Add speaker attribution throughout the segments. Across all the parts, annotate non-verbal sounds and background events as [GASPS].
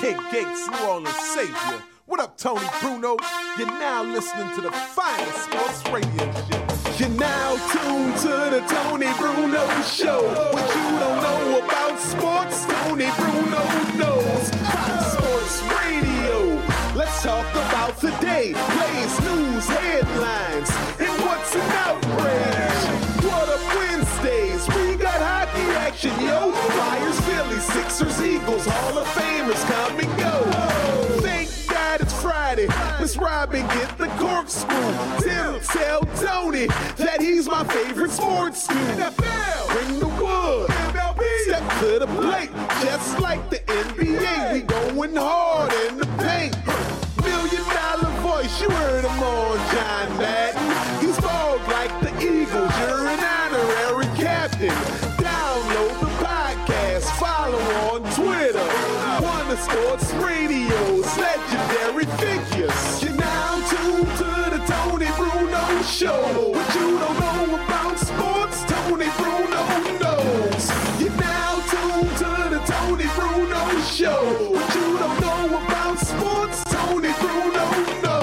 Speaker 1: King Gates, New Orleans Savior. What up, Tony Bruno? You're now listening to the finest sports radio show. You're now tuned to the Tony Bruno Show. What you don't know about sports, Tony Bruno knows. Fox Sports Radio. Let's talk about today. Plays, news, headlines, and what's an outrage. What up, Wednesdays? We got hockey action, yo. Flyers, Phillies, Sixers, Eagles, Hall of Famers, come and go. Thank God it's Friday. Miss Robin get the corkscrew. Tim, tell Tony that he's my favorite sports dude. Bring the wood. Step to the plate. Just like the NBA, we going hard in the paint. Million dollar voice, you heard him on John Madden. He's bald like the Eagles. You're an honorary captain. Download the podcast. Follow on Twitter. Wonder Sports Radio's legendary figures. You're now tuned to the Tony Bruno Show. What you don't know about sports, Tony Bruno knows. You're now tuned to the Tony Bruno Show. What you don't know about sports, Tony Bruno knows.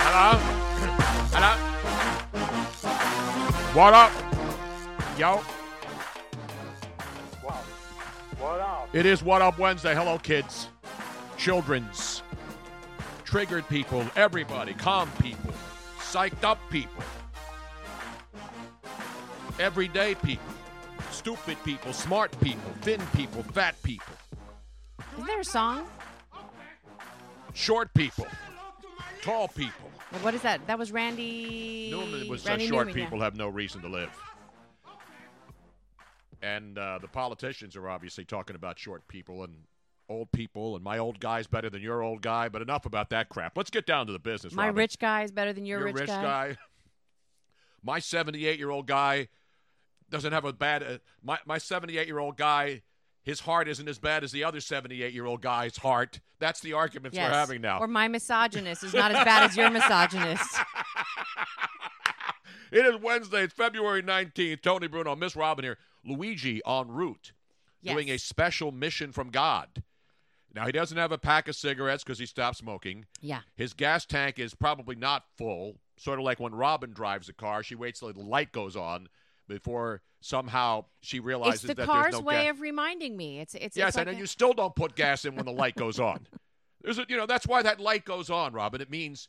Speaker 2: Hello? Hello? What up? Yo,
Speaker 3: Wow. What up?
Speaker 2: it is What Up Wednesday. Hello, kids, childrens, triggered people, everybody, calm people, psyched up people, everyday people, stupid people, smart people, thin people, fat people,
Speaker 4: Is there a song?
Speaker 2: short people, tall people.
Speaker 4: Well, What is that? That was Randy.
Speaker 2: Newman was that
Speaker 4: Randy
Speaker 2: short
Speaker 4: Newman, yeah.
Speaker 2: people have no reason to live. And uh, the politicians are obviously talking about short people and old people, and my old guy's better than your old guy. But enough about that crap. Let's get down to the business.
Speaker 4: My
Speaker 2: Robin.
Speaker 4: rich guy is better than your,
Speaker 2: your
Speaker 4: rich, guy.
Speaker 2: My 78 year old guy doesn't have a bad. Uh, my my 78 year old guy, his heart isn't as bad as the other 78 year old guy's heart. That's the arguments
Speaker 4: Yes.
Speaker 2: we're having now.
Speaker 4: Or my misogynist is not as bad as
Speaker 2: [LAUGHS]
Speaker 4: your misogynist.
Speaker 2: It is Wednesday. It's February 19th. Tony Bruno, Miss Robin here. Luigi en route
Speaker 4: Yes.
Speaker 2: doing a special mission from God. Now, he doesn't have a pack of cigarettes because he stopped smoking.
Speaker 4: Yeah.
Speaker 2: His gas tank is probably not full, sort of like when Robin drives a car. She waits till the light goes on before somehow she
Speaker 4: It's
Speaker 2: realizes
Speaker 4: the
Speaker 2: that
Speaker 4: car's
Speaker 2: there's no
Speaker 4: way
Speaker 2: gas.
Speaker 4: of reminding me. It's it's
Speaker 2: yes,
Speaker 4: it's like
Speaker 2: and then
Speaker 4: a-
Speaker 2: you still don't put gas in when the light goes on. [LAUGHS] There's a, you know, that's why that light goes on, Robin. It means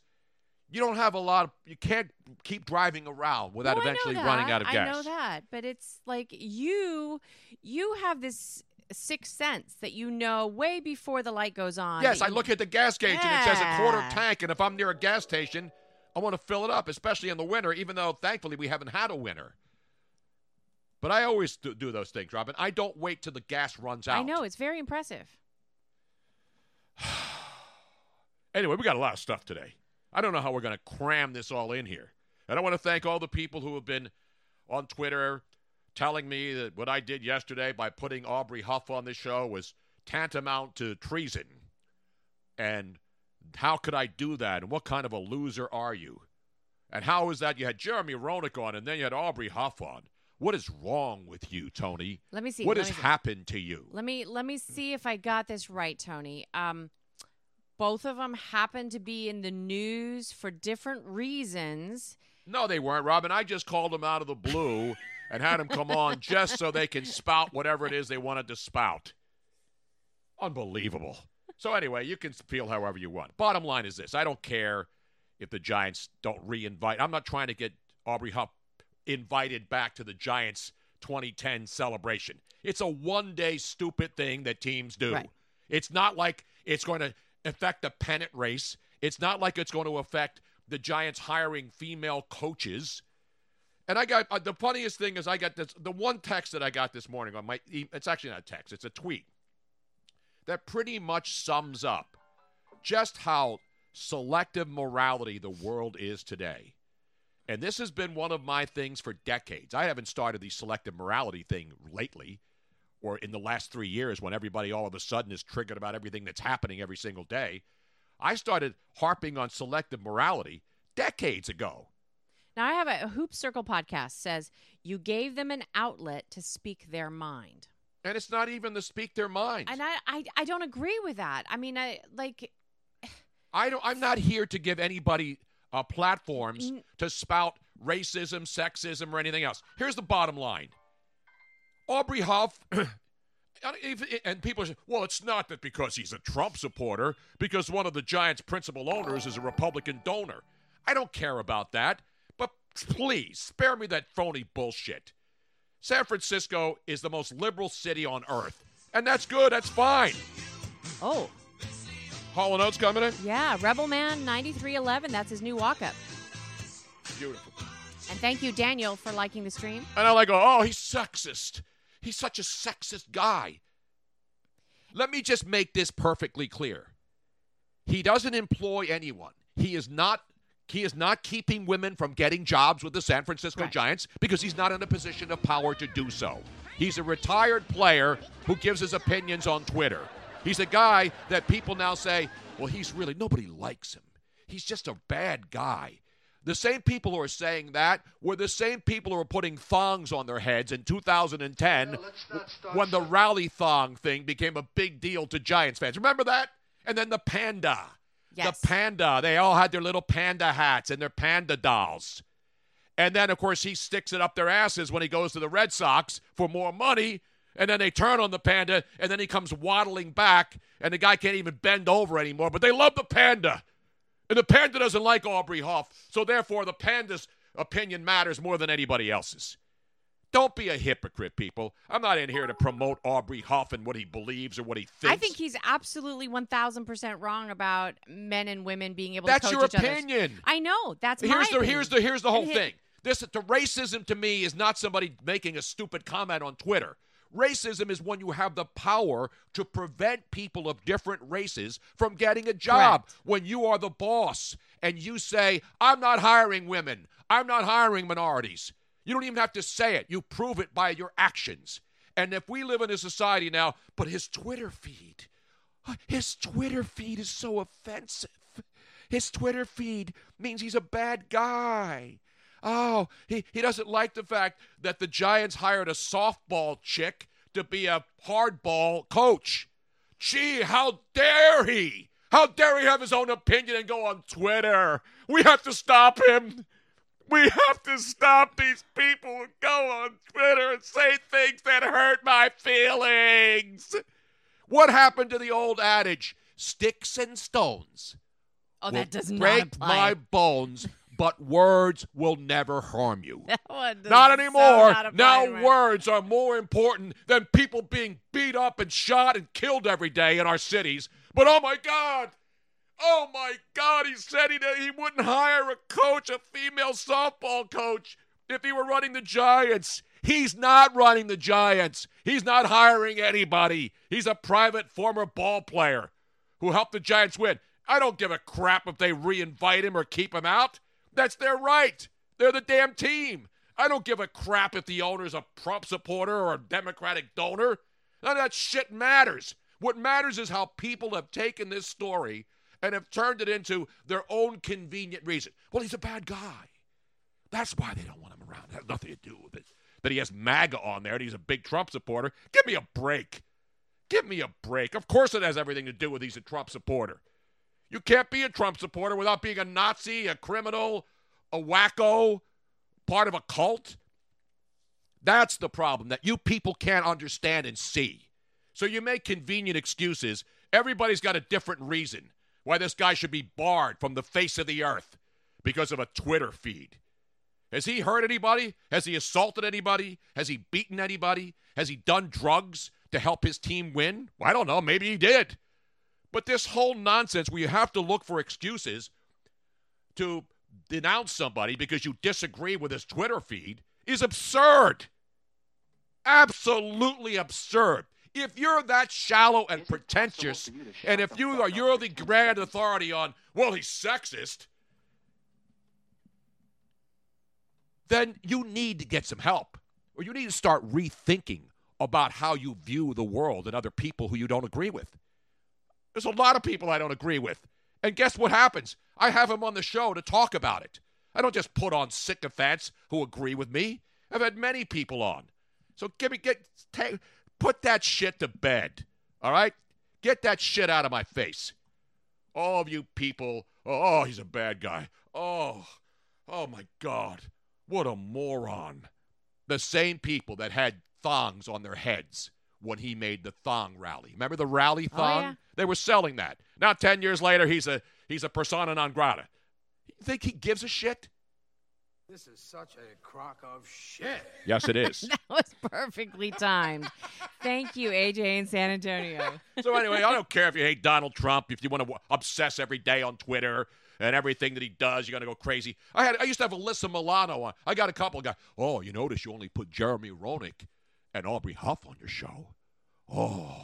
Speaker 2: you don't have a lot of, you can't keep driving around without
Speaker 4: No, Oh, I know
Speaker 2: eventually running
Speaker 4: that.
Speaker 2: out of gas.
Speaker 4: I know that, but it's like you you have this sixth sense that you know way before the light goes on.
Speaker 2: Yes,
Speaker 4: that
Speaker 2: I
Speaker 4: you-
Speaker 2: look at the gas gauge and it says a quarter
Speaker 4: Yeah.
Speaker 2: tank, and if I'm near a gas station, I want to fill it up, especially in the winter, even though thankfully we haven't had a winter. But I always do, do those things, Robin. I don't wait till the gas runs out.
Speaker 4: I know it's very impressive.
Speaker 2: Anyway, we got a lot of stuff today. I don't know how we're going to cram this all in here. And I want to thank all the people who have been on Twitter telling me that what I did yesterday by putting Aubrey Huff on the show was tantamount to treason. And how could I do that? And what kind of a loser are you? And how is that you had Jeremy Roenick on and then you had Aubrey Huff on? What is wrong with you, Tony?
Speaker 4: Let me see.
Speaker 2: What
Speaker 4: let
Speaker 2: has
Speaker 4: me see.
Speaker 2: happened to you?
Speaker 4: Let me let me see if I got this right, Tony. Um, both of them happened to be in the news for different reasons.
Speaker 2: No, they weren't, Robin. I just called them out of the blue and had them come on just so they can spout whatever it is they wanted to spout. Unbelievable. So, anyway, you can feel however you want. Bottom line is this I don't care if the Giants don't re invite. I'm not trying to get Aubrey Huff invited back to the Giants 2010 celebration. It's a one day stupid thing that teams do.
Speaker 4: Right.
Speaker 2: It's not like it's going to affect the pennant race. It's not like it's going to affect the Giants hiring female coaches. And I got uh, the funniest thing is I got this the one text that I got this morning on my e- it's actually not a text, it's a tweet that pretty much sums up just how selective morality the world is today. And this has been one of my things for decades. I haven't started the selective morality thing lately or in the last three years when everybody all of a sudden is triggered about everything that's happening every single day. I started harping on selective morality decades ago.
Speaker 4: Now I have a, a Hoop Circle podcast says you gave them an outlet to speak their mind.
Speaker 2: And it's not even to speak their mind.
Speaker 4: And I, I I don't agree with that. I mean, I like
Speaker 2: I don't I'm not here to give anybody uh, platforms to spout racism, sexism, or anything else. Here's the bottom line. Aubrey Huff, [CLEARS THROAT] and people say, well, it's not that because he's a Trump supporter, because one of the Giants' principal owners is a Republican donor. I don't care about that, but please spare me that phony bullshit. San Francisco is the most liberal city on earth, and that's good, that's fine.
Speaker 4: Oh,
Speaker 2: Hall and Oates coming in?
Speaker 4: yeah, Rebel Man 9311, that's his new walk up.
Speaker 2: Beautiful.
Speaker 4: And thank you, Daniel, for liking the stream.
Speaker 2: And I like, oh, he's sexist. He's such a sexist guy. Let me just make this perfectly clear. He doesn't employ anyone. He is not he is not keeping women from getting jobs with the San Francisco
Speaker 4: Right.
Speaker 2: Giants because he's not in a position of power to do so. He's a retired player who gives his opinions on Twitter. He's a guy that people now say, well, he's really nobody likes him. He's just a bad guy. The same people who are saying that were the same people who were putting thongs on their heads in 2010 when the rally thong thing became a big deal to Giants fans. Remember that? And then the panda.
Speaker 4: Yes.
Speaker 2: The panda. They all had their little panda hats and their panda dolls. And then, of course, he sticks it up their asses when he goes to the Red Sox for more money. And then they turn on the panda, and then he comes waddling back, and the guy can't even bend over anymore. But they love the panda. And the panda doesn't like Aubrey Huff. So, therefore, the panda's opinion matters more than anybody else's. Don't be a hypocrite, people. I'm not in here to promote Aubrey Huff and what he believes or what he thinks.
Speaker 4: I think he's absolutely 1000% wrong about men and women being able
Speaker 2: That's
Speaker 4: to
Speaker 2: your
Speaker 4: coach each other's-
Speaker 2: opinion.
Speaker 4: I know. That's my
Speaker 2: here's the
Speaker 4: opinion.
Speaker 2: here's the here's the whole
Speaker 4: And hi-
Speaker 2: thing. This the racism to me is not somebody making a stupid comment on Twitter. Racism is when you have the power to prevent people of different races from getting a job. When you are the boss and you say, "I'm not hiring women. I'm not hiring minorities." You don't even have to say it. You prove it by your actions. And if we live in a society now, but his Twitter feed, his Twitter feed is so offensive. His Twitter feed means he's a bad guy. Oh, he, he doesn't like the fact that the Giants hired a softball chick to be a hardball coach. Gee, how dare he? How dare he have his own opinion and go on Twitter? We have to stop him. We have to stop these people who go on Twitter and say things that hurt my feelings. What happened to the old adage, sticks and stones?
Speaker 4: Oh,
Speaker 2: will
Speaker 4: that does not
Speaker 2: break
Speaker 4: apply.
Speaker 2: my bones, but words will never harm you.
Speaker 4: [LAUGHS] [LAUGHS] That one does
Speaker 2: not
Speaker 4: so
Speaker 2: anymore.
Speaker 4: not apply
Speaker 2: now
Speaker 4: to my-
Speaker 2: words are more important than people being beat up and shot and killed every day in our cities. But oh my God. Oh my God, he said he, he wouldn't hire a coach, a female softball coach, if he were running the Giants. He's not running the Giants. He's not hiring anybody. He's a private former ball player who helped the Giants win. I don't give a crap if they re-invite him or keep him out. That's their right. They're the damn team. I don't give a crap if the owner's a Trump supporter or a Democratic donor. None of that shit matters. What matters is how people have taken this story and have turned it into their own convenient reason. Well, he's a bad guy. That's why they don't want him [LAUGHS] around. It has nothing to do with it. That he has MAGA on there and he's a big Trump supporter. Give me a break. Give me a break. Of course, it has everything to do with he's a Trump supporter. You can't be a Trump supporter without being a Nazi, a criminal, a wacko, part of a cult. That's the problem that you people can't understand and see. So you make convenient excuses. Everybody's got a different reason why this guy should be barred from the face of the earth because of a Twitter feed. Has he hurt anybody? Has he assaulted anybody? Has he beaten anybody? Has he done drugs to help his team win? Well, I don't know. Maybe he did. But this whole nonsense where you have to look for excuses to denounce somebody because you disagree with his Twitter feed is absurd. Absolutely absurd. If you're that shallow and pretentious, and if you are you're the grand authority on, well, he's sexist. then you need to get some help or you need to start rethinking about how you view the world and other people who you don't agree with. There's a lot of people I don't agree with. And guess what happens? I have them on the show to talk about it. I don't just put on sycophants who agree with me. I've had many people on. So give me get take, put that shit to bed. All right? Get that shit out of my face. All of you people, oh, he's a bad guy. Oh. Oh my god. What a moron. The same people that had thongs on their heads when he made the thong rally. Remember the rally thong?
Speaker 4: yeah.
Speaker 2: They were selling that. Now 10 years later he's a he's a persona non grata. You think he gives a shit?
Speaker 5: This is such a crock of shit.
Speaker 2: Yes, it is.
Speaker 4: [LAUGHS] That was perfectly timed. Thank you, AJ in San Antonio.
Speaker 2: So anyway, I don't care if you hate Donald Trump, if you want to obsess every day on Twitter and everything that he does, you're gonna go crazy. I had I used to have Alyssa Milano on. I got a couple of guys. Oh, you notice you only put Jeremy Roenick and Aubrey Huff on your show. Oh,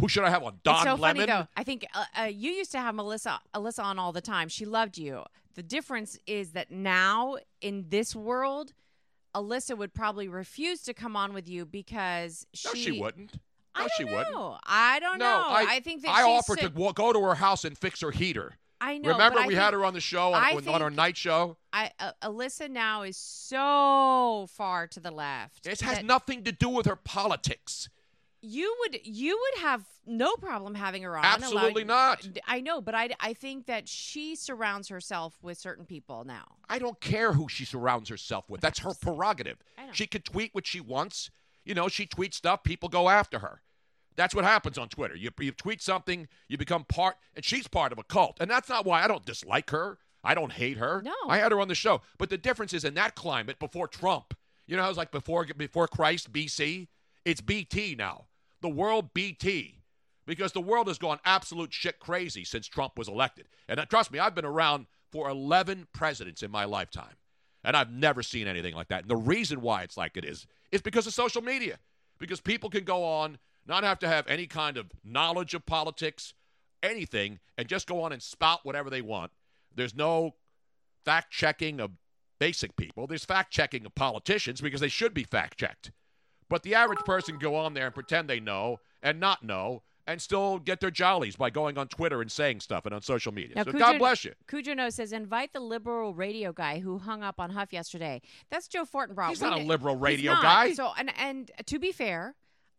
Speaker 2: who should I have on?
Speaker 4: [LAUGHS]
Speaker 2: Don
Speaker 4: it's so
Speaker 2: Lemon.
Speaker 4: funny though. I think uh, uh, you used to have Melissa Alyssa on all the time. She loved you. The difference is that now in this world, Alyssa would probably refuse to come on with you because she.
Speaker 2: no, she, wouldn't. No,
Speaker 4: I don't
Speaker 2: she
Speaker 4: know.
Speaker 2: wouldn't.
Speaker 4: I don't
Speaker 2: No,
Speaker 4: know.
Speaker 2: I,
Speaker 4: I, think that
Speaker 2: I
Speaker 4: she's
Speaker 2: offered
Speaker 4: so-
Speaker 2: to wa- go to her house and fix her heater.
Speaker 4: I know.
Speaker 2: Remember,
Speaker 4: but I
Speaker 2: we
Speaker 4: think-
Speaker 2: had her on the show on,
Speaker 4: I
Speaker 2: when- on our
Speaker 4: think-
Speaker 2: night show.
Speaker 4: I, uh, Alyssa now is so far to the left.
Speaker 2: It has
Speaker 4: that
Speaker 2: nothing to do with her politics.
Speaker 4: You would you would have no problem having her on. allowing-
Speaker 2: Absolutely not.
Speaker 4: I know, but I I think that she surrounds herself with certain people now.
Speaker 2: I don't care who she surrounds herself with. That's her prerogative.
Speaker 4: I know.
Speaker 2: She can tweet what she wants. You know, she tweets stuff, people go after her. That's what happens on Twitter. You, you tweet something, you become part, and she's part of a cult. And that's not why I don't dislike her. I don't hate her.
Speaker 4: No.
Speaker 2: I had her on the show. But the difference is in that climate before Trump, you know, how it was like before, before Christ, BC, it's BT now. The world BT because the world has gone absolute shit crazy since Trump was elected. And uh, trust me, I've been around for 11 presidents in my lifetime, and I've never seen anything like that. And the reason why it's like it is is because of social media, because people can go on, not have to have any kind of knowledge of politics, anything, and just go on and spout whatever they want. There's no fact checking of basic people. There's fact checking of politicians because they should be fact checked. But the average person can go on there and pretend they know and not know and still get their jollies by going on Twitter and saying stuff and on social media. so God bless you.
Speaker 4: Cujono says, invite the liberal radio guy who hung up on Huff yesterday. That's Joe Fortenbrough.
Speaker 2: He's
Speaker 4: We
Speaker 2: not a
Speaker 4: did-
Speaker 2: liberal
Speaker 4: he's
Speaker 2: radio
Speaker 4: not.
Speaker 2: guy.
Speaker 4: So and and to be fair,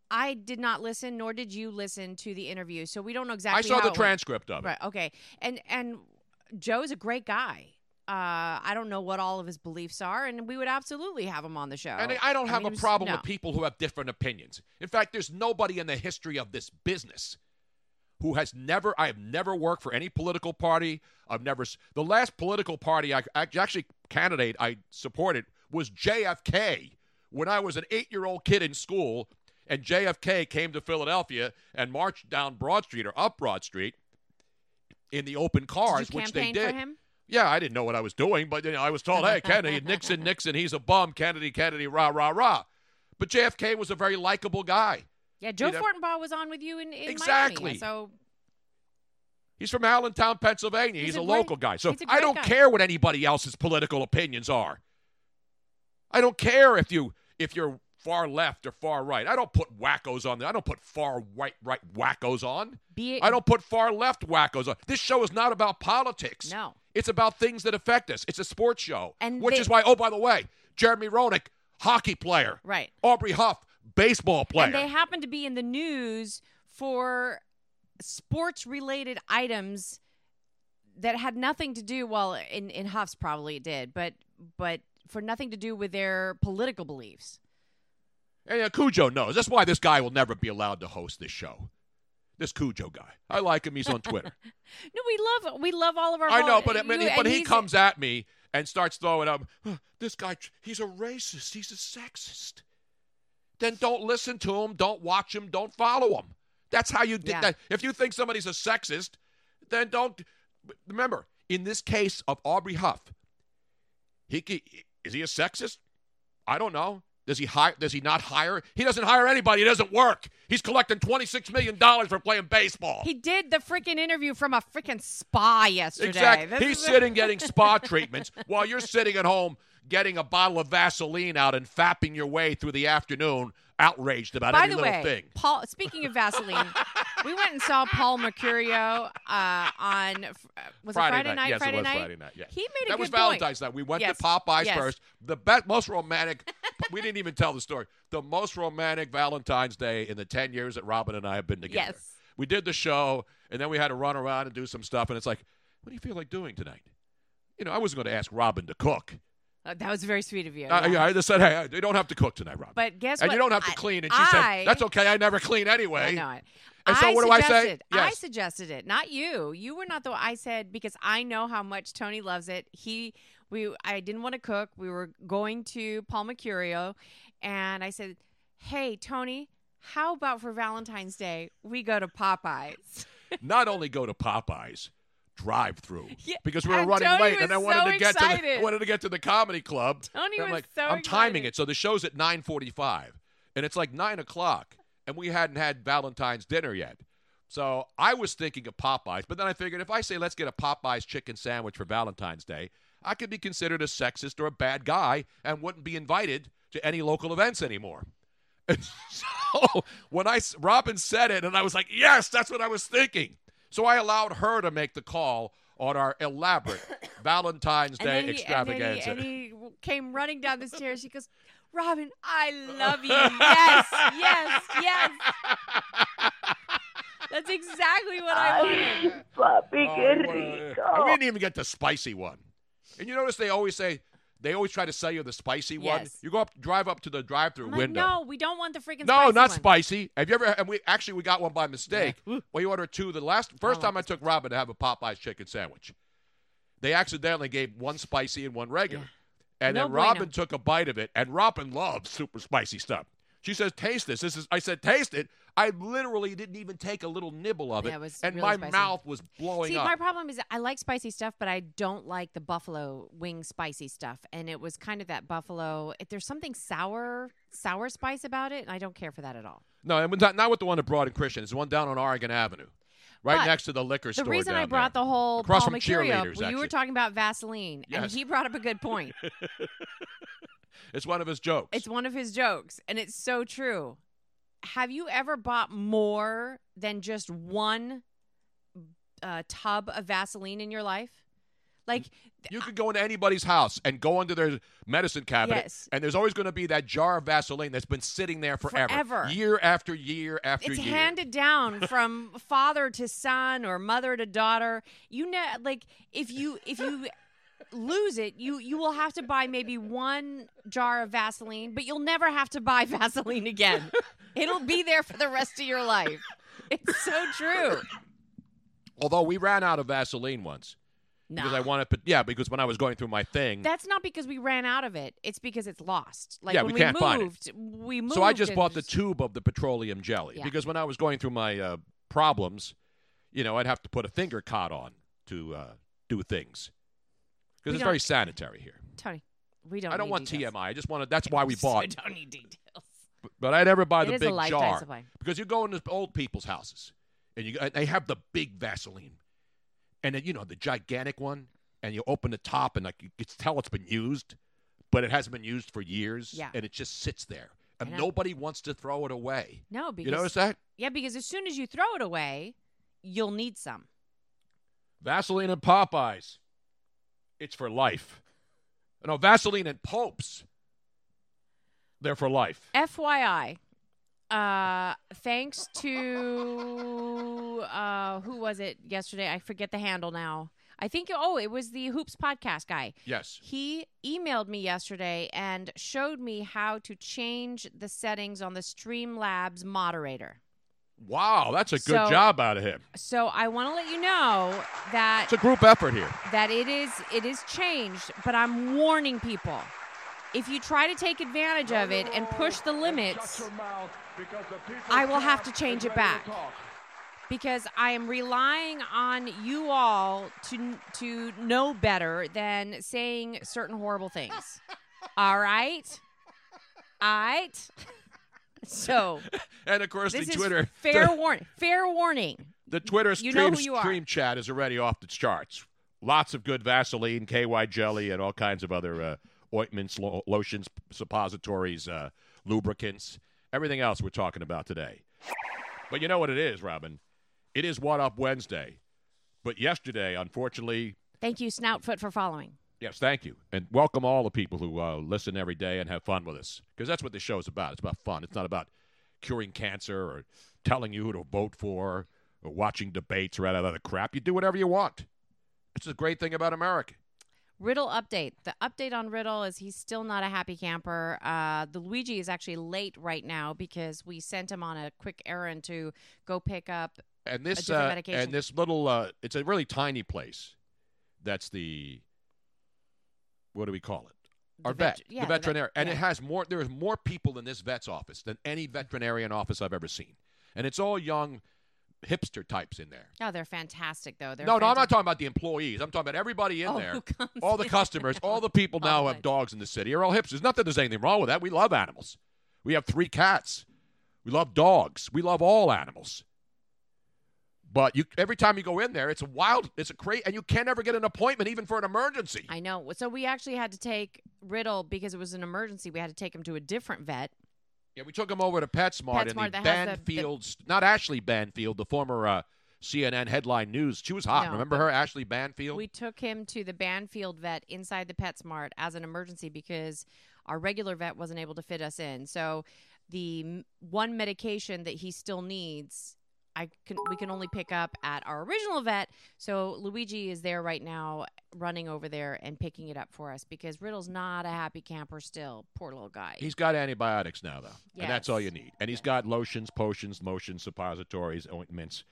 Speaker 4: I did not listen, nor did you listen to the interview. So we don't know exactly.
Speaker 2: I saw
Speaker 4: how
Speaker 2: the
Speaker 4: it went.
Speaker 2: transcript of it.
Speaker 4: Right. Okay. And and Joe's a great guy. Uh, I don't know what all of his beliefs are, and we would absolutely have him on the show.
Speaker 2: And I don't have
Speaker 4: mean, he
Speaker 2: a
Speaker 4: was-
Speaker 2: problem
Speaker 4: no.
Speaker 2: with people who have different opinions. In fact, there's nobody in the history of this business who has never I have never worked for any political party. I've never s- the last political party I, I actually candidate I supported was JFK when I was an 8-year-old kid in school and JFK came to Philadelphia and marched down Broad Street or up Broad Street in the open cars
Speaker 4: Did you
Speaker 2: which they
Speaker 4: campaign
Speaker 2: did.
Speaker 4: For him?
Speaker 2: Yeah, I didn't know what I was doing, but you know, I was told, "Hey,
Speaker 4: [LAUGHS]
Speaker 2: Kennedy, Nixon, Nixon, he's a bum. Kennedy, Kennedy, rah, rah, rah." But JFK was a very likable guy.
Speaker 4: Yeah, Joe
Speaker 2: You'd have-
Speaker 4: Fortenbaugh was on with you in, in
Speaker 2: Exactly.
Speaker 4: Miami. So
Speaker 2: He's from Allentown, Pennsylvania.
Speaker 4: He's
Speaker 2: He's, a,
Speaker 4: a great-
Speaker 2: local guy, so
Speaker 4: he's a
Speaker 2: I
Speaker 4: great
Speaker 2: don't
Speaker 4: guy.
Speaker 2: care what anybody else's political opinions are. I don't care if you if you're far left or far right. I don't put wackos on there. I don't put far right right wackos on.
Speaker 4: be it.
Speaker 2: I don't put far left wackos on. This show is not about politics.
Speaker 4: No.
Speaker 2: It's about things that affect us. It's a sports show.
Speaker 4: And
Speaker 2: which
Speaker 4: they-
Speaker 2: is why, oh, by the way, Jeremy Roenick, hockey player.
Speaker 4: Right.
Speaker 2: Aubrey Huff, baseball player.
Speaker 4: And they happen to be in the news for sports related items that had nothing to do well in in Huff's probably it did, but but for nothing to do with their political beliefs.
Speaker 2: and uh, Cujo knows. That's why this guy will never be allowed to host this show. This Cujo guy. I like him. He's
Speaker 4: [LAUGHS]
Speaker 2: on Twitter.
Speaker 4: No, we love we love all of our
Speaker 2: I know,
Speaker 4: hol-
Speaker 2: but, I mean,
Speaker 4: you-
Speaker 2: but
Speaker 4: and
Speaker 2: he
Speaker 4: he's-
Speaker 2: comes at me and starts throwing up, "Huh, this guy, he's a racist. He's a sexist. Then don't listen to him. Don't watch him. Don't follow him. That's how you did
Speaker 4: Yeah.
Speaker 2: that. If you think somebody's a sexist, then don't. Remember, in this case of Aubrey Huff, he, he is he a sexist? I don't know. Does he hire? Does he not hire? He doesn't hire anybody. He doesn't work. He's collecting twenty six million dollars for playing baseball.
Speaker 4: He did the freaking interview from a freaking spa yesterday. This
Speaker 2: Exactly. He's
Speaker 4: is- [LAUGHS]
Speaker 2: sitting getting spa treatments while you're sitting at home getting a bottle of Vaseline out and fapping your way through the afternoon, outraged about
Speaker 4: By
Speaker 2: every
Speaker 4: the
Speaker 2: little
Speaker 4: way,
Speaker 2: thing.
Speaker 4: Paul. Speaking of Vaseline, we went and saw Paul Mercurio uh, on f- uh, was
Speaker 2: Friday,
Speaker 4: it Friday night?
Speaker 2: Yes,
Speaker 4: Friday
Speaker 2: it was
Speaker 4: night.
Speaker 2: Friday night. Yes.
Speaker 4: He made a
Speaker 2: that
Speaker 4: good
Speaker 2: was
Speaker 4: point.
Speaker 2: Valentine's night. We went
Speaker 4: Yes,
Speaker 2: to Popeyes
Speaker 4: yes.
Speaker 2: first. The best, most romantic. [LAUGHS] we didn't even tell the story. The most romantic Valentine's Day in the ten years that Robin and I have been together.
Speaker 4: Yes.
Speaker 2: We did the show, and then we had to run around and do some stuff. And it's like, what do you feel like doing tonight? You know, I wasn't going to ask Robin to cook.
Speaker 4: Uh, that was very sweet of you.
Speaker 2: I,
Speaker 4: yeah.
Speaker 2: Uh, I just said, hey, you don't have to cook tonight, Robin.
Speaker 4: But guess
Speaker 2: and
Speaker 4: what?
Speaker 2: you don't have to
Speaker 4: I-
Speaker 2: clean. And she
Speaker 4: I-
Speaker 2: said, that's okay. I never clean anyway.
Speaker 4: I know it.
Speaker 2: And so
Speaker 4: I
Speaker 2: what do I say?
Speaker 4: suggested- I
Speaker 2: Yes.
Speaker 4: suggested it, not you. You were not the I said because I know how much Tony loves it. He we I didn't want to cook. We were going to Paul Mercurio and I said, "Hey Tony, how about for Valentine's Day we go to Popeyes?"
Speaker 2: not only go to Popeyes drive through
Speaker 4: Yeah,
Speaker 2: because we were
Speaker 4: and
Speaker 2: running
Speaker 4: Tony
Speaker 2: late and I
Speaker 4: was
Speaker 2: wanted
Speaker 4: so
Speaker 2: to get to the,
Speaker 4: excited.
Speaker 2: I wanted to get to the comedy club.
Speaker 4: Tony
Speaker 2: And I'm
Speaker 4: was
Speaker 2: like,
Speaker 4: so
Speaker 2: I'm timing
Speaker 4: excited.
Speaker 2: it so the show's at 9:45 and it's like nine o'clock and we hadn't had Valentine's dinner yet. So I was thinking of Popeyes, but then I figured if I say let's get a Popeyes chicken sandwich for Valentine's Day, I could be considered a sexist or a bad guy and wouldn't be invited to any local events anymore. so [LAUGHS] when I Robin said it, and I was like, yes, that's what I was thinking. So I allowed her to make the call on our
Speaker 4: [COUGHS]
Speaker 2: elaborate Valentine's
Speaker 4: And
Speaker 2: Day
Speaker 4: then, he, and, then he,
Speaker 2: extravaganza. [LAUGHS]
Speaker 4: and he came running down the stairs. He goes, "Robin, I love
Speaker 2: [LAUGHS]
Speaker 4: you. Yes, yes, yes." That's exactly what I wanted.
Speaker 6: Papi,
Speaker 2: Oh,
Speaker 6: qué
Speaker 2: what a-
Speaker 6: rico.
Speaker 2: and we didn't even get the spicy one. And you notice they always say they always try to sell you the spicy one.
Speaker 4: Yes.
Speaker 2: You go up, drive up to the drive-through
Speaker 4: I'm like,
Speaker 2: window.
Speaker 4: no, we don't want the freaking
Speaker 2: No,
Speaker 4: spicy one."
Speaker 2: not spicy. Have you ever? And we actually we got one by mistake. Well, you ordered two. The last
Speaker 4: Oh.
Speaker 2: first time I took Robin to have a Popeyes chicken sandwich, they accidentally gave one spicy and one regular, and
Speaker 4: No
Speaker 2: then Robin
Speaker 4: bueno.
Speaker 2: took a bite of it. And Robin loves super spicy stuff. She says, "Taste this." This is. I said, "Taste it." I literally didn't even take a little nibble of it,
Speaker 4: Yeah, it was
Speaker 2: and
Speaker 4: really
Speaker 2: my
Speaker 4: spicy.
Speaker 2: mouth was blowing
Speaker 4: See,
Speaker 2: up.
Speaker 4: my problem is I like spicy stuff, but I don't like the buffalo wing spicy stuff. And it was kind of that buffalo. If there's something sour, sour spice about it, and I don't care for that at all.
Speaker 2: no, and not, not with the one that brought in Christian. It's the one down on Oregon Avenue, right
Speaker 4: But
Speaker 2: next to the liquor
Speaker 4: The
Speaker 2: store.
Speaker 4: reason I
Speaker 2: down
Speaker 4: brought
Speaker 2: there.
Speaker 4: the whole
Speaker 2: Across
Speaker 4: Paul
Speaker 2: from
Speaker 4: Mercurio,
Speaker 2: cheerleaders,
Speaker 4: well, you were
Speaker 2: actually.
Speaker 4: talking about Vaseline, and
Speaker 2: Yes.
Speaker 4: he brought up a good
Speaker 2: [LAUGHS]
Speaker 4: point.
Speaker 2: It's one of his jokes.
Speaker 4: It's one of his jokes, and it's so true. Have you ever bought more than just one uh, tub of Vaseline in your life? Like,
Speaker 2: You could go into anybody's house and go into their medicine cabinet,
Speaker 4: Yes.
Speaker 2: and there's always going to be that jar of Vaseline that's been sitting there forever,
Speaker 4: Forever.
Speaker 2: year after year after
Speaker 4: it's
Speaker 2: year.
Speaker 4: handed
Speaker 2: [LAUGHS]
Speaker 4: down from father to son or mother to daughter you know like if you if you lose it you you will have to buy maybe one jar of vaseline but you'll never have to buy [LAUGHS] vaseline again it'll be there for the rest of your life it's so true
Speaker 2: Although we ran out of Vaseline once
Speaker 4: no
Speaker 2: because I wanted, but yeah, because when I was going through my thing,
Speaker 4: that's not because we ran out of it it's because it's lost like
Speaker 2: Yeah,
Speaker 4: when
Speaker 2: we can't find it.
Speaker 4: moved we moved
Speaker 2: so I just
Speaker 4: and
Speaker 2: bought the tube of the petroleum jelly
Speaker 4: Yeah.
Speaker 2: because when I was going through my uh, problems, you know, I'd have to put a finger cot on to uh, do things
Speaker 4: We
Speaker 2: because it's
Speaker 4: don't-
Speaker 2: very sanitary here.
Speaker 4: tony we don't
Speaker 2: I don't
Speaker 4: need
Speaker 2: want
Speaker 4: details.
Speaker 2: TMI. I just wanted.
Speaker 4: [LAUGHS]
Speaker 2: That's why we bought.
Speaker 4: i don't need details
Speaker 2: But I never buy
Speaker 4: It
Speaker 2: the
Speaker 4: is a
Speaker 2: big
Speaker 4: lifetime
Speaker 2: jar
Speaker 4: supply.
Speaker 2: because you go into old people's houses and you and they have the big Vaseline, and then you know the gigantic one, and you open the top and like you can tell it's been used, but it hasn't been used for years,
Speaker 4: Yeah.
Speaker 2: and it just sits there, and
Speaker 4: know.
Speaker 2: nobody wants to throw it away.
Speaker 4: no because
Speaker 2: you notice that
Speaker 4: Yeah, because as soon as you throw it away, you'll need some.
Speaker 2: Vaseline and Popeyes, it's for life. No Vaseline and Popes, they're for life.
Speaker 4: FYI, uh, thanks to uh, who was it yesterday? I forget the handle now. I think oh, it was the Hoops podcast guy. [LAUGHS]
Speaker 2: Yes.
Speaker 4: He emailed me yesterday and showed me how to change the settings on the Streamlabs moderator.
Speaker 2: Wow, that's a good
Speaker 4: So-
Speaker 2: job out of him.
Speaker 4: So I want to let you know that
Speaker 2: It's a group effort here.
Speaker 4: that it is it is changed, but I'm warning people. If you try to take advantage of it and push the limits, I will have to change it back because I am relying on you all to to know
Speaker 2: [LAUGHS]
Speaker 4: better than saying certain horrible things. All right? All right. So
Speaker 2: [LAUGHS] And of course,
Speaker 4: this
Speaker 2: the
Speaker 4: is
Speaker 2: Twitter,
Speaker 4: fair
Speaker 2: [LAUGHS] the,
Speaker 4: warning. Fair warning.
Speaker 2: the Twitter
Speaker 4: You
Speaker 2: stream,
Speaker 4: know who you are.
Speaker 2: stream chat is already off the charts. Lots of good Vaseline, KY jelly, and all kinds of other uh, ointments, lo- lotions, suppositories, uh, lubricants, everything else we're talking about today. But you know what it is, Robin? It is What Up Wednesday. But yesterday, unfortunately,
Speaker 4: Thank you, Snoutfoot, for following.
Speaker 2: Yes, thank you. And welcome all the people who uh, listen every day and have fun with us. Because that's what this show is about. It's about fun. It's not about curing cancer or telling you who to vote for or watching debates or any other crap. You do whatever you want. It's the great thing about America.
Speaker 4: Riddle update. The update on Riddle is he's still not a happy camper. Uh, the Luigi is actually late right now because we sent him on a quick errand to go pick up.
Speaker 2: And this
Speaker 4: different
Speaker 2: uh,
Speaker 4: medication.
Speaker 2: and this little uh, it's a really tiny place. That's the what do we call it?
Speaker 4: The
Speaker 2: Our
Speaker 4: vet-
Speaker 2: vet,
Speaker 4: yeah,
Speaker 2: the
Speaker 4: the vet-
Speaker 2: veterinarian, and it
Speaker 4: yeah.
Speaker 2: has more. There is more people in this vet's office than any veterinarian office I've ever seen, and it's all young hipster types in there.
Speaker 4: Oh, they're fantastic though. They're
Speaker 2: no, no, I'm not
Speaker 4: fantastic.
Speaker 2: talking about the employees. I'm talking about everybody in
Speaker 4: Oh,
Speaker 2: there.
Speaker 4: [LAUGHS] who comes
Speaker 2: All the
Speaker 4: in.
Speaker 2: customers, all the people
Speaker 4: Oh,
Speaker 2: now who
Speaker 4: my-
Speaker 2: have dogs in the city are all hipsters. Not that there's anything wrong with that. We love animals. We have three cats. We love dogs. We love all animals. But you, every time you go in there, it's a wild, it's a crazy, and you can't ever get an appointment even for an emergency.
Speaker 4: I know. So we actually had to take Riddle because it was an emergency. We had to take him to a different vet.
Speaker 2: yeah, we took him over to PetSmart,
Speaker 4: PetSmart
Speaker 2: and the
Speaker 4: that has the- the-
Speaker 2: Banfield's, not Ashley Banfield, the former uh, CNN headline news. She was hot.
Speaker 4: No,
Speaker 2: Remember
Speaker 4: but
Speaker 2: her, Ashley Banfield?
Speaker 4: We took him to the Banfield vet inside the PetSmart as an emergency because our regular vet wasn't able to fit us in. So the m- one medication that he still needs, I can we can only pick up at our original vet. So Luigi is there right now running over there and picking it up for us because Riddle's not a happy camper still. Poor little guy.
Speaker 2: He's got antibiotics now, though, and that's all
Speaker 4: Yes.
Speaker 2: you need. And he's got lotions, potions, motions, suppositories, ointments.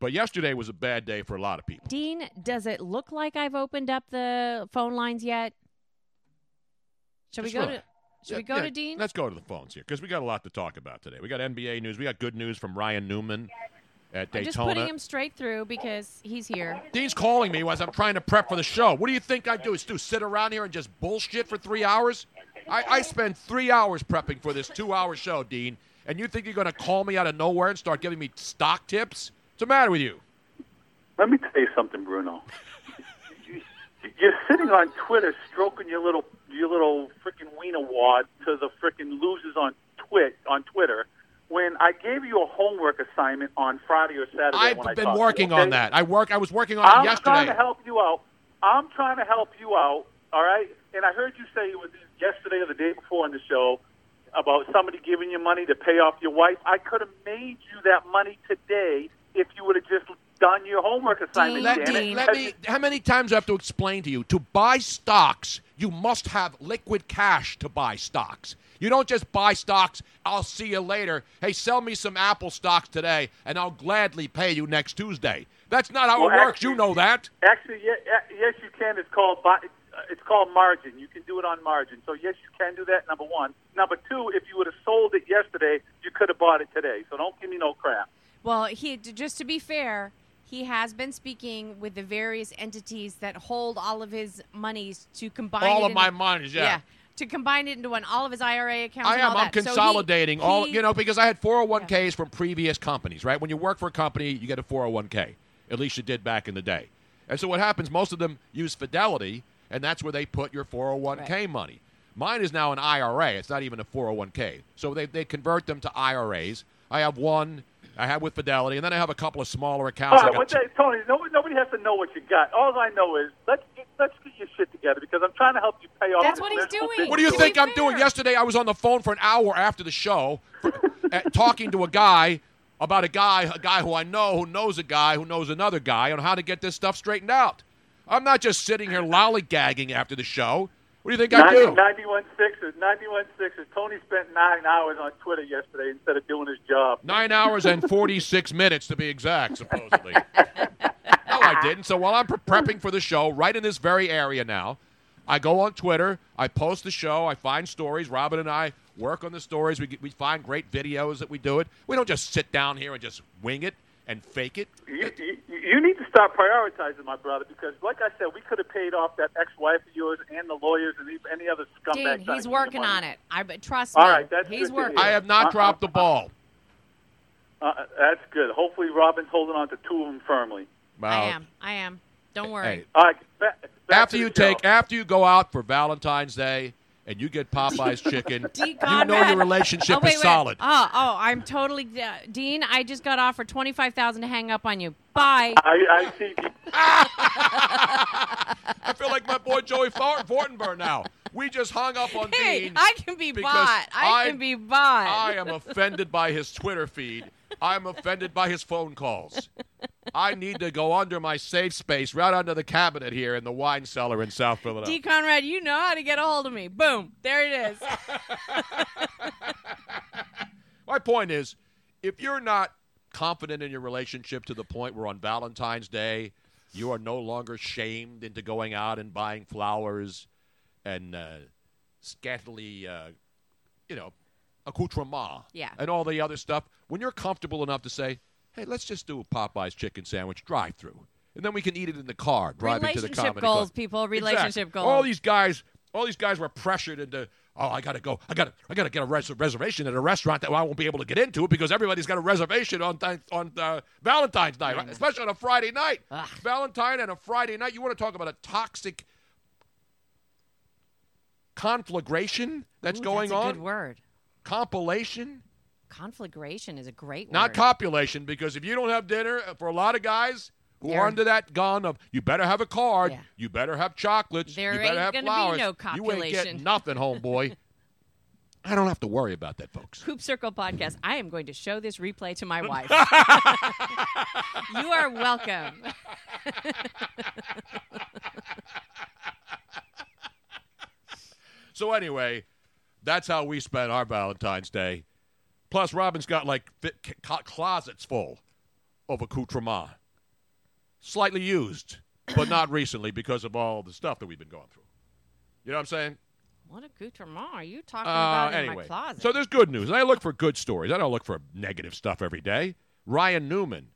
Speaker 2: But yesterday was a bad day for a lot of people.
Speaker 4: Dean, does it look like I've opened up the phone lines yet? Should we
Speaker 2: Just
Speaker 4: go
Speaker 2: relax.
Speaker 4: to should we
Speaker 2: Yeah,
Speaker 4: go
Speaker 2: yeah,
Speaker 4: to Dean?
Speaker 2: Let's go to the phones here because we got a lot to talk about today. We got NBA news. We got good news from Ryan Newman at
Speaker 4: I'm
Speaker 2: Daytona.
Speaker 4: just putting him straight through because he's here.
Speaker 2: Dean's calling me as I'm trying to prep for the show. What do you think I do? Is do sit around here and just bullshit for three hours? I, I spend three hours prepping for this two-hour show, Dean, and you think you're going to call me out of nowhere and start giving me stock tips? What's the matter with you?
Speaker 6: Let me tell you something, Bruno. You- You're sitting on Twitter, stroking your little your little freaking wiener wad to the freaking losers on twit on Twitter. When I gave you a homework assignment on Friday or Saturday,
Speaker 2: I've
Speaker 6: when I
Speaker 2: been
Speaker 6: talked to you,
Speaker 2: working
Speaker 6: okay?
Speaker 2: on that. I work. I was working on
Speaker 6: I'm
Speaker 2: it
Speaker 6: trying
Speaker 2: yesterday.
Speaker 6: to help you out. I'm trying to help you out. All right. And I heard you say it was yesterday or the day before on the show about somebody giving you money to pay off your wife. I could have made you that money today if you would have just done your homework assignment.
Speaker 2: Let
Speaker 6: damn it.
Speaker 2: me, let me. How many times do I have to explain to you? To buy stocks, you must have liquid cash to buy stocks. You don't just buy stocks. I'll see you later. Hey, sell me some Apple stocks today, and I'll gladly pay you next Tuesday. That's not how
Speaker 6: Well,
Speaker 2: it works.
Speaker 6: actually-
Speaker 2: you know that.
Speaker 6: Actually, yeah, yeah, yes, you can. It's called bu- uh, it's called margin. You can do it on margin. So yes, you can do that. Number one. Number two, if you would have sold it yesterday, you could have bought it today. So don't give me no crap.
Speaker 4: Well, he just to be fair, he has been speaking with the various entities that hold all of his monies to combine
Speaker 2: All
Speaker 4: it
Speaker 2: of
Speaker 4: into-
Speaker 2: my monies, yeah.
Speaker 4: to combine it into one all of his IRA accounts.
Speaker 2: I
Speaker 4: and
Speaker 2: am.
Speaker 4: all
Speaker 2: I'm
Speaker 4: that. So he-
Speaker 2: consolidating all.
Speaker 4: he-
Speaker 2: You know, because I had 401ks from previous companies, right? When you work for a company, you get a 401k. At least you did back in the day. And so what happens? Most of them use Fidelity, and that's where they put your 401k money. Mine is now an IRA. It's not even a 401k. So they they convert them to IRAs. I have one. I have with Fidelity, and then I have a couple of smaller accounts. I
Speaker 6: All right,
Speaker 2: got
Speaker 6: what
Speaker 2: two-
Speaker 6: they, Tony, nobody, nobody has to know what you got. All I know is let's get, let's get your shit together because I'm trying to help you pay off.
Speaker 4: That's
Speaker 6: this
Speaker 4: what he's
Speaker 6: miserable
Speaker 4: doing.
Speaker 6: business.
Speaker 2: What do you
Speaker 4: To
Speaker 2: think
Speaker 4: be
Speaker 2: I'm doing?
Speaker 4: fair.
Speaker 2: Yesterday, I was on the phone for an hour after the show, uh, talking to a guy about a guy, a guy who I know, who knows a guy, who knows another guy, on how to get this stuff straightened out. I'm not just sitting here lollygagging after the show. What do you think I do?
Speaker 6: 91 Sixers, 91 Sixers. Tony spent nine hours on Twitter yesterday instead of doing his job.
Speaker 2: Nine hours and
Speaker 6: [LAUGHS]
Speaker 2: 46 minutes, to be exact, supposedly. no, I didn't. So while I'm pre- prepping for the show, right in this very area now, I go on Twitter, I post the show, I find stories. Robin and I work on the stories. We, get- we find great videos that we do it. We don't just sit down here and just wing it and fake it.
Speaker 6: You, you, you need to start prioritizing, my brother, because like I said, we could have paid off that ex-wife of yours and the lawyers and these- any other scum come back.
Speaker 4: Dean,
Speaker 6: trying
Speaker 4: he's
Speaker 6: to get the
Speaker 4: working
Speaker 6: money.
Speaker 4: on it. I but trust
Speaker 6: All
Speaker 4: me.
Speaker 6: right, that's
Speaker 4: he's
Speaker 6: good to
Speaker 4: working.
Speaker 2: I have not
Speaker 6: Uh,
Speaker 2: dropped the ball.
Speaker 6: Uh, uh, that's good. Hopefully, Robin's holding on to two of them firmly.
Speaker 4: I
Speaker 2: Well,
Speaker 4: am. I am. Don't worry.
Speaker 2: Hey,
Speaker 6: All right, back, back
Speaker 2: after
Speaker 6: to
Speaker 2: you
Speaker 6: the show.
Speaker 2: take, after you go out for Valentine's Day and you get
Speaker 6: [LAUGHS]
Speaker 4: [LAUGHS]
Speaker 2: Popeye's chicken,
Speaker 4: Dean
Speaker 2: you know
Speaker 4: Conrad.
Speaker 2: your relationship
Speaker 4: oh, wait,
Speaker 2: is
Speaker 4: wait.
Speaker 2: solid.
Speaker 4: Oh, oh, I'm totally uh, Dean. I just got offered twenty five thousand to hang up on you. Bye.
Speaker 6: I, I see.
Speaker 2: I feel like my boy Joey Thor- Fortenberg now. We just hung up on
Speaker 4: Hey,
Speaker 2: Dean.
Speaker 4: I can be
Speaker 2: because
Speaker 4: bought. I,
Speaker 2: I-
Speaker 4: can be bought.
Speaker 2: I
Speaker 4: [LAUGHS]
Speaker 2: am offended by his Twitter feed. I'm offended by his phone calls. I need to go under my safe space, right under the cabinet here in the wine cellar in South
Speaker 4: D.
Speaker 2: Philadelphia.
Speaker 4: Conrad, you know how to get a hold of me. Boom. There it is.
Speaker 2: My point is, if you're not confident in your relationship to the point where on Valentine's Day you are no longer shamed into going out and buying flowers and uh, scantily, uh, you know, accoutrement
Speaker 4: Yeah.
Speaker 2: and all the other stuff, when you're comfortable enough to say, hey, let's just do a Popeye's chicken sandwich drive through. And then we can eat it in the car, driving to the
Speaker 4: Relationship
Speaker 2: comedy
Speaker 4: goals,
Speaker 2: club.
Speaker 4: people.
Speaker 2: Exactly.
Speaker 4: Relationship goals.
Speaker 2: All these guys, all these guys were pressured into. Oh, I gotta go. I gotta. I gotta get a res- reservation at a restaurant that I won't be able to get into because everybody's got a reservation on th- on uh, Valentine's night,
Speaker 4: Mm.
Speaker 2: right? especially on a Friday night. Valentine and a Friday night. You want to talk about a toxic conflagration that's
Speaker 4: Ooh,
Speaker 2: going
Speaker 4: that's a
Speaker 2: on?
Speaker 4: Good word.
Speaker 2: Compilation,
Speaker 4: Conflagration is a great word.
Speaker 2: not copulation, because if you don't have dinner, uh, for a lot of guys. Who
Speaker 4: There-
Speaker 2: are under that gun of you better have a card,
Speaker 4: Yeah.
Speaker 2: you better have chocolates,
Speaker 4: There
Speaker 2: you better
Speaker 4: ain't
Speaker 2: have
Speaker 4: gonna be
Speaker 2: flowers.
Speaker 4: no
Speaker 2: You ain't getting
Speaker 4: copulation. [LAUGHS]
Speaker 2: nothing, homeboy. I don't have to worry about that, folks.
Speaker 4: Hoop Circle podcast. I am going to show this replay to my
Speaker 2: [LAUGHS]
Speaker 4: wife. you are welcome.
Speaker 2: So anyway, that's how we spent our Valentine's Day. Plus, Robin's got like fit, c- co- closets full of accoutrement, slightly used, but not recently because of all the stuff that we've been going through. You know what I'm saying?
Speaker 4: What accoutrement are you talking
Speaker 2: Uh,
Speaker 4: about in my
Speaker 2: anyway,
Speaker 4: closet?
Speaker 2: so there's good news. And I look for good stories. I don't look for negative stuff every day. Ryan Newman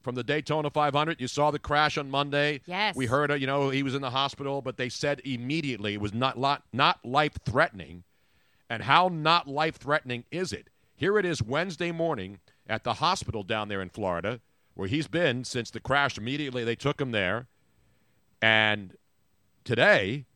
Speaker 2: from the Daytona 500. You saw the crash on Monday.
Speaker 4: Yes.
Speaker 2: We heard, uh, you know, he was in the hospital, but they said immediately it was not lot, not life threatening. And how not life threatening is it? Here it is Wednesday morning at the hospital down there in Florida, where he's been since the crash. Immediately they took him there, and today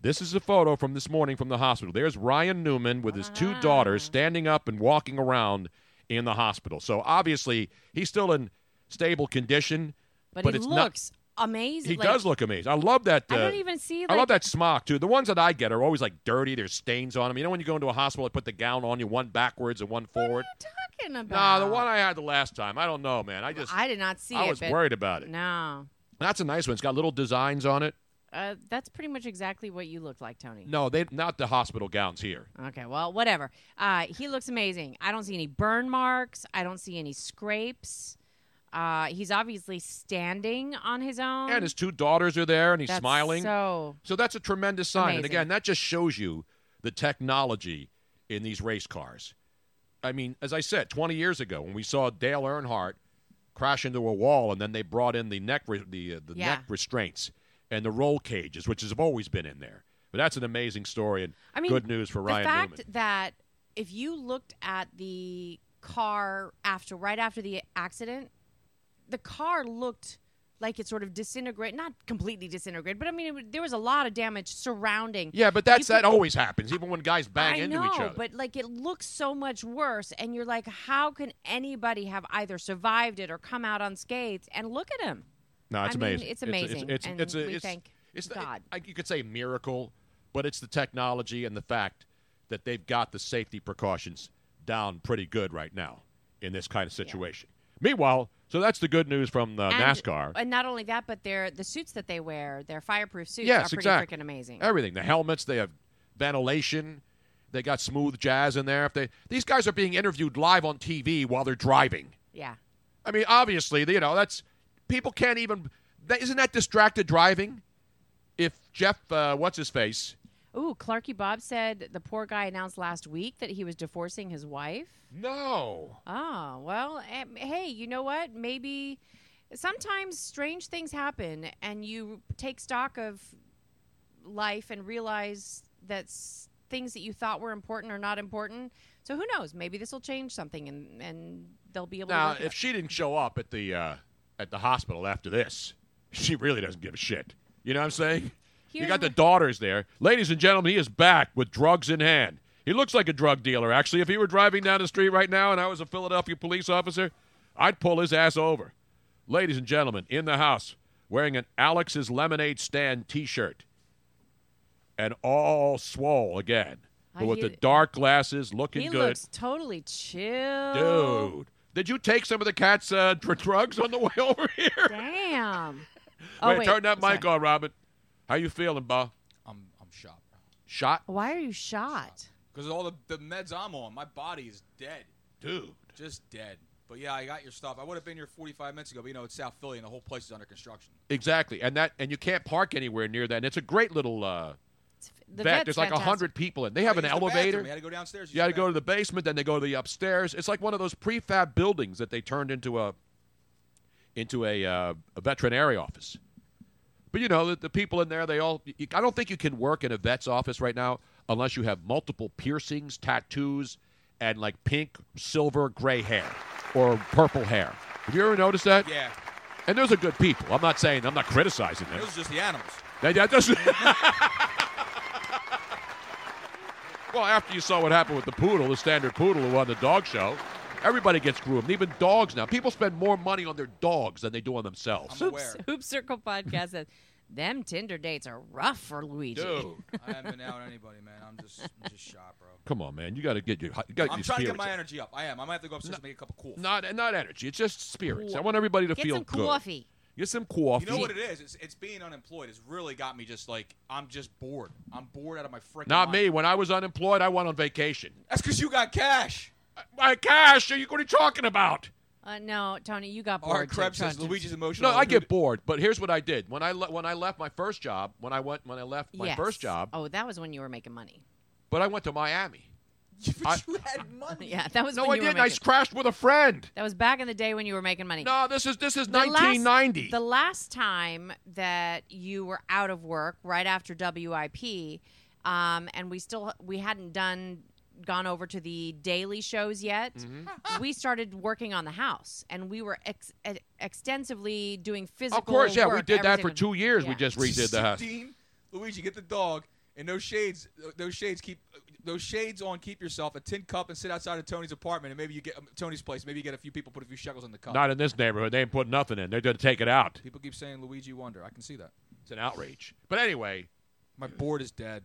Speaker 2: this is a photo from this morning from the hospital. There's Ryan Newman with his two daughters standing up and walking around in the hospital. So obviously, he's still in stable condition,
Speaker 4: but,
Speaker 2: but,
Speaker 4: he
Speaker 2: it's
Speaker 4: looks amazing.
Speaker 2: not. He
Speaker 4: Like,
Speaker 2: does look amazing. I love that.
Speaker 4: I
Speaker 2: uh,
Speaker 4: don't even see. Like,
Speaker 2: I love that smock too. The ones that I get are always like dirty. There's stains on them. You know when you go into a hospital, they put the gown on you, one backwards and one
Speaker 4: What are
Speaker 2: forward.
Speaker 4: you talking
Speaker 2: Nah,
Speaker 4: about?
Speaker 2: the one I had the last time. I don't know, man. I just
Speaker 4: I did not see.
Speaker 2: I
Speaker 4: it,
Speaker 2: was
Speaker 4: but-
Speaker 2: worried about it.
Speaker 4: No,
Speaker 2: That's a nice one. It's got little designs on it.
Speaker 4: uh, that's pretty much exactly what you look like, Tony.
Speaker 2: No, they not the hospital gowns here.
Speaker 4: Okay, well, whatever. Uh, he looks amazing. I don't see any burn marks. I don't see any scrapes. Uh, he's obviously standing on his own.
Speaker 2: And his two daughters are there, and he's
Speaker 4: That's
Speaker 2: smiling.
Speaker 4: So
Speaker 2: So that's a tremendous sign. And
Speaker 4: Amazing.
Speaker 2: again, that just shows you the technology in these race cars. I mean, as I said, 20 years ago when we saw Dale Earnhardt crash into a wall, and then they brought in the neck re- the uh, the
Speaker 4: Yeah.
Speaker 2: neck restraints and the roll cages, which has always been in there. But that's an amazing story and
Speaker 4: I mean,
Speaker 2: good news for Ryan
Speaker 4: the fact
Speaker 2: Newman.
Speaker 4: that if you looked at the car after right after the accident, the car looked like it sort of disintegrated, not completely disintegrated, but I mean, it, w- there was a lot of damage surrounding.
Speaker 2: Yeah, but that's
Speaker 4: you
Speaker 2: that
Speaker 4: could-
Speaker 2: always happens, even when guys bang
Speaker 4: I
Speaker 2: into
Speaker 4: know,
Speaker 2: each other.
Speaker 4: but like it looks so much worse, and you're like, how can anybody have either survived it or come out unscathed? And look at him.
Speaker 2: No, it's
Speaker 4: I mean,
Speaker 2: amazing.
Speaker 4: it's
Speaker 2: a-
Speaker 4: amazing,
Speaker 2: It's
Speaker 4: and
Speaker 2: it's a-
Speaker 4: we
Speaker 2: it's
Speaker 4: thank
Speaker 2: it's the-
Speaker 4: God.
Speaker 2: I- you could say miracle, but it's the technology and the fact that they've got the safety precautions down pretty good right now in this kind of situation. Meanwhile, so that's the good news from uh,
Speaker 4: And-
Speaker 2: NASCAR.
Speaker 4: and not only that, but their the suits that they wear, their fireproof suits,
Speaker 2: yes,
Speaker 4: are pretty
Speaker 2: exactly.
Speaker 4: freaking amazing.
Speaker 2: Everything. The helmets. They have ventilation. They got smooth jazz in there. If they these guys are being interviewed live on TV while they're driving.
Speaker 4: yeah,
Speaker 2: I mean, obviously, you know, that's people can't even. That, isn't that distracted driving? If Jeff, uh, what's his face?
Speaker 4: Ooh, Clarky Bob said the poor guy announced last week that he was divorcing his wife.
Speaker 2: No.
Speaker 4: Oh, well, em, hey, you know what? Maybe sometimes strange things happen and you take stock of life and realize that's things that you thought were important are not important. So who knows? Maybe this will change something, and and they'll be able.
Speaker 2: Now,
Speaker 4: to work it
Speaker 2: if she didn't show up at the uh, at the hospital after this, she really doesn't give a shit. You know what I'm saying? you
Speaker 4: Here's
Speaker 2: got the
Speaker 4: wh-
Speaker 2: daughters there, ladies and gentlemen. He is back with drugs in hand. He looks like a drug dealer. Actually, if he were driving down the street right now and I was a Philadelphia police officer, I'd pull his ass over. Ladies and gentlemen, in the house, wearing an Alex's Lemonade Stand T-shirt, and all swole again, but
Speaker 4: I
Speaker 2: with
Speaker 4: hear-
Speaker 2: the dark glasses, looking
Speaker 4: he
Speaker 2: good.
Speaker 4: looks totally chill.
Speaker 2: Dude, [LAUGHS] did you take some of the cat's uh, dr- drugs on the [LAUGHS] way over here?
Speaker 4: Damn. Oh, wait,
Speaker 2: turn that mic
Speaker 4: sorry.
Speaker 2: on, Robin. How you feeling, Bob?
Speaker 7: I'm I'm shocked
Speaker 2: Shot,
Speaker 4: Why are you shot?
Speaker 7: because all the, the meds I'm on, my body is dead,
Speaker 2: dude.
Speaker 7: just dead. But yeah, I got your stuff. I would have been here 45 minutes ago, but you know it's South Philly and the whole place is under construction.
Speaker 2: Exactly, and that, and you can't park anywhere near that. And it's a great little uh,
Speaker 4: The
Speaker 2: vet.
Speaker 4: vet's
Speaker 2: There's like a
Speaker 4: fantastic.
Speaker 2: hundred people in. They have
Speaker 7: I
Speaker 2: an
Speaker 7: used the bathroom.
Speaker 2: elevator.
Speaker 7: You had to go downstairs.
Speaker 2: You got to
Speaker 7: used
Speaker 2: go to the basement, then they go to the upstairs. It's like one of those prefab buildings that they turned into a into a, uh, a veterinary office. But you know, the, the people in there, they all. You, I don't think you can work in a vet's office right now unless you have multiple piercings, tattoos, and like pink, silver, gray hair or purple hair. Have you ever noticed that?
Speaker 7: bathroom. Yeah,
Speaker 2: And those are good people. I'm not saying I'm not criticizing them.
Speaker 7: it was just the animals.
Speaker 2: That, that doesn't. [LAUGHS] well, after you saw what happened with the poodle, the standard poodle who won the dog show, everybody gets groomed. Even dogs now. People spend more money on their dogs than they do on themselves.
Speaker 7: I'm aware.
Speaker 4: Hoop Circle podcast says, "Them Tinder dates are rough for Luigi." [LAUGHS]
Speaker 2: Dude,
Speaker 7: I haven't been out with anybody, man. I'm just I'm just shocked, bro.
Speaker 2: come on, man. You got to get your. You gotta
Speaker 7: I'm
Speaker 2: your
Speaker 7: trying to get
Speaker 2: spirits
Speaker 7: my
Speaker 2: up.
Speaker 7: energy up. I am. I might have to go upstairs and make a cup of cool.
Speaker 2: Not not energy. It's just spirits. I want everybody to
Speaker 4: Get
Speaker 2: feel
Speaker 4: some
Speaker 2: good.
Speaker 4: coffee.
Speaker 2: Get some coffee.
Speaker 7: You know what it is? It's, it's being unemployed. It's really got me just like I'm just bored. I'm bored out of my freaking.
Speaker 2: Not
Speaker 7: mind.
Speaker 2: me. When I was unemployed, I went on vacation.
Speaker 7: That's because you got cash.
Speaker 2: My cash. Are you, what are you talking about?
Speaker 4: Uh, no, Tony, you got
Speaker 7: Or
Speaker 4: bored. too.
Speaker 7: Krebs says
Speaker 4: Tony.
Speaker 7: Luigi's emotional.
Speaker 2: No, I get bored. But here's what I did when I le- when I left my first job. When I went when I left my
Speaker 4: Yes.
Speaker 2: first job.
Speaker 4: Oh, that was when you were making money.
Speaker 2: But I went to Miami. I-
Speaker 7: [LAUGHS] you had money.
Speaker 4: [LAUGHS] Yeah, that was
Speaker 2: No, I
Speaker 4: when you
Speaker 2: didn't.
Speaker 4: were
Speaker 2: I
Speaker 4: making.
Speaker 2: crashed with a friend.
Speaker 4: that was back in the day when you were making money.
Speaker 2: No, this is this is
Speaker 4: The last-
Speaker 2: 1990.
Speaker 4: the last time that you were out of work, right after WIP, um, and we still we hadn't done gone over to the daily shows yet.
Speaker 2: Mm-hmm.
Speaker 4: we started working on the house, and we were ex- e- extensively doing physical.
Speaker 2: of course, yeah, we
Speaker 4: work
Speaker 2: did that
Speaker 4: every
Speaker 2: for
Speaker 4: single-
Speaker 2: two years. We
Speaker 4: Yeah.
Speaker 2: just redid the house.
Speaker 7: Dean, Luigi, get the dog. And those shades, those shades keep, those shades on. Keep yourself a tin cup and sit outside of Tony's apartment, and maybe you get um, Tony's place. Maybe you get a few people put a few shekels in the cup.
Speaker 2: Not in this neighborhood. They ain't put nothing in. They're gonna take it out.
Speaker 7: people keep saying Luigi Wonder. I can see that.
Speaker 2: It's an outrage. But anyway,
Speaker 7: My board is dead.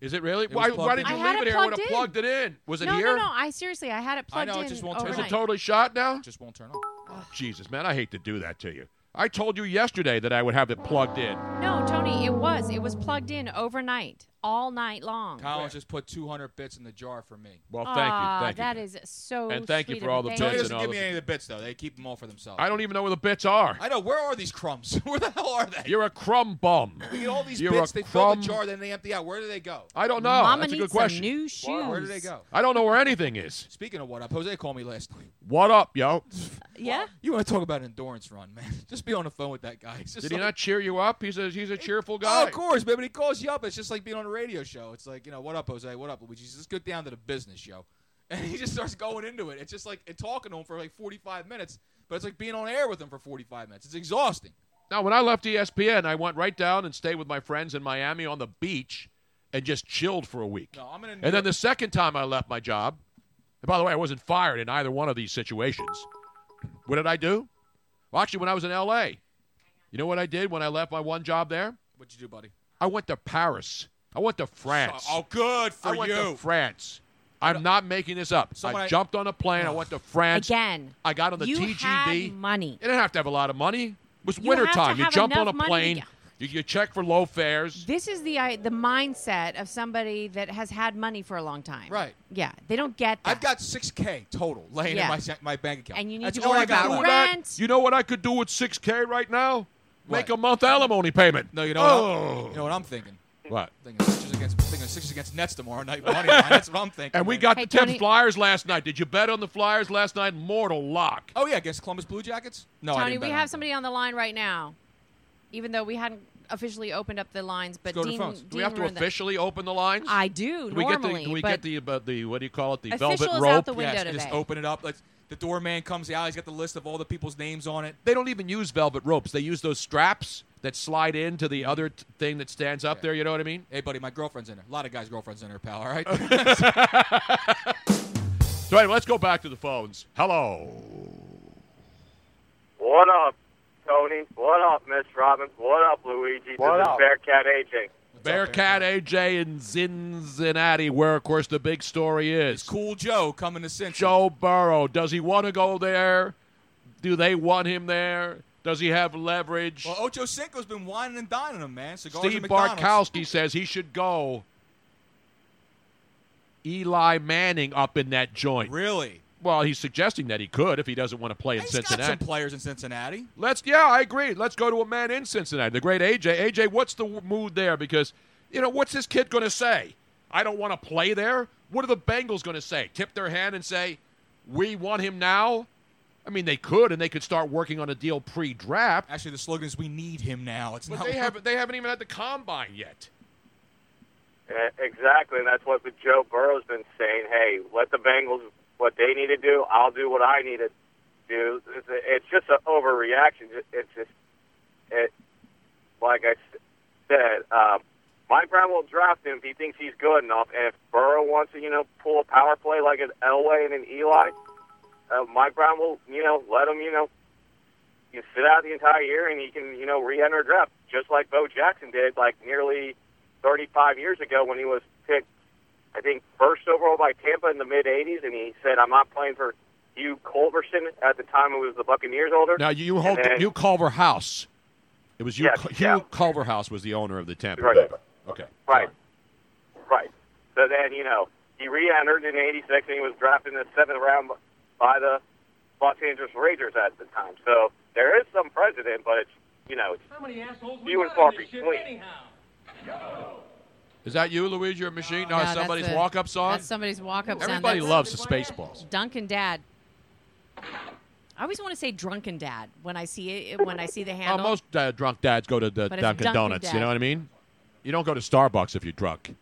Speaker 2: is it really?
Speaker 7: was
Speaker 2: why,
Speaker 7: plugged
Speaker 2: why
Speaker 7: in.
Speaker 2: did you
Speaker 4: I had
Speaker 2: leave
Speaker 4: it
Speaker 2: it here? I would have
Speaker 4: plugged
Speaker 2: plugged it in. Was it
Speaker 4: no,
Speaker 2: here?
Speaker 4: no, no. I seriously, I had it plugged
Speaker 7: know, it
Speaker 4: in.
Speaker 7: just won't turn.
Speaker 2: Is
Speaker 4: overnight.
Speaker 2: it totally shot now?
Speaker 7: Just won't turn on.
Speaker 2: Oh, Jesus, man, I hate to do that to you. I told you yesterday that I would have it plugged in.
Speaker 4: No, Tony, it was. It was plugged in overnight, all night long.
Speaker 7: Collins just put 200 bits in the jar for me.
Speaker 2: Well, thank
Speaker 4: Ah,
Speaker 2: you, thank
Speaker 4: that
Speaker 2: you.
Speaker 4: is so.
Speaker 2: And thank you
Speaker 4: sweet
Speaker 2: for
Speaker 4: of
Speaker 2: all the
Speaker 4: Thank
Speaker 7: Tony
Speaker 2: bits
Speaker 4: you.
Speaker 2: and
Speaker 7: doesn't
Speaker 2: all
Speaker 7: give
Speaker 2: the-
Speaker 7: me any of the bits though. They keep them all for themselves.
Speaker 2: I don't even know where the bits are.
Speaker 7: I know. Where are these crumbs? [LAUGHS] Where the hell are they?
Speaker 2: You're a crumb bum.
Speaker 7: We get all these
Speaker 2: e-, You're
Speaker 7: bits.
Speaker 2: a
Speaker 7: They fill the
Speaker 2: crumb-
Speaker 7: jar, then they empty out. Where do they go?
Speaker 2: I don't know.
Speaker 4: Mama
Speaker 2: That's a
Speaker 4: needs
Speaker 2: good question.
Speaker 4: some new shoes.
Speaker 7: Where do they go?
Speaker 2: I don't know where anything is.
Speaker 7: Speaking of what up, Jose called me last night.
Speaker 2: What up, yo?
Speaker 7: Uh,
Speaker 4: Yeah.
Speaker 7: [LAUGHS] You want to talk about an endurance run, man? Just be on the phone with that guy. It's just
Speaker 2: Did he
Speaker 7: like-
Speaker 2: not cheer you up? He's a he's a cheerful
Speaker 7: Oh,
Speaker 2: guy.
Speaker 7: of course, man. When he calls you up, it's just like being on a radio show. It's like, you know, what up, Jose? What up, Luigi? Just get down to the business, yo. [LAUGHS] And he just starts going into it. It's just like and talking to him for like 45 minutes, but it's like being on air with him for 45 minutes. It's exhausting.
Speaker 2: Now, when I left E ESPN, I went right down and stayed with my friends in Miami on the beach and just chilled for a week.
Speaker 7: No, I'm in a New
Speaker 2: and then
Speaker 7: York-
Speaker 2: the second time I left my job, and by the way, I wasn't fired in either one of these situations. What did I do? Well, actually, when I was in LA, you know what I did when I left my one job there?
Speaker 7: What'd you do, buddy?
Speaker 2: I went to Paris. I went to France.
Speaker 7: Oh, good for
Speaker 2: I went
Speaker 7: you.
Speaker 2: to France. I'm not making this up.
Speaker 7: Someone
Speaker 2: I
Speaker 7: I-
Speaker 2: jumped on a plane. I went to France.
Speaker 4: Again.
Speaker 2: I got on the
Speaker 4: you
Speaker 2: TGV.
Speaker 4: Had money.
Speaker 2: You didn't have to have a lot of money. It was
Speaker 4: You
Speaker 2: winter
Speaker 4: have to
Speaker 2: time. You
Speaker 4: have
Speaker 2: jump on
Speaker 4: enough
Speaker 2: a
Speaker 4: money to
Speaker 2: plane.
Speaker 4: get-
Speaker 2: You, you check for low fares.
Speaker 4: This is the I, the mindset of somebody that has had money for a long time.
Speaker 7: Right.
Speaker 4: Yeah. They don't get that.
Speaker 7: I've got 6K total laying
Speaker 4: Yeah.
Speaker 7: in my, my bank account.
Speaker 4: And you need
Speaker 7: That's
Speaker 4: to
Speaker 7: all
Speaker 4: worry
Speaker 7: I got
Speaker 4: about
Speaker 7: left.
Speaker 2: Do that.
Speaker 4: rent.
Speaker 2: You know what I could do with 6K right now? Make
Speaker 7: What?
Speaker 2: a month alimony payment.
Speaker 7: No, you know, what
Speaker 2: Oh.
Speaker 7: I'm, you know what I'm thinking.
Speaker 2: what?
Speaker 7: Thinking Sixers against thinking Sixers against Nets tomorrow night money line. That's what I'm thinking.
Speaker 2: And we
Speaker 7: man.
Speaker 2: got
Speaker 4: Hey,
Speaker 2: the 10
Speaker 4: Tony-
Speaker 2: Flyers last night. Did you bet on the Flyers last night? Mortal lock.
Speaker 7: Oh yeah, against Columbus Blue Jackets. No, I
Speaker 4: Tony,
Speaker 7: didn't bet
Speaker 4: we
Speaker 7: on
Speaker 4: have
Speaker 7: that.
Speaker 4: somebody on the line right now, even though we hadn't officially opened up the lines, but
Speaker 7: go to
Speaker 4: Dean,
Speaker 7: phones. Do
Speaker 4: Dean
Speaker 2: Do we have to
Speaker 4: ruined them.
Speaker 2: officially open the lines?
Speaker 4: I do
Speaker 2: do we get
Speaker 4: normally.
Speaker 2: the do we
Speaker 4: but
Speaker 2: get the about the what do you call it the
Speaker 4: Official
Speaker 2: velvet
Speaker 4: is out
Speaker 2: rope?
Speaker 4: the window
Speaker 7: yes,
Speaker 4: today.
Speaker 7: just open it up. Like, the doorman comes out. He's got the list of all the people's names on it.
Speaker 2: they don't even use velvet ropes. They use those straps that slide into the other t- thing that stands up there. You know what I mean?
Speaker 7: Hey, buddy, my girlfriend's in there. A lot of guys' girlfriends in there, pal. All right.
Speaker 2: [LAUGHS] So anyway, let's go back to the phones.
Speaker 7: Oh.
Speaker 2: Hello.
Speaker 8: What up, Tony? What up, Miss Robin? What up, Luigi?
Speaker 3: What
Speaker 8: this
Speaker 3: up?
Speaker 8: is Bearcat AJ.
Speaker 2: Bearcat AJ in Cincinnati, where of course the big story is
Speaker 7: cool Joe coming to Central.
Speaker 2: Joe Burrow. Does he want to go there? Do they want him there? Does he have leverage?
Speaker 7: Well, Ocho Cinco's been whining and dining him, man. Cigars
Speaker 2: Steve
Speaker 7: and McDonald's.
Speaker 2: Barkowski says he should go. Eli Manning up in that joint.
Speaker 7: Really?
Speaker 2: Well, he's suggesting that he could if he doesn't want to play in
Speaker 7: He's got some
Speaker 2: Cincinnati.
Speaker 7: players in Cincinnati.
Speaker 2: Let's yeah, I agree. Let's go to a man in Cincinnati, the great AJ. AJ, what's the w- mood there? Because you know what's this kid going to say? I don't want to play there. What are the Bengals going to say? Tip their hand and say we want him now. I mean, they could, and they could start working on a deal pre-draft.
Speaker 7: Actually, the slogan is "We need him now." It's
Speaker 2: But
Speaker 7: not.
Speaker 2: they haven't. They haven't even had the combine yet.
Speaker 8: Eh, Exactly, and that's what Joe Burrow's been saying. Hey, let the Bengals what they need to do. I'll do what I need to do. It's, a, it's just an overreaction. It's just, it, like I s- said, um, Mike Brown will draft him if he thinks he's good enough. And if Burrow wants to, you know, pull a power play like an Elway and an Eli, uh, Mike Brown will, you know, let him, you know, you sit out the entire year and he can, you know, re-enter a draft just like Bo Jackson did, like nearly 35 years ago when he was picked, I think, first overall by Tampa in the mid 80s, and he said, "I'm not playing for Hugh Culverson at the time. It was the Buccaneers older."
Speaker 2: Now you hold
Speaker 8: And then-
Speaker 2: you Culver House. It was you.
Speaker 8: Yes,
Speaker 2: Hugh
Speaker 8: yeah.
Speaker 2: Culver House was the owner of the Tampa.
Speaker 8: Right.
Speaker 2: Bay. Okay.
Speaker 8: Right. Right. So then, you know, he re-entered in 86 and he was drafted in the seventh round by the Los Angeles Rangers at the time. So there is some precedent, but it's, you know, it's few and far between.
Speaker 2: Is that you, Luigi or Machine?
Speaker 4: No, Oh,
Speaker 2: No, it's
Speaker 4: that's
Speaker 2: somebody's
Speaker 4: a-
Speaker 2: walk-up song.
Speaker 4: That's somebody's walk-up song.
Speaker 2: Everybody
Speaker 4: That's
Speaker 2: loves Spaceballs.
Speaker 4: Duncan Dad. I always want to say Drunken Dad when I see it when I see the
Speaker 2: Well,
Speaker 4: handle.
Speaker 2: most uh, drunk dads go to the
Speaker 4: But it's
Speaker 2: Dunkin'
Speaker 4: Dunkin'
Speaker 2: Donuts. You
Speaker 4: Dad.
Speaker 2: know what I mean? You don't go to Starbucks if you're drunk.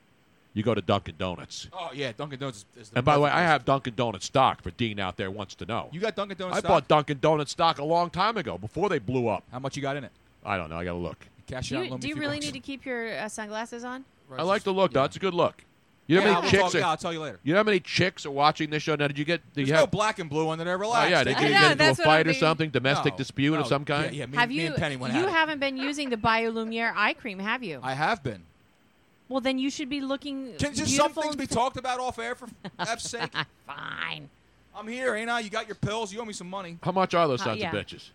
Speaker 2: You go to Dunkin' Donuts.
Speaker 7: oh yeah, Dunkin' Donuts. Is, is the
Speaker 2: And by the way,
Speaker 7: perfect
Speaker 2: I
Speaker 7: place.
Speaker 2: have Dunkin' Donuts stock for Dean out there wants to know.
Speaker 7: You got Dunkin' Donuts.
Speaker 2: I
Speaker 7: stock?
Speaker 2: bought Dunkin' Donuts stock a long time ago before they blew up.
Speaker 7: How much you got in it?
Speaker 2: I don't know. I got to look.
Speaker 7: Cash it
Speaker 4: do
Speaker 7: out.
Speaker 4: you,
Speaker 7: loan me
Speaker 4: do
Speaker 7: a
Speaker 4: you
Speaker 7: few
Speaker 4: really
Speaker 7: bucks.
Speaker 4: need to keep your uh, sunglasses on?
Speaker 2: I like the look. though. That's a good look. You know
Speaker 7: Yeah,
Speaker 2: how
Speaker 7: I'll
Speaker 2: many
Speaker 7: talk-
Speaker 2: chicks?
Speaker 7: yeah, I'll
Speaker 2: Are,
Speaker 7: tell you later.
Speaker 2: you know how many chicks are watching this show now? Did you get? Did
Speaker 7: There's
Speaker 2: you
Speaker 7: no
Speaker 2: have?
Speaker 7: black and blue under there.
Speaker 2: oh
Speaker 7: Relax.
Speaker 2: yeah,
Speaker 4: [LAUGHS]
Speaker 2: did
Speaker 4: I
Speaker 2: you
Speaker 4: know,
Speaker 2: get into a
Speaker 4: that's what I'm
Speaker 2: fight or
Speaker 4: thinking.
Speaker 2: something? Domestic
Speaker 7: No,
Speaker 2: dispute
Speaker 7: no,
Speaker 2: of some kind?
Speaker 7: Yeah, yeah. Me,
Speaker 4: have
Speaker 7: me
Speaker 4: you
Speaker 7: and Penny went
Speaker 4: you
Speaker 7: at it.
Speaker 4: haven't been using the Bio Lumiere eye cream, have you?
Speaker 7: I have been.
Speaker 4: well, then you should be looking
Speaker 7: Can just some
Speaker 4: beautiful
Speaker 7: things
Speaker 4: and
Speaker 7: be talked about off air for
Speaker 4: [LAUGHS]
Speaker 7: F's sake?
Speaker 4: fine.
Speaker 7: I'm here, ain't I? You got your pills. You owe me some money.
Speaker 2: How much are those
Speaker 4: Uh,
Speaker 2: sons
Speaker 4: yeah.
Speaker 2: of bitches?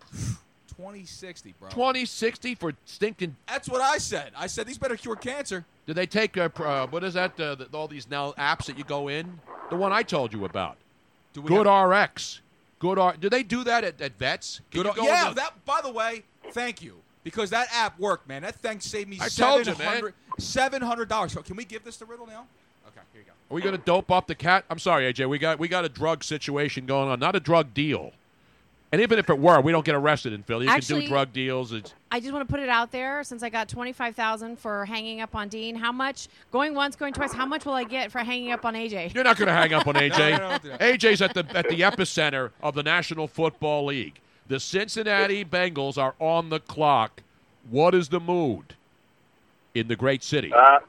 Speaker 7: Twenty sixty, bro.
Speaker 2: Twenty sixty for stinking
Speaker 7: That's what I said. I said these better cure cancer.
Speaker 2: Do they take uh, pr- uh, what is that? Uh, the, all these now apps that you go in, the one I told you about,
Speaker 7: Do we
Speaker 2: Good
Speaker 7: have-
Speaker 2: RX. Good R. Do they do that at, at vets? Can
Speaker 7: Good
Speaker 2: you
Speaker 7: ar-
Speaker 2: go
Speaker 7: yeah,
Speaker 2: in the-
Speaker 7: that. By the way, thank you because that app worked, man. That thing saved me
Speaker 2: I told you, man.
Speaker 7: $700 700 dollars. Can we give this to Riddle now? Okay, here you go.
Speaker 2: Are we going to dope up the cat? I'm sorry, AJ. We got we got a drug situation going on, not a drug deal. And even if it were, we don't get arrested in Philly. You can
Speaker 4: Actually-
Speaker 2: do drug deals. It's,
Speaker 4: I just want to put it out there since I got 25,000 for hanging up on Dean. How much going once, going twice, how much will I get for hanging up on AJ?
Speaker 2: you're not going to
Speaker 7: [LAUGHS]
Speaker 2: hang up on AJ.
Speaker 7: no, don't do that.
Speaker 2: AJ's at the at the epicenter of the National Football League. The Cincinnati Bengals are on the clock. What is the mood in the great city?
Speaker 8: Uh,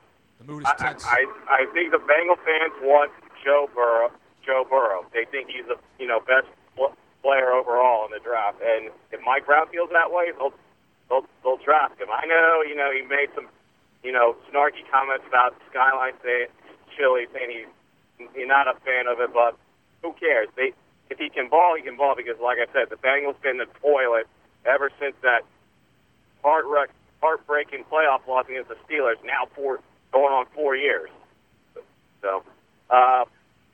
Speaker 7: The mood is
Speaker 8: I,
Speaker 7: tense.
Speaker 8: I, I think the Bengal fans want Joe Burrow. Joe Burrow. They think he's the you know best pl- player overall in the draft. And if Mike Brown feels that way, they'll they'll, they'll draft him. I know you know he made some you know snarky comments about Skyline saying Chili saying he's he's not a fan of it, but who cares? They if he can ball, he can ball because like I said, the Bengals been the toilet ever since that heart wreck, heartbreaking playoff loss against the Steelers. Now four, going on four years. So, uh,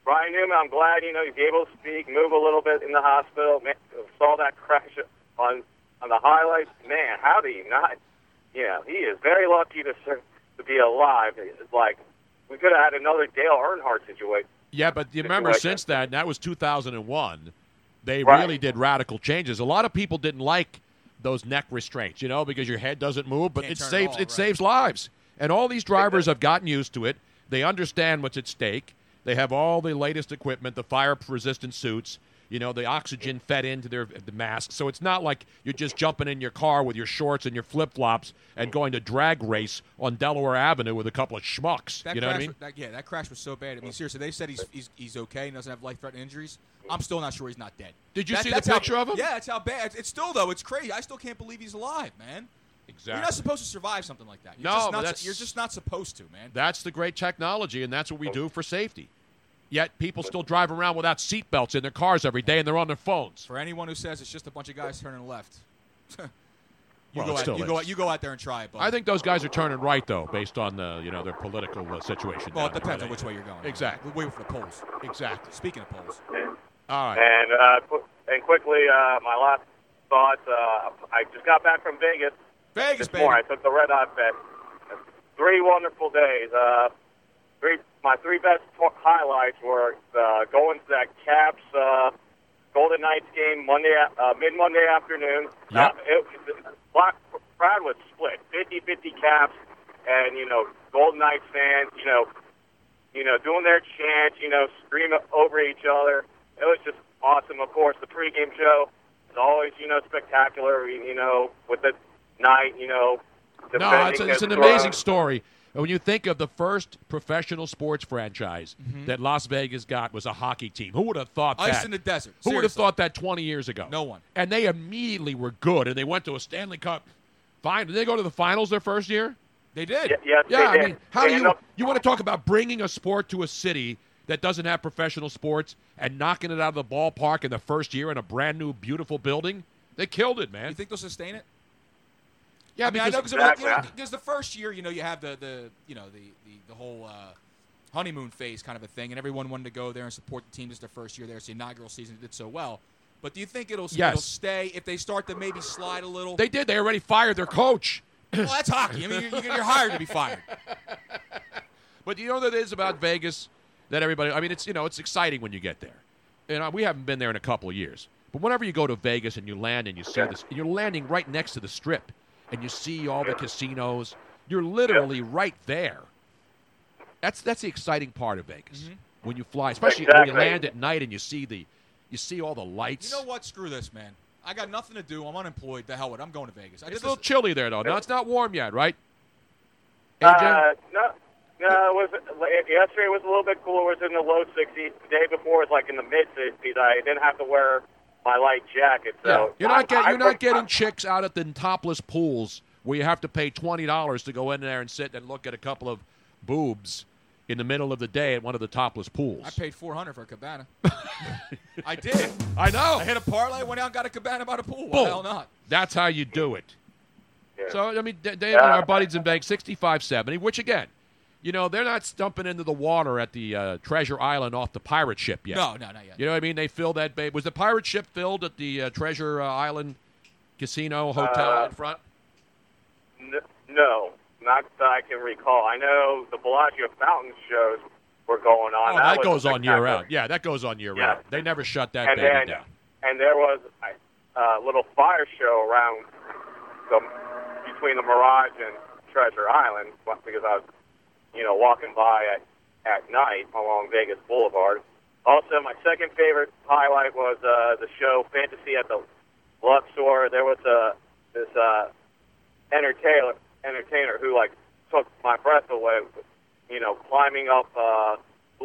Speaker 8: Brian Newman, I'm glad you know he's able to speak, move a little bit in the hospital. Man, saw that crash on on the highlights. Man, how do you not? You know, he is very lucky to sur- to be alive. It's like we could have had another Dale Earnhardt situation.
Speaker 2: Yeah, but you remember
Speaker 8: Situation.
Speaker 2: since that, and that was 2001, they
Speaker 8: Right.
Speaker 2: really did radical changes. A lot of people didn't like those neck restraints, you know, because your head doesn't move, but
Speaker 7: Can't
Speaker 2: it
Speaker 7: turn at
Speaker 2: saves
Speaker 7: all,
Speaker 2: it
Speaker 7: right.
Speaker 2: saves lives. And all these drivers have gotten used to it. They understand what's at stake. They have all the latest equipment, the fire resistant suits, you know, the oxygen fed into their the masks. So it's not like you're just jumping in your car with your shorts and your flip flops and going to drag race on Delaware Avenue with a couple of schmucks.
Speaker 7: That
Speaker 2: you know
Speaker 7: crash,
Speaker 2: what I mean?
Speaker 7: That, yeah, that crash was so bad. I mean, seriously, they said he's he's, he's okay and doesn't have life-threatening injuries. I'm still not sure he's not dead.
Speaker 2: Did you
Speaker 7: That-
Speaker 2: see the
Speaker 7: that's how-
Speaker 2: picture of him?
Speaker 7: Yeah, that's how bad. It's, it's still though. It's crazy. I still can't believe he's alive, man. You're not
Speaker 2: Exactly.
Speaker 7: supposed to survive something like that. You're
Speaker 2: No,
Speaker 7: just
Speaker 2: but
Speaker 7: not,
Speaker 2: that's-
Speaker 7: you're just not supposed to, man.
Speaker 2: That's the great technology, and that's what we
Speaker 7: Oh.
Speaker 2: do for safety. Yet people still drive around without seatbelts in their cars every day, and they're on their phones.
Speaker 7: For anyone who says it's just a bunch of guys turning left, [LAUGHS] you
Speaker 2: Well, it
Speaker 7: go out,
Speaker 2: still
Speaker 7: you go
Speaker 2: is.
Speaker 7: out, you go out there and try it. Bud.
Speaker 2: I think those guys are turning right, though, based on the you know their political uh, situation.
Speaker 7: Well, it
Speaker 2: down there,
Speaker 7: depends on
Speaker 2: right?
Speaker 7: which way you're going.
Speaker 2: Exactly.
Speaker 7: We're waiting for the polls.
Speaker 2: Exactly.
Speaker 7: Speaking of polls,
Speaker 2: All right.
Speaker 8: And uh, qu- and quickly, uh, my last thought. Uh, I just got back from Vegas
Speaker 7: Vegas,
Speaker 8: this
Speaker 7: baby.
Speaker 8: morning. I took the red hot bet. Three wonderful days. Uh, three my three best to- highlights were uh, going to that Caps uh, Golden Knights game Monday a- uh, mid Monday afternoon.
Speaker 2: Yep.
Speaker 8: Uh, it, the block, crowd was split 50-50 Caps and you know Golden Knights fans. You know you know, doing their chant, you know, screaming over each other. It was just awesome. Of course, the pregame show is always, you know, spectacular. You know, with the night, you know,
Speaker 2: No, it's,
Speaker 8: defending
Speaker 2: it's an
Speaker 8: their
Speaker 2: amazing
Speaker 8: throne.
Speaker 2: story. And When you think of the first professional sports franchise that Las Vegas got was a hockey team. Who would have thought that?
Speaker 7: Mm-hmm. Ice in the desert.
Speaker 2: Who would have
Speaker 7: Seriously.
Speaker 2: thought that 20 years ago?
Speaker 7: No one.
Speaker 2: And they immediately were good, and they went to a Stanley Cup final. Did they go to the finals their first year?
Speaker 7: they did.
Speaker 8: Y- yes,
Speaker 2: Yeah,
Speaker 8: they
Speaker 2: I
Speaker 8: did.
Speaker 2: mean, how do
Speaker 8: They end
Speaker 2: you
Speaker 8: up-
Speaker 2: you want to talk about bringing a sport to a city that doesn't have professional sports and knocking it out of the ballpark in the first year in a brand new beautiful building? They killed it, man.
Speaker 7: You think they'll sustain it?
Speaker 2: yeah,
Speaker 7: I mean, I know because
Speaker 8: Exactly.
Speaker 7: the first year, you know, you have the, the you know the the, the whole uh, honeymoon phase kind of a thing, and everyone wanted to go there and support the team. This is their first year there. It's the inaugural season. It did so well. But do you think it'll, it'll
Speaker 2: Yes.
Speaker 7: stay if they start to maybe slide a little?
Speaker 2: they did. They already fired their coach.
Speaker 7: [CLEARS THROAT] well, that's hockey. I mean, you're, you're hired to be fired.
Speaker 2: But you know what it is about Vegas that everybody. I mean, it's you know it's exciting when you get there, and uh, we haven't been there in a couple of years. But whenever you go to Vegas and you land and you see this, you're landing right next to the Strip, and you see all the casinos. You're literally right there. That's that's the exciting part of Vegas
Speaker 7: Mm-hmm.
Speaker 2: when you fly, especially when
Speaker 8: Exactly.
Speaker 2: you land at night and you see the you see all the lights.
Speaker 7: You know what? Screw this, man. I got nothing to do. I'm unemployed. The hell with it. I'm going to Vegas. I
Speaker 2: It's
Speaker 7: did
Speaker 2: a little
Speaker 7: this-
Speaker 2: chilly there though. No, it's not warm yet, right?
Speaker 8: Uh, no, no. It was yesterday was a little bit cooler. It was in the low 60s. The day before was like in the mid 60s. I didn't have to wear my light jacket.
Speaker 2: Yeah.
Speaker 8: So
Speaker 2: You're not
Speaker 8: I-
Speaker 2: getting
Speaker 8: I-
Speaker 2: you're not getting chicks out at the topless pools where you have to pay twenty dollars to go in there and sit and look at a couple of boobs in the middle of the day at one of the topless pools.
Speaker 7: I paid 400 for a
Speaker 2: [LAUGHS]
Speaker 7: cabana. I did.
Speaker 2: I know.
Speaker 7: I hit a parlay, went out, and got a cabana by the pool. Why
Speaker 2: Boom.
Speaker 7: the hell not?
Speaker 2: That's how you do it.
Speaker 8: Yeah.
Speaker 2: So I mean, Da- Dave and our buddies in Vegas, 65-70, which again, you know, they're not stumping into the water at the uh, Treasure Island off the pirate ship yet.
Speaker 7: No, no, not yet.
Speaker 2: You know what I mean? They filled that babe. Was the pirate ship filled at the uh, Treasure uh, Island Casino Hotel
Speaker 8: Uh,
Speaker 2: in front?
Speaker 8: N- No, not that I can recall. I know the Bellagio Fountain shows were going on.
Speaker 2: Oh, that, goes
Speaker 8: was
Speaker 2: on year
Speaker 8: spectacular.
Speaker 2: round. Yeah, that goes on year
Speaker 8: Yeah.
Speaker 2: round. They never shut that
Speaker 8: and
Speaker 2: baby
Speaker 8: then,
Speaker 2: down.
Speaker 8: and there was a uh, little fire show around the between the Mirage and Treasure Island but- because I was, you know, walking by at, at night along Vegas Boulevard. Also, my second favorite highlight was uh, the show Fantasy at the Luxor. There was uh, this uh, entertainer entertainer who like took my breath away. You know, climbing up uh,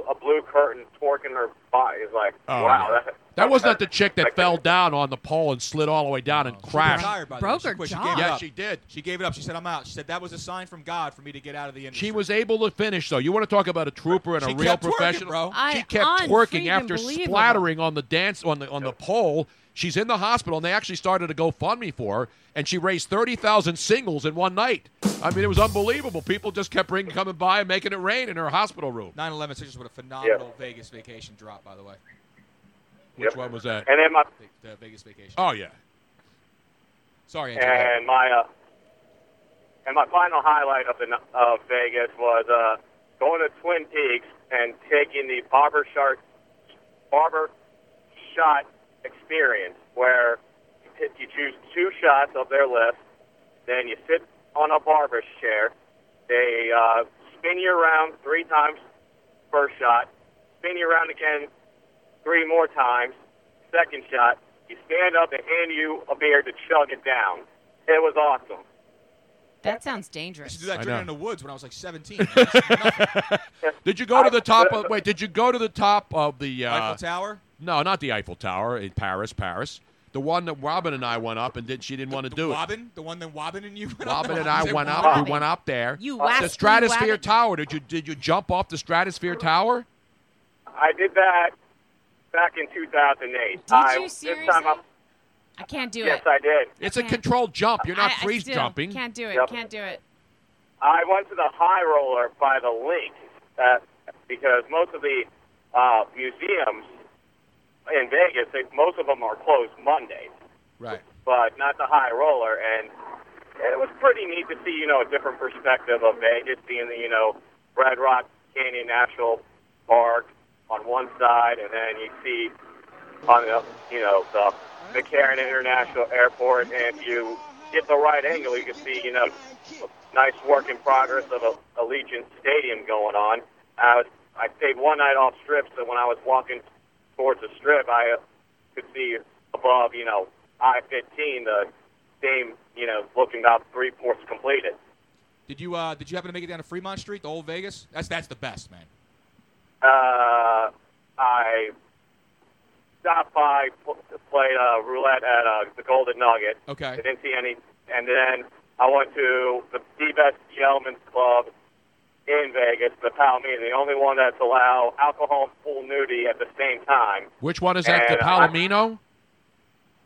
Speaker 8: a blue curtain, twerking her body is like,
Speaker 2: Oh,
Speaker 8: wow,
Speaker 2: yeah.
Speaker 8: that,
Speaker 2: That was not the chick that
Speaker 8: like-
Speaker 2: fell down on the pole and slid all the way down and
Speaker 7: She
Speaker 2: crashed.
Speaker 7: retired, by the
Speaker 4: Broke
Speaker 7: way.
Speaker 4: her
Speaker 7: She quit. She
Speaker 4: jaw.
Speaker 7: gave it
Speaker 2: Yeah,
Speaker 7: up.
Speaker 2: she did.
Speaker 7: She gave it up. She said, "I'm out." She said, "That was a sign from God for me to get out of the industry."
Speaker 2: She was able to finish though. You want to talk about a trooper and
Speaker 7: She
Speaker 2: a real
Speaker 7: kept twerking,
Speaker 2: professional?
Speaker 7: bro.
Speaker 4: I-
Speaker 2: she kept twerking
Speaker 4: unfreaking
Speaker 2: after
Speaker 4: believable.
Speaker 2: splattering on the dance on the on the pole. She's in the hospital, and they actually started a GoFundMe for her, and she raised thirty thousand singles in one night. I mean, it was unbelievable. People just kept bringing, coming by, and making it rain in her hospital room.
Speaker 7: 9/11 Sixers with a phenomenal
Speaker 8: Yeah.
Speaker 7: Vegas vacation drop, by the way.
Speaker 2: Which one was that?
Speaker 8: And then my
Speaker 7: The, the Vegas vacation.
Speaker 2: Oh yeah,
Speaker 7: Sorry, Andrew.
Speaker 8: and my uh, and my final highlight of the n- of Vegas was uh, going to Twin Peaks and taking the barber shark barber shot experience, where pick, you choose two shots of their list, then you sit on a barber's chair. They uh, spin you around three times first shot, spin you around again three more times, second shot. You stand up and hand you a beer to chug it down. It was awesome.
Speaker 4: That sounds
Speaker 7: I
Speaker 4: dangerous.
Speaker 7: used to do that
Speaker 2: I
Speaker 7: drinking
Speaker 2: know.
Speaker 7: in the woods when I was like 17.
Speaker 2: [LAUGHS]
Speaker 7: Eiffel
Speaker 2: Did you go to the top of wait? Did you go to the top of the? Uh,
Speaker 7: Tower.
Speaker 2: no, not the Eiffel Tower in Paris, Paris. The one that Robin and I went up and did. She didn't want to
Speaker 7: The
Speaker 2: do it.
Speaker 7: Wobbin, the one that Wobbin and you. went up
Speaker 2: Robin
Speaker 7: on? [LAUGHS]
Speaker 2: and I
Speaker 7: Is it
Speaker 2: went up.
Speaker 4: Wobbin?
Speaker 2: We went up there.
Speaker 4: You whack-
Speaker 2: the
Speaker 4: you
Speaker 2: Stratosphere
Speaker 4: wabbit.
Speaker 2: Tower. Did you did you jump off the Stratosphere Tower?
Speaker 8: I did that back in 2008.
Speaker 4: Did
Speaker 8: I,
Speaker 4: you
Speaker 8: This
Speaker 4: seriously?
Speaker 8: time I'm,
Speaker 4: I can't do
Speaker 8: yes,
Speaker 4: it.
Speaker 8: I did.
Speaker 2: It's a
Speaker 4: can't.
Speaker 2: controlled jump. You're not
Speaker 4: I- I
Speaker 2: freeze
Speaker 4: still
Speaker 2: jumping.
Speaker 4: Can't do it.
Speaker 8: Yep.
Speaker 4: Can't do it.
Speaker 8: I went to the high roller by the link uh, because most of the uh, museums in Vegas, they, most of them are closed Mondays,
Speaker 7: Right.
Speaker 8: but not the high roller. And it was pretty neat to see, you know, a different perspective of Vegas, seeing the, you know, Red Rock Canyon National Park on one side, and then you see on the, you know, the McCarran International Airport, and if you get the right angle, you can see, you know, a nice work in progress of a Allegiant Stadium going on. I was, I stayed one night off strip, so when I was walking towards the strip, I uh, could see above, you know, I-15, the same, you know, looking about three fourths completed.
Speaker 7: Did you uh, did you happen to make it down to Fremont Street, the old Vegas? That's that's the best, man.
Speaker 8: Uh, I stopped by, pl- played uh, roulette at uh, the Golden Nugget. I
Speaker 7: Okay.
Speaker 8: didn't see any. And then I went to the, the best gentleman's club in Vegas, the Palomino, the only one that's allow alcohol and full nudity at the same time.
Speaker 2: Which one is that? The
Speaker 8: And I-
Speaker 2: Palomino?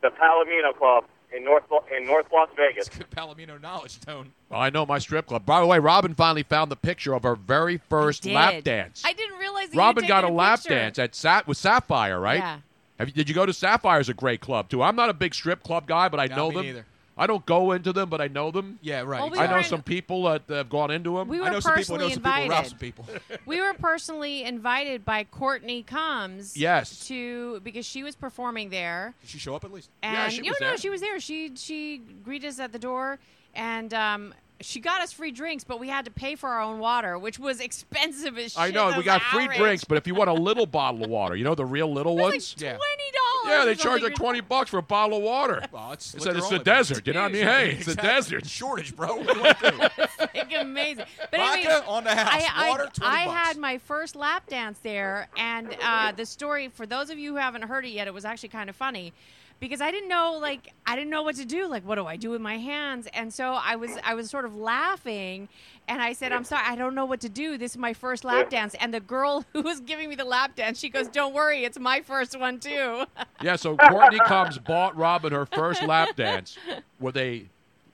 Speaker 8: The Palomino Club in North Lo- in North Las
Speaker 7: It's
Speaker 8: Vegas.
Speaker 7: good [LAUGHS] Palomino knowledge tone.
Speaker 2: Well, I know my strip club. By the way, Robin finally found the picture of her very first
Speaker 4: Did.
Speaker 2: lap dance.
Speaker 4: I didn't realize that
Speaker 2: Robin
Speaker 4: you'd
Speaker 2: got a
Speaker 4: taken
Speaker 2: lap
Speaker 4: picture.
Speaker 2: dance at Sa- with Sapphire, right?
Speaker 4: Yeah.
Speaker 2: Have you, did you go to Sapphire's a great club too? I'm not a big strip club guy, but I
Speaker 7: No,
Speaker 2: know
Speaker 7: me
Speaker 2: them.
Speaker 7: neither.
Speaker 2: I don't go into them, but I know them.
Speaker 7: Yeah, right.
Speaker 4: Well, we
Speaker 2: I
Speaker 4: were
Speaker 2: know
Speaker 4: in-
Speaker 2: some people that that have gone into them.
Speaker 4: We were
Speaker 7: I know some people. I know
Speaker 4: personally
Speaker 7: some people. Rob some
Speaker 4: invited.
Speaker 7: people.
Speaker 4: We were personally invited by Courtney Combs.
Speaker 2: Yes.
Speaker 4: To because she was performing there,
Speaker 7: Did she show up at least?
Speaker 4: and
Speaker 2: Yeah, she
Speaker 4: no,
Speaker 2: was
Speaker 4: no,
Speaker 2: there.
Speaker 4: she was there. She she greeted us at the door, and um, she got us free drinks, but we had to pay for our own water, which was [LAUGHS] expensive as shit.
Speaker 2: [LAUGHS] I know
Speaker 4: That
Speaker 2: we
Speaker 4: was
Speaker 2: got free
Speaker 4: outrageous.
Speaker 2: drinks, but if you want a little [LAUGHS] bottle of water, you know the real little
Speaker 4: It was
Speaker 2: ones.
Speaker 4: like
Speaker 7: Yeah.
Speaker 4: twenty dollars.
Speaker 2: yeah, they charge like twenty bucks for a bottle
Speaker 4: [LAUGHS]
Speaker 2: of water. [LAUGHS]
Speaker 7: Well, it's,
Speaker 2: They said
Speaker 7: liquor
Speaker 2: it's the
Speaker 7: only, but
Speaker 2: desert, you know what I mean?
Speaker 7: huge.
Speaker 2: Hey, it's the
Speaker 7: Exactly.
Speaker 2: desert.
Speaker 7: Shortage, bro. What do you want to
Speaker 4: [LAUGHS]
Speaker 7: do?
Speaker 4: like amazing. But
Speaker 7: Vodka
Speaker 4: anyway,
Speaker 7: on the house.
Speaker 4: I, I,
Speaker 7: Water, 20
Speaker 4: I
Speaker 7: bucks.
Speaker 4: had my first lap dance there, and uh, the story for those of you who haven't heard it yet, it was actually kind of funny because I didn't know like I didn't know what to do. Like, what do I do with my hands? And so I was I was sort of laughing, and I said, "I'm sorry, I don't know what to do. This is my first lap dance." And the girl [LAUGHS] who was giving me the lap dance, she goes, "Don't worry, it's my first one too."
Speaker 2: Yeah, so Courtney Combs bought Robin her first lap dance with a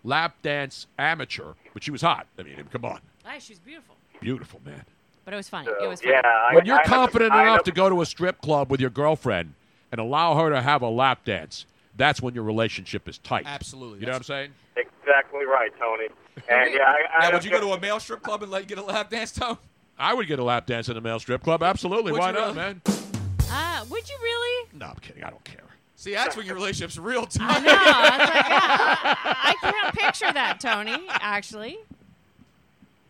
Speaker 2: lap dance amateur, but she was hot. I mean, come on.
Speaker 4: Wow, she was beautiful,
Speaker 2: Beautiful, man.
Speaker 4: but it was funny. It was funny.
Speaker 8: yeah. I-
Speaker 2: When you're
Speaker 8: I-
Speaker 2: confident
Speaker 8: I-
Speaker 2: enough to go to a strip club with your girlfriend and allow her to have a lap dance, that's when your relationship is tight.
Speaker 7: Absolutely.
Speaker 2: You know what I'm
Speaker 7: That's-
Speaker 2: saying?
Speaker 8: Exactly right, Tony. And yeah, I, I
Speaker 7: Now,
Speaker 8: don't
Speaker 7: would you go
Speaker 8: get-
Speaker 7: to a male strip club and let you get a lap dance, Tone?
Speaker 2: I would get a lap dance in a male strip club. Absolutely.
Speaker 7: Would
Speaker 2: Why
Speaker 7: you
Speaker 2: not,
Speaker 7: [LAUGHS] really?
Speaker 2: man?
Speaker 4: Ah, would you really?
Speaker 2: No, I'm kidding. I don't care.
Speaker 7: See, that's when your relationship's real, too.
Speaker 4: I know. I was like,
Speaker 7: [LAUGHS]
Speaker 4: yeah, uh, I, I can't picture that, Tony. Actually,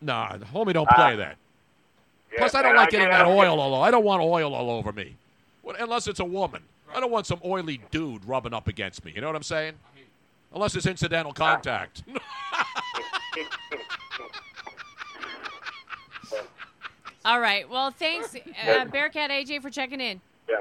Speaker 2: Nah, homie, don't play that.
Speaker 8: Ah. yeah,
Speaker 2: Plus, I don't
Speaker 8: and
Speaker 2: like getting
Speaker 8: get-
Speaker 2: that oil all over. I don't want oil all over me, What- unless it's a woman. I don't want some oily dude rubbing up against me. You know what I'm saying? Unless it's incidental contact.
Speaker 8: [LAUGHS]
Speaker 4: all right. Well, thanks, uh, Bearcat AJ, for checking in.
Speaker 8: Yeah.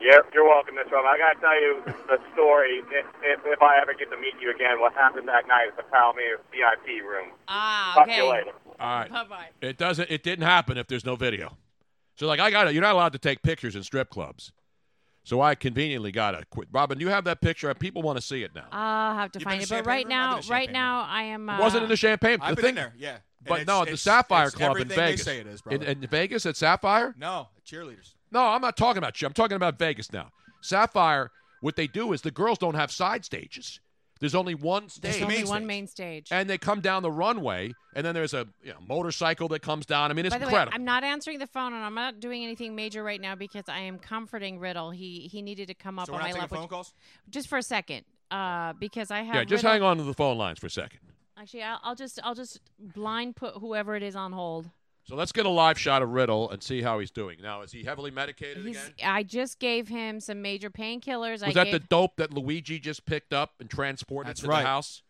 Speaker 8: Yep, you're welcome, Mr. Rob. I got to tell you the story, if, if, if I ever get to meet you again, what happened that night at the Palomir VIP room.
Speaker 4: Ah,
Speaker 8: Talk to
Speaker 4: okay.
Speaker 8: you later.
Speaker 2: all right.
Speaker 4: Bye bye.
Speaker 2: It doesn't. It didn't happen if there's no video. So like I got to You're not allowed to take pictures in strip clubs. So I conveniently got a quit. Robin, you have that picture, and people want to see it now.
Speaker 4: I'll have to
Speaker 7: You've been
Speaker 4: find
Speaker 7: to
Speaker 4: it, but
Speaker 7: Champagne
Speaker 4: right
Speaker 7: Room? I've
Speaker 4: now,
Speaker 7: been to
Speaker 4: right
Speaker 7: Champagne
Speaker 4: now, I am. Uh,
Speaker 2: it wasn't in the champagne.
Speaker 7: I've
Speaker 2: the
Speaker 7: been
Speaker 2: thing,
Speaker 7: in there, yeah. And
Speaker 2: But
Speaker 7: it's-
Speaker 2: no, at the
Speaker 7: it's-
Speaker 2: Sapphire
Speaker 7: it's
Speaker 2: Club in
Speaker 7: everything they
Speaker 2: Vegas.
Speaker 7: say it is,
Speaker 2: in,
Speaker 7: brother.
Speaker 2: in Vegas at Sapphire.
Speaker 7: no, cheerleaders.
Speaker 2: No, I'm not talking about you. I'm talking about Vegas now. Sapphire, what they do is the girls don't have side stages. There's only one
Speaker 4: There's
Speaker 2: stage.
Speaker 7: the
Speaker 4: only
Speaker 7: main
Speaker 4: one
Speaker 7: stage.
Speaker 4: main stage.
Speaker 2: And they come down the runway, and then there's a you know, motorcycle that comes down. I mean, it's
Speaker 4: By the
Speaker 2: incredible.
Speaker 4: way, I'm not answering the phone, and I'm not doing anything major right now because I am comforting Riddle. He he needed to come up
Speaker 7: So we're
Speaker 4: on
Speaker 7: not
Speaker 4: my
Speaker 7: taking
Speaker 4: lap,
Speaker 7: phone
Speaker 4: which-
Speaker 7: calls?
Speaker 4: just for a second. uh, because I have.
Speaker 2: Yeah, just
Speaker 4: little-
Speaker 2: hang on to the phone lines for a second.
Speaker 4: Actually, I'll, I'll just I'll just blind put whoever it is on hold.
Speaker 2: So let's get a live shot of Riddle and see how he's doing. Now, is he heavily medicated
Speaker 4: He's,
Speaker 2: again?
Speaker 4: I just gave him some major painkillers. I
Speaker 2: Was that
Speaker 4: gave,
Speaker 2: the dope that Luigi just picked up and transported
Speaker 7: That's
Speaker 2: to
Speaker 7: right.
Speaker 2: the house?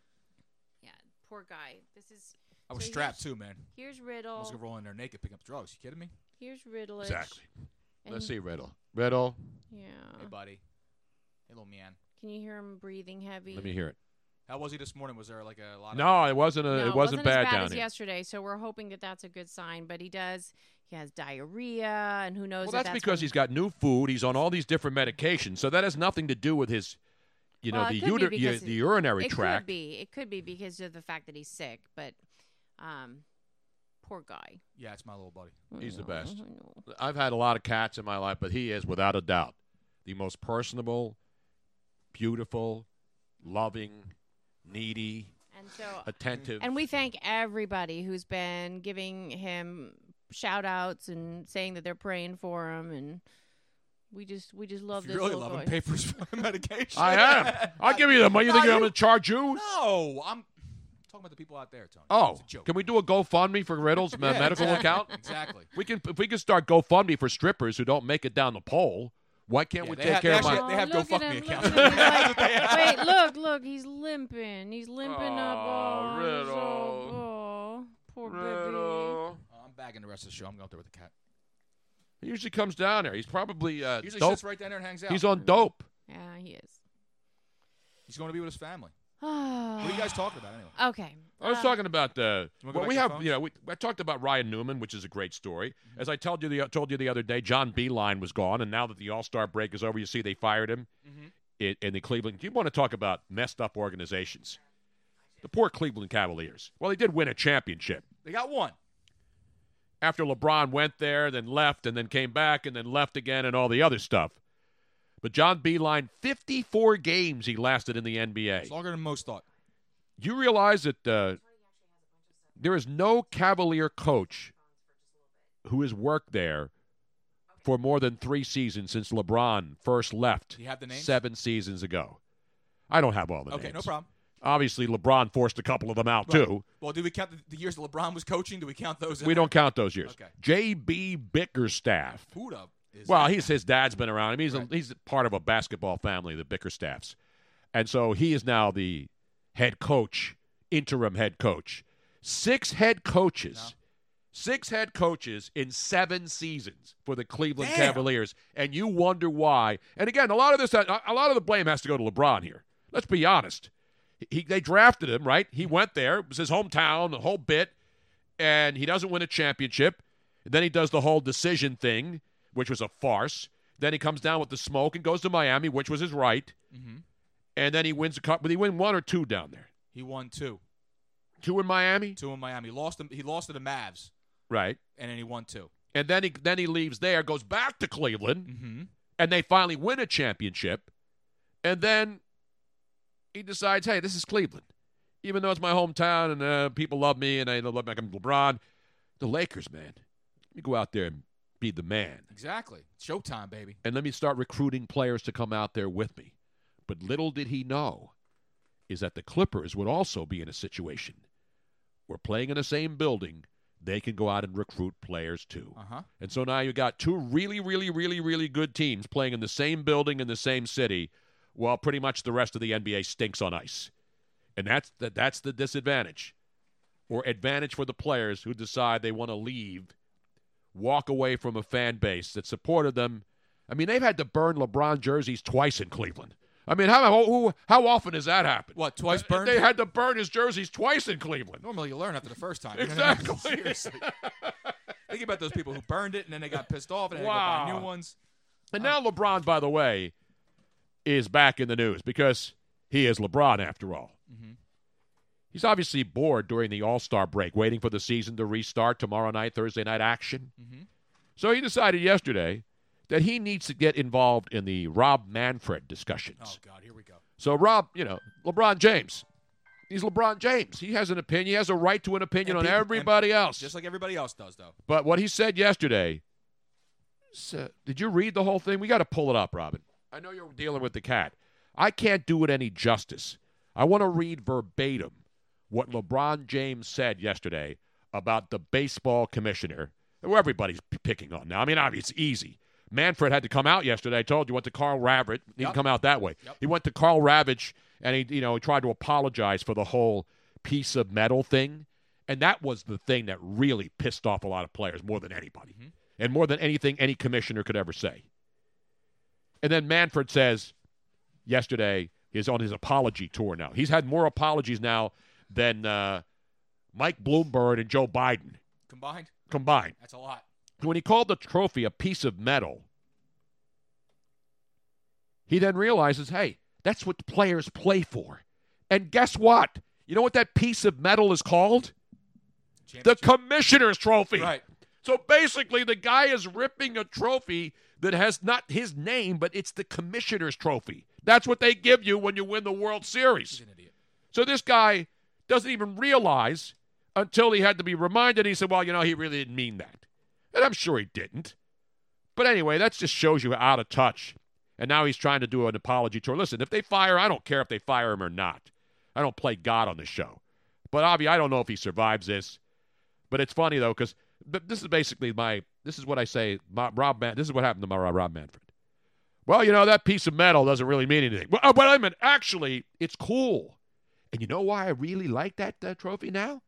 Speaker 4: yeah, poor guy. This is
Speaker 7: I was
Speaker 4: So
Speaker 7: strapped too, man.
Speaker 4: here's
Speaker 7: I was
Speaker 4: Riddle.
Speaker 7: gonna roll in there naked, pick up drugs. You kidding me?
Speaker 4: Here's Riddle.
Speaker 2: Exactly. Let's
Speaker 4: And-
Speaker 2: see Riddle. Riddle,
Speaker 4: Yeah.
Speaker 7: Hey, buddy. Hey, little man.
Speaker 4: Can you hear him breathing heavy?
Speaker 2: let me hear it.
Speaker 7: How was he this morning? Was there like a lot of?
Speaker 2: No, it wasn't. A,
Speaker 4: No,
Speaker 2: it wasn't,
Speaker 4: as
Speaker 2: bad,
Speaker 4: bad
Speaker 2: down
Speaker 4: as
Speaker 2: here.
Speaker 4: yesterday, so we're hoping that that's a good sign. But he does. He has diarrhea, and who knows?
Speaker 2: Well,
Speaker 4: if
Speaker 2: that's,
Speaker 4: that's
Speaker 2: because
Speaker 4: when-
Speaker 2: he's got new food. He's on all these different medications, so that has nothing to do with his, you know,
Speaker 4: Well, it
Speaker 2: the,
Speaker 4: could be
Speaker 2: uter- u-
Speaker 4: because
Speaker 2: the urinary
Speaker 4: it
Speaker 2: tract.
Speaker 4: could be. It could be because of the fact that he's sick. But, um, poor guy.
Speaker 7: Yeah, it's my little buddy.
Speaker 4: Mm,
Speaker 2: He's the best.
Speaker 4: I know.
Speaker 2: I've had a lot of cats in my life, but he is without a doubt the most personable, beautiful, loving, needy,
Speaker 4: And so,
Speaker 7: uh,
Speaker 2: attentive.
Speaker 4: and we thank everybody who's been giving him shout outs and saying that they're praying for him, and we just we just love
Speaker 7: if
Speaker 4: this
Speaker 7: you really
Speaker 4: little
Speaker 7: love him,
Speaker 4: boy.
Speaker 7: pay for [LAUGHS] his medication.
Speaker 2: I am. I'll give you the money. You think
Speaker 7: No,
Speaker 2: I'm
Speaker 7: you-
Speaker 2: going to charge you?
Speaker 7: No, I'm talking about the people out there, Tony.
Speaker 2: Oh,
Speaker 7: it's a joke.
Speaker 2: can we do a GoFundMe for Riddle's me-
Speaker 7: Yeah,
Speaker 2: medical
Speaker 7: exactly,
Speaker 2: account?
Speaker 7: Exactly.
Speaker 2: We can. If we can start GoFundMe for strippers who don't make it down the pole, why can't
Speaker 7: Yeah,
Speaker 2: we
Speaker 7: they
Speaker 2: take
Speaker 7: ha-
Speaker 2: care of
Speaker 7: actually-
Speaker 2: my?
Speaker 7: they have
Speaker 4: Oh, look
Speaker 7: Go
Speaker 4: at
Speaker 7: Fuck Me
Speaker 4: him, look
Speaker 7: accounts.
Speaker 4: at him. He's
Speaker 2: [LAUGHS]
Speaker 4: like, Wait, look, look, he's limping. He's limping up. Oh,
Speaker 2: Aw,
Speaker 4: he's so-
Speaker 2: Riddle.
Speaker 4: oh, poor baby.
Speaker 2: Riddle.
Speaker 7: Oh, I'm bagging the rest of the show. I'm going up there with the cat.
Speaker 2: He usually comes down there. He's probably uh,
Speaker 7: Usually
Speaker 2: dope.
Speaker 7: sits right down there and hangs out.
Speaker 2: He's on dope.
Speaker 4: Yeah, he is. [SIGHS]
Speaker 7: He's going to be with his family.
Speaker 4: Oh.
Speaker 7: What are you
Speaker 4: [SIGHS]
Speaker 7: guys talking about anyway?
Speaker 4: Okay.
Speaker 2: I was
Speaker 4: uh,
Speaker 2: talking about the.
Speaker 7: wanna go
Speaker 2: well,
Speaker 7: back
Speaker 2: we
Speaker 7: to
Speaker 2: have,
Speaker 7: phones?
Speaker 2: you know, we, I talked about Ryan Newman, which is a great story.
Speaker 7: Mm-hmm.
Speaker 2: As I told you, the told you the other day, John Beeline was gone, and now that the All Star break is over, you see they fired him
Speaker 7: Mm-hmm.
Speaker 2: in, in the Cleveland. You want to talk about messed up organizations? The poor Cleveland Cavaliers. Well, they did win a championship
Speaker 7: They got one.
Speaker 2: after LeBron went there, then left, and then came back, and then left again, and all the other stuff. But John Beeline, 54 games he lasted in the NBA.
Speaker 7: It's longer than most thought.
Speaker 2: You realize that uh, there is no Cavalier coach who has worked there for more than three seasons since LeBron first left
Speaker 7: Do you have the names?
Speaker 2: seven seasons ago. I don't have all the
Speaker 7: Okay,
Speaker 2: names.
Speaker 7: no problem.
Speaker 2: Obviously, LeBron forced a couple of them out too.
Speaker 7: Well, do we count the, the years that LeBron was coaching? Do we count those?
Speaker 2: We don't count those years.
Speaker 7: Okay.
Speaker 2: J.B. Bickerstaff.
Speaker 7: Who the is
Speaker 2: Well,
Speaker 7: that?
Speaker 2: he's his dad's been around him. He's
Speaker 7: Right.
Speaker 2: a, he's part of a basketball family, the Bickerstaffs, and so he is now the head coach, interim head coach. Six head coaches,
Speaker 7: No.
Speaker 2: six head coaches in seven seasons for the Cleveland
Speaker 7: Damn.
Speaker 2: Cavaliers, and you wonder why. And again, a lot of this, a a lot of the blame has to go to LeBron here. Let's be honest. He, they drafted him, right? He went there. It was his hometown, the whole bit and he doesn't win a championship. Then he does the whole decision thing, which was a farce. Then he comes down with the smoke and goes to Miami, which was his right.
Speaker 7: Mhm.
Speaker 2: And then he wins a cup. But he win one or two down there.
Speaker 7: he won two,
Speaker 2: Two in Miami,
Speaker 7: two in Miami. Lost him. He lost to the Mavs,
Speaker 2: right?
Speaker 7: and then he won two.
Speaker 2: And then he then he leaves there, goes back to Cleveland,
Speaker 7: Mm-hmm.
Speaker 2: and they finally win a championship. And then he decides, hey, this is Cleveland, even though it's my hometown and uh, people love me and I love like I'm LeBron. The Lakers, man, let me go out there and be the man.
Speaker 7: Exactly. Showtime, baby.
Speaker 2: and let me start recruiting players to come out there with me. But little did he know is that the Clippers would also be in a situation where playing in the same building, they can go out and recruit players too.
Speaker 7: Uh huh.
Speaker 2: And so now you got two really, really, really, really good teams playing in the same building in the same city, while pretty much the rest of the NBA stinks on ice. And that's the, that's the disadvantage, or advantage for the players who decide they want to leave, walk away from a fan base that supported them. I mean, they've had to burn LeBron jerseys twice in Cleveland. I mean, how who, how often has that happened?
Speaker 7: What, twice
Speaker 2: Uh,
Speaker 7: burned?
Speaker 2: They had to burn his jerseys twice in Cleveland.
Speaker 7: Normally, you learn after the first time. You know what I mean?
Speaker 2: Exactly.
Speaker 7: [LAUGHS] Seriously. Think about those people who burned it and then they got pissed off and then they go
Speaker 2: Wow.
Speaker 7: buy new ones.
Speaker 2: And now LeBron, by the way, is back in the news because he is LeBron after all. He's obviously bored during the All Star break, waiting for the season to restart tomorrow night, Thursday night action.
Speaker 7: Mm-hmm.
Speaker 2: So he decided yesterday that he needs to get involved in the Rob Manfred discussions.
Speaker 7: Oh God, here we go.
Speaker 2: So Rob, you know, LeBron James. He's LeBron James. He has an opinion. He has a right to an opinion
Speaker 7: And
Speaker 2: on
Speaker 7: people- and
Speaker 2: everybody else.
Speaker 7: Just like everybody else does, though.
Speaker 2: But what he said yesterday, so, did you read the whole thing? We got to pull it up, Robin. I know you're dealing with the cat. I can't do it any justice. I want to read verbatim what LeBron James said yesterday about the baseball commissioner, who everybody's p- picking on now. I mean, obviously, it's easy. Manfred had to come out yesterday. I told you, went to Carl Ravitch. He didn't come out that way. He went to Carl Ravitch and he, you know, he tried to apologize for the whole piece of metal thing. And that was the thing that really pissed off a lot of players more than anybody and more than anything any commissioner could ever say. And then Manfred says yesterday is on his apology tour now. He's had more apologies now than uh, Mike Bloomberg and Joe Biden
Speaker 7: Combined,
Speaker 2: combined.
Speaker 7: that's a lot.
Speaker 2: When he called the trophy a piece of metal, he then realizes, hey, that's what the players play for. And guess what? You know what that piece of metal is called? The commissioner's trophy.
Speaker 7: Right.
Speaker 2: So basically, the guy is ripping a trophy that has not his name, but it's the commissioner's trophy. That's what they give you when you win the World Series.
Speaker 7: He's an idiot.
Speaker 2: So this guy doesn't even realize until he had to be reminded. He said, "Well, you know, he really didn't mean that," and I'm sure he didn't. But anyway, that just shows you how out of touch. And now he's trying to do an apology tour. Listen, if they fire, I don't care if they fire him or not. I don't play God on the show. But Avi, I don't know if he survives this. But it's funny though, because this is basically my. This is what I say, my, Rob. Man, this is what happened to my Rob Manfred. Well, you know that piece of metal doesn't really mean anything. Well, uh, wait a minute. Actually, it's cool. And you know why I really like that uh, trophy now?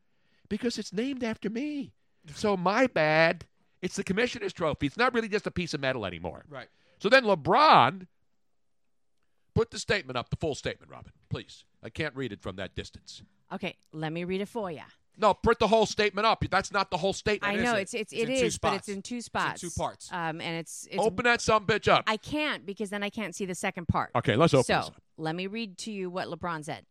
Speaker 2: Because it's named after me. So my bad. It's the commissioner's trophy. It's not really just a piece of metal anymore.
Speaker 7: Right.
Speaker 2: So then LeBron put the statement up, the full statement, Robin, please. I can't read it from that distance.
Speaker 4: Okay, let me read it for you.
Speaker 2: No, print the whole statement up. That's not the whole statement.
Speaker 4: I
Speaker 2: is
Speaker 4: know
Speaker 2: it?
Speaker 4: it's it's,
Speaker 7: It's
Speaker 4: it
Speaker 7: in two
Speaker 4: is, but
Speaker 7: spots.
Speaker 4: it's in two
Speaker 7: It's in
Speaker 4: spots,
Speaker 7: two parts.
Speaker 4: Um, and it's, it's
Speaker 2: Open that some bitch up.
Speaker 4: I can't because then I can't see the second part.
Speaker 2: okay, let's open
Speaker 4: so
Speaker 2: this up.
Speaker 4: let me read to you what LeBron said.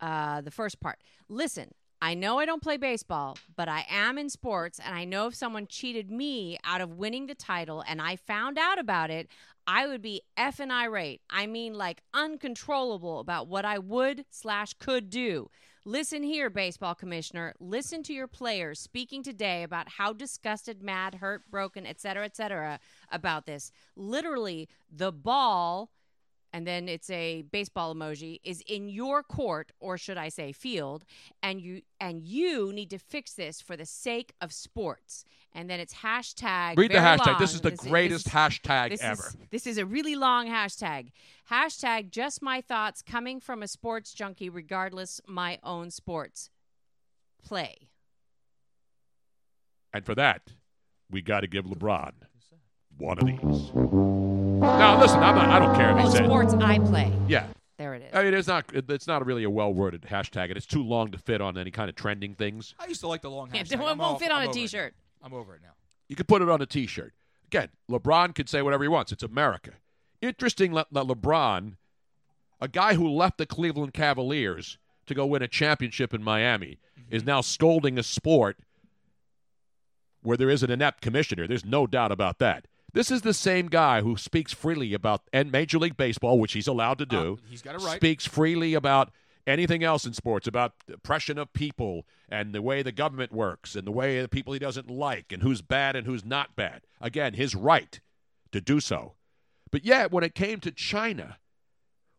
Speaker 4: Uh, the first part. Listen, I know I don't play baseball, but I am in sports, and I know if someone cheated me out of winning the title and I found out about it, I would be effing irate. I mean, like uncontrollable about what I would slash could do. Listen here, baseball commissioner. Listen to your players speaking today about how disgusted, mad, hurt, broken, et cetera, et cetera, about this. Literally, the ball and then it's a baseball emoji is in your court or should i say field and you and you need to fix this for the sake of sports and then it's hashtag
Speaker 2: Read the
Speaker 4: very
Speaker 2: hashtag. this
Speaker 4: long.
Speaker 2: is the
Speaker 4: This
Speaker 2: greatest
Speaker 4: this is-
Speaker 2: hashtag
Speaker 4: this
Speaker 2: ever.
Speaker 4: Is, this is a really long hashtag. Hashtag just my thoughts coming from a sports junkie, regardless my own sports play.
Speaker 2: And for that, we got to give LeBron one of these. Now, listen, I'm not, I don't care if
Speaker 4: Oh,
Speaker 2: he said.
Speaker 4: sports I play.
Speaker 2: Yeah.
Speaker 4: There it is.
Speaker 2: I mean, it's not it's not really a well worded hashtag, and it's too long to fit on any kind of trending things.
Speaker 7: I used to like the long
Speaker 4: Yeah,
Speaker 7: hashtag.
Speaker 4: it won't-
Speaker 7: I'm
Speaker 4: won't
Speaker 7: off-
Speaker 4: fit on
Speaker 7: I'm
Speaker 4: a
Speaker 7: over it now.
Speaker 4: t-shirt.
Speaker 7: I'm over it now.
Speaker 2: You could put it on a T-shirt. Again, LeBron could say whatever he wants. It's America. Interesting Le- that LeBron, a guy who left the Cleveland Cavaliers to go win a championship in Miami,
Speaker 7: Mm-hmm.
Speaker 2: is now scolding a sport where there is an inept commissioner. There's no doubt about that. This is the same guy who speaks freely about and Major League Baseball, which he's allowed to do.
Speaker 7: Uh, he's got it right.
Speaker 2: Speaks freely about anything else in sports, about the oppression of people and the way the government works and the way the people he doesn't like and who's bad and who's not bad. Again, his right to do so. But yet, when it came to China,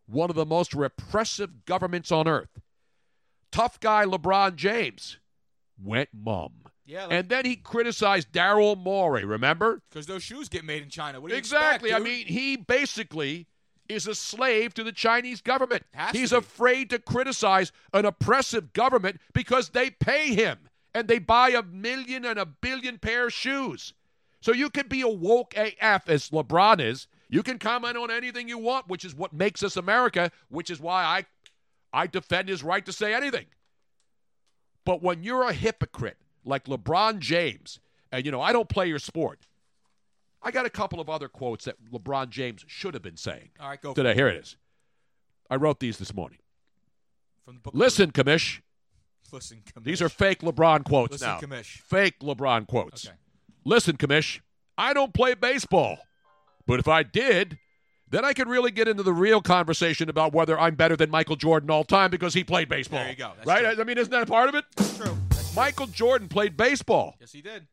Speaker 2: one of the most repressive governments on earth, tough guy LeBron James went mum.
Speaker 7: Yeah, like,
Speaker 2: And then he criticized Daryl Morey, remember?
Speaker 7: because those shoes get made in China. What do you
Speaker 2: Exactly.
Speaker 7: expect,
Speaker 2: I
Speaker 7: dude?
Speaker 2: mean, he basically is a slave to the Chinese government.
Speaker 7: Has to
Speaker 2: He's
Speaker 7: be.
Speaker 2: afraid to criticize an oppressive government because they pay him and they buy a million and a billion pair of shoes. So you can be a woke AF as LeBron is. You can comment on anything you want, which is what makes us America, which is why I I defend his right to say anything. But when you're a hypocrite like LeBron James, and you know, I don't play your sport. I got a couple of other quotes that LeBron James should have been saying
Speaker 7: all right, go for it.
Speaker 2: today. Here it is. I wrote these this morning.
Speaker 7: from the book.
Speaker 2: Listen, Kamish.
Speaker 7: listen, Kamish.
Speaker 2: These are fake LeBron quotes
Speaker 7: Listen,
Speaker 2: now.
Speaker 7: Kamish.
Speaker 2: Fake LeBron quotes.
Speaker 7: Okay.
Speaker 2: Listen, Kamish, I don't play baseball. But if I did, then I could really get into the real conversation about whether I'm better than Michael Jordan all time because he played baseball.
Speaker 7: you go. That's
Speaker 2: right?
Speaker 7: true.
Speaker 2: I- I mean, isn't that a part of it?
Speaker 7: True. That's true.
Speaker 2: Michael Jordan played baseball.
Speaker 7: Yes, he did.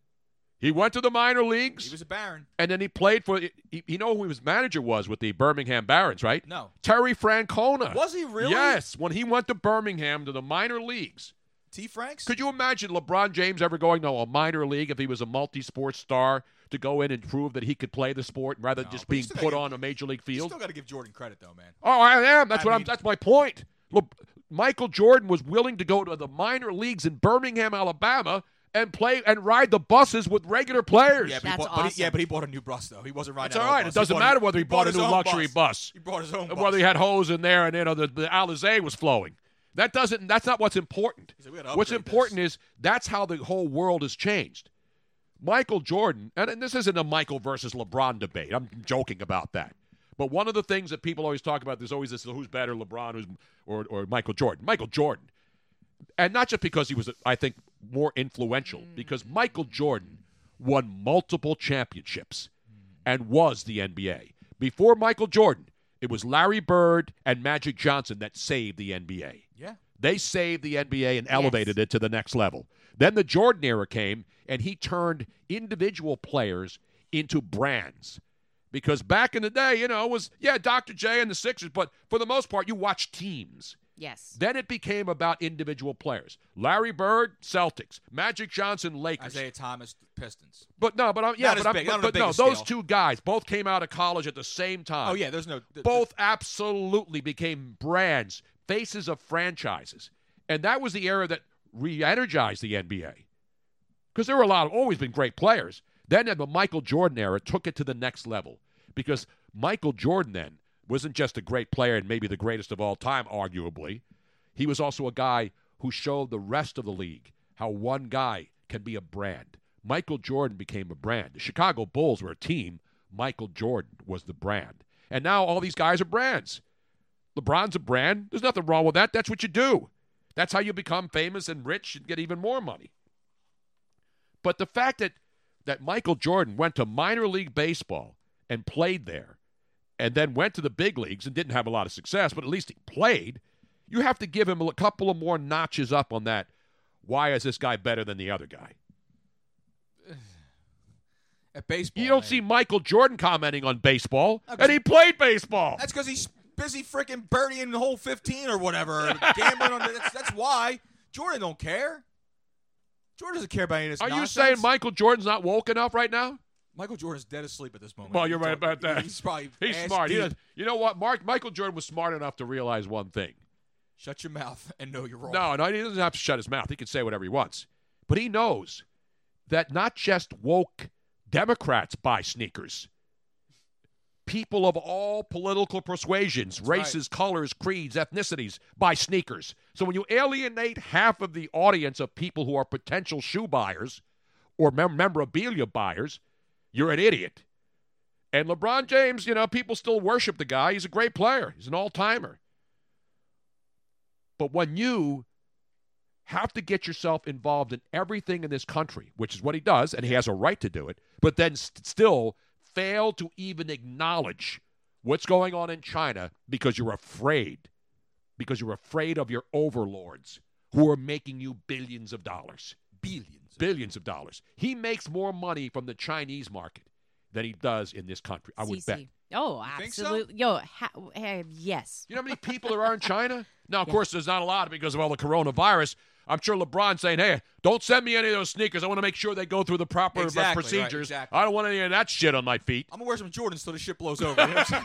Speaker 2: He went to the minor leagues.
Speaker 7: He was a Baron.
Speaker 2: And then he played for. He, you know who his manager was with the Birmingham Barons, right?
Speaker 7: No.
Speaker 2: Terry Francona.
Speaker 7: Was he really?
Speaker 2: Yes. When he went to Birmingham to the minor leagues.
Speaker 7: T. Franks.
Speaker 2: Could you imagine LeBron James ever going to a minor league if he was a multi-sport star to go in and prove that he could play the sport rather than
Speaker 7: No,
Speaker 2: just
Speaker 7: but you
Speaker 2: being
Speaker 7: still
Speaker 2: put
Speaker 7: gotta
Speaker 2: on
Speaker 7: give-
Speaker 2: a major league
Speaker 7: You
Speaker 2: field?
Speaker 7: still got to give Jordan credit though, man.
Speaker 2: Oh, I am. That's
Speaker 7: I
Speaker 2: what I'm.
Speaker 7: mean-
Speaker 2: That's my point. Look, Michael Jordan was willing to go to the minor leagues in Birmingham, Alabama, and play and ride the buses with regular players.
Speaker 7: Yeah, but, he
Speaker 4: That's
Speaker 7: bought, but he, yeah,
Speaker 4: awesome.
Speaker 7: but he bought a new bus though. He wasn't riding.
Speaker 2: It's
Speaker 7: that
Speaker 2: all
Speaker 7: old
Speaker 2: right.
Speaker 7: bus.
Speaker 2: It doesn't
Speaker 7: bought
Speaker 2: matter whether he bought a
Speaker 7: his
Speaker 2: new
Speaker 7: own
Speaker 2: luxury bus.
Speaker 7: He brought his own bus.
Speaker 2: whether he had hose in there and you know the, the Alizé was flowing. That doesn't. That's not what's important.
Speaker 7: He said, "We gotta
Speaker 2: What's
Speaker 7: upgrade
Speaker 2: important is that's how the whole world has changed. Michael Jordan, and, and this isn't a Michael versus LeBron debate. I'm joking about that. But one of the things that people always talk about, there's always this: who's better, LeBron, who's or or Michael Jordan? Michael Jordan, and not just because he was, I think, more influential, because Michael Jordan won multiple championships and was the NBA. Before Michael Jordan, it was Larry Bird and Magic Johnson that saved the NBA.
Speaker 7: Yeah.
Speaker 2: They saved the NBA and elevated it to the next level. Then the Jordan era came, and he turned individual players into brands. Because back in the day, you know, it was, yeah, Dr. J and the Sixers, but for the most part, you watched teams.
Speaker 4: Yes.
Speaker 2: Then it became about individual players. Larry Bird, Celtics. Magic Johnson, Lakers.
Speaker 7: Isaiah Thomas, Pistons.
Speaker 2: But no, but I'm, yeah,
Speaker 7: Not as
Speaker 2: but, I'm,
Speaker 7: big-
Speaker 2: but,
Speaker 7: not on a
Speaker 2: but no,
Speaker 7: bigger
Speaker 2: those
Speaker 7: scale.
Speaker 2: two guys both came out of college at the same time.
Speaker 7: Oh yeah, there's no th-
Speaker 2: both absolutely became brands, faces of franchises, and that was the era that re-energized the NBA because there were a lot of always been great players. Then at the Michael Jordan era took it to the next level because Michael Jordan then wasn't just a great player and maybe the greatest of all time, arguably. He was also a guy who showed the rest of the league how one guy can be a brand. Michael Jordan became a brand. The Chicago Bulls were a team. Michael Jordan was the brand. And now all these guys are brands. LeBron's a brand. There's nothing wrong with that. That's what you do. That's how you become famous and rich and get even more money. But the fact that that Michael Jordan went to minor league baseball and played there and then went to the big leagues and didn't have a lot of success, but at least he played, you have to give him a couple of more notches up on that. Why is this guy better than the other guy?
Speaker 7: [SIGHS] at baseball.
Speaker 2: You don't
Speaker 7: man.
Speaker 2: see Michael Jordan commenting on baseball,
Speaker 7: Okay.
Speaker 2: and he played baseball.
Speaker 7: That's because he's busy freaking birdieing the whole 15 or
Speaker 2: [LAUGHS]
Speaker 7: whatever, gambling on. That's, that's why Jordan don't care. Jordan doesn't care about any of this.
Speaker 2: Are you
Speaker 7: nonsense.
Speaker 2: saying Michael's Jordan's not woke enough right now?
Speaker 7: Michael Jordan's dead asleep at this moment?
Speaker 2: Well, you're right
Speaker 7: He's-
Speaker 2: about
Speaker 7: [LAUGHS]
Speaker 2: that.
Speaker 7: He's probably
Speaker 2: He's
Speaker 7: ass
Speaker 2: smart. He
Speaker 7: deep.
Speaker 2: does- you know what, Mark? Michael Jordan was smart enough to realize one thing.
Speaker 7: Shut your mouth and know you're wrong.
Speaker 2: No, no, he doesn't have to shut his mouth. He can say whatever he wants. But he knows that not just woke Democrats buy sneakers. People of all political persuasions,
Speaker 7: right.
Speaker 2: races, colors, creeds, ethnicities buy sneakers. So when you alienate half of the audience of people who are potential shoe buyers or mem- memorabilia buyers, you're an idiot. And LeBron James, you know, people still worship the guy. He's a great player. He's an all-timer. But when you have to get yourself involved in everything in this country, which is what he does, and he has a right to do it, but then st- still fail to even acknowledge what's going on in China because you're afraid, because you're afraid of your overlords who are making you billions of dollars.
Speaker 7: billions.
Speaker 2: Billions of dollars. He makes more money from the Chinese market than he does in this country. I would
Speaker 4: CC.
Speaker 2: bet.
Speaker 4: Oh,
Speaker 7: think so?
Speaker 4: absolutely. Yo, ha- eh, yes.
Speaker 2: You know how many people there are in China? Now,
Speaker 4: [LAUGHS]
Speaker 2: of course, there's not a lot because of all the coronavirus. I'm sure LeBron's saying, hey, don't send me any of those sneakers. I want to make sure they go through the proper uh,
Speaker 7: Exactly, right,
Speaker 2: procedures.
Speaker 7: exactly.
Speaker 2: I don't want any of that shit on my feet.
Speaker 7: I'm gonna wear some Jordans till the shit blows
Speaker 2: [LAUGHS]
Speaker 7: over. You know what I'm saying?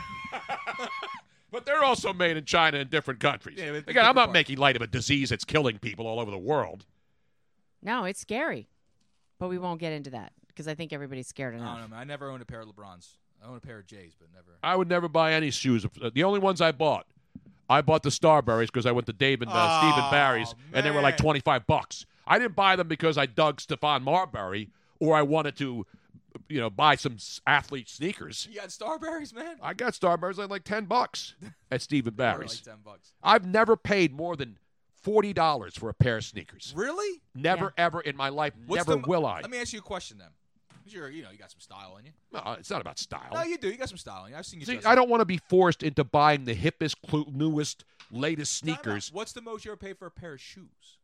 Speaker 2: But they're also made in China and different countries.
Speaker 7: Yeah, but
Speaker 2: Again,
Speaker 7: different
Speaker 2: I'm not
Speaker 7: parts.
Speaker 2: making light of a disease that's killing people all over the world.
Speaker 4: No, it's scary. But we won't get into that because I think everybody's scared
Speaker 7: I don't
Speaker 4: enough.
Speaker 7: know, man. I never owned a pair of LeBrons. I own a pair of J's, but never.
Speaker 2: I would never buy any shoes. Uh, The only ones I bought, I bought the Starberries because I went to Dave and uh, Stephen
Speaker 7: Oh,
Speaker 2: Barry's, and they were like
Speaker 7: man.
Speaker 2: 25 bucks. I didn't buy them because I dug Stefan Marbury or I wanted to, you know, buy some s- athlete sneakers.
Speaker 7: You got Starberries, man.
Speaker 2: [LAUGHS] I got Starburst at like
Speaker 7: [LAUGHS]
Speaker 2: 10 bucks at Stephen
Speaker 7: They were
Speaker 2: Barry's.
Speaker 7: like ten bucks.
Speaker 2: I've never paid more than $40 for a pair of sneakers.
Speaker 7: Really?
Speaker 2: Never, ever in my life.
Speaker 7: What's
Speaker 2: never
Speaker 7: the-
Speaker 2: will I.
Speaker 7: Let me ask you a question then. 'Cause You're, you know, you got some style in you.
Speaker 2: no, Uh, it's not
Speaker 4: [LAUGHS]
Speaker 2: about style.
Speaker 7: No, you do. You got some style in you. I've seen you.
Speaker 2: See,
Speaker 7: dress
Speaker 2: I
Speaker 7: up.
Speaker 2: don't want to be forced into buying the hippest, clu newest, latest
Speaker 7: No, no, no.
Speaker 2: sneakers.
Speaker 7: What's the most you ever paid for a pair of shoes?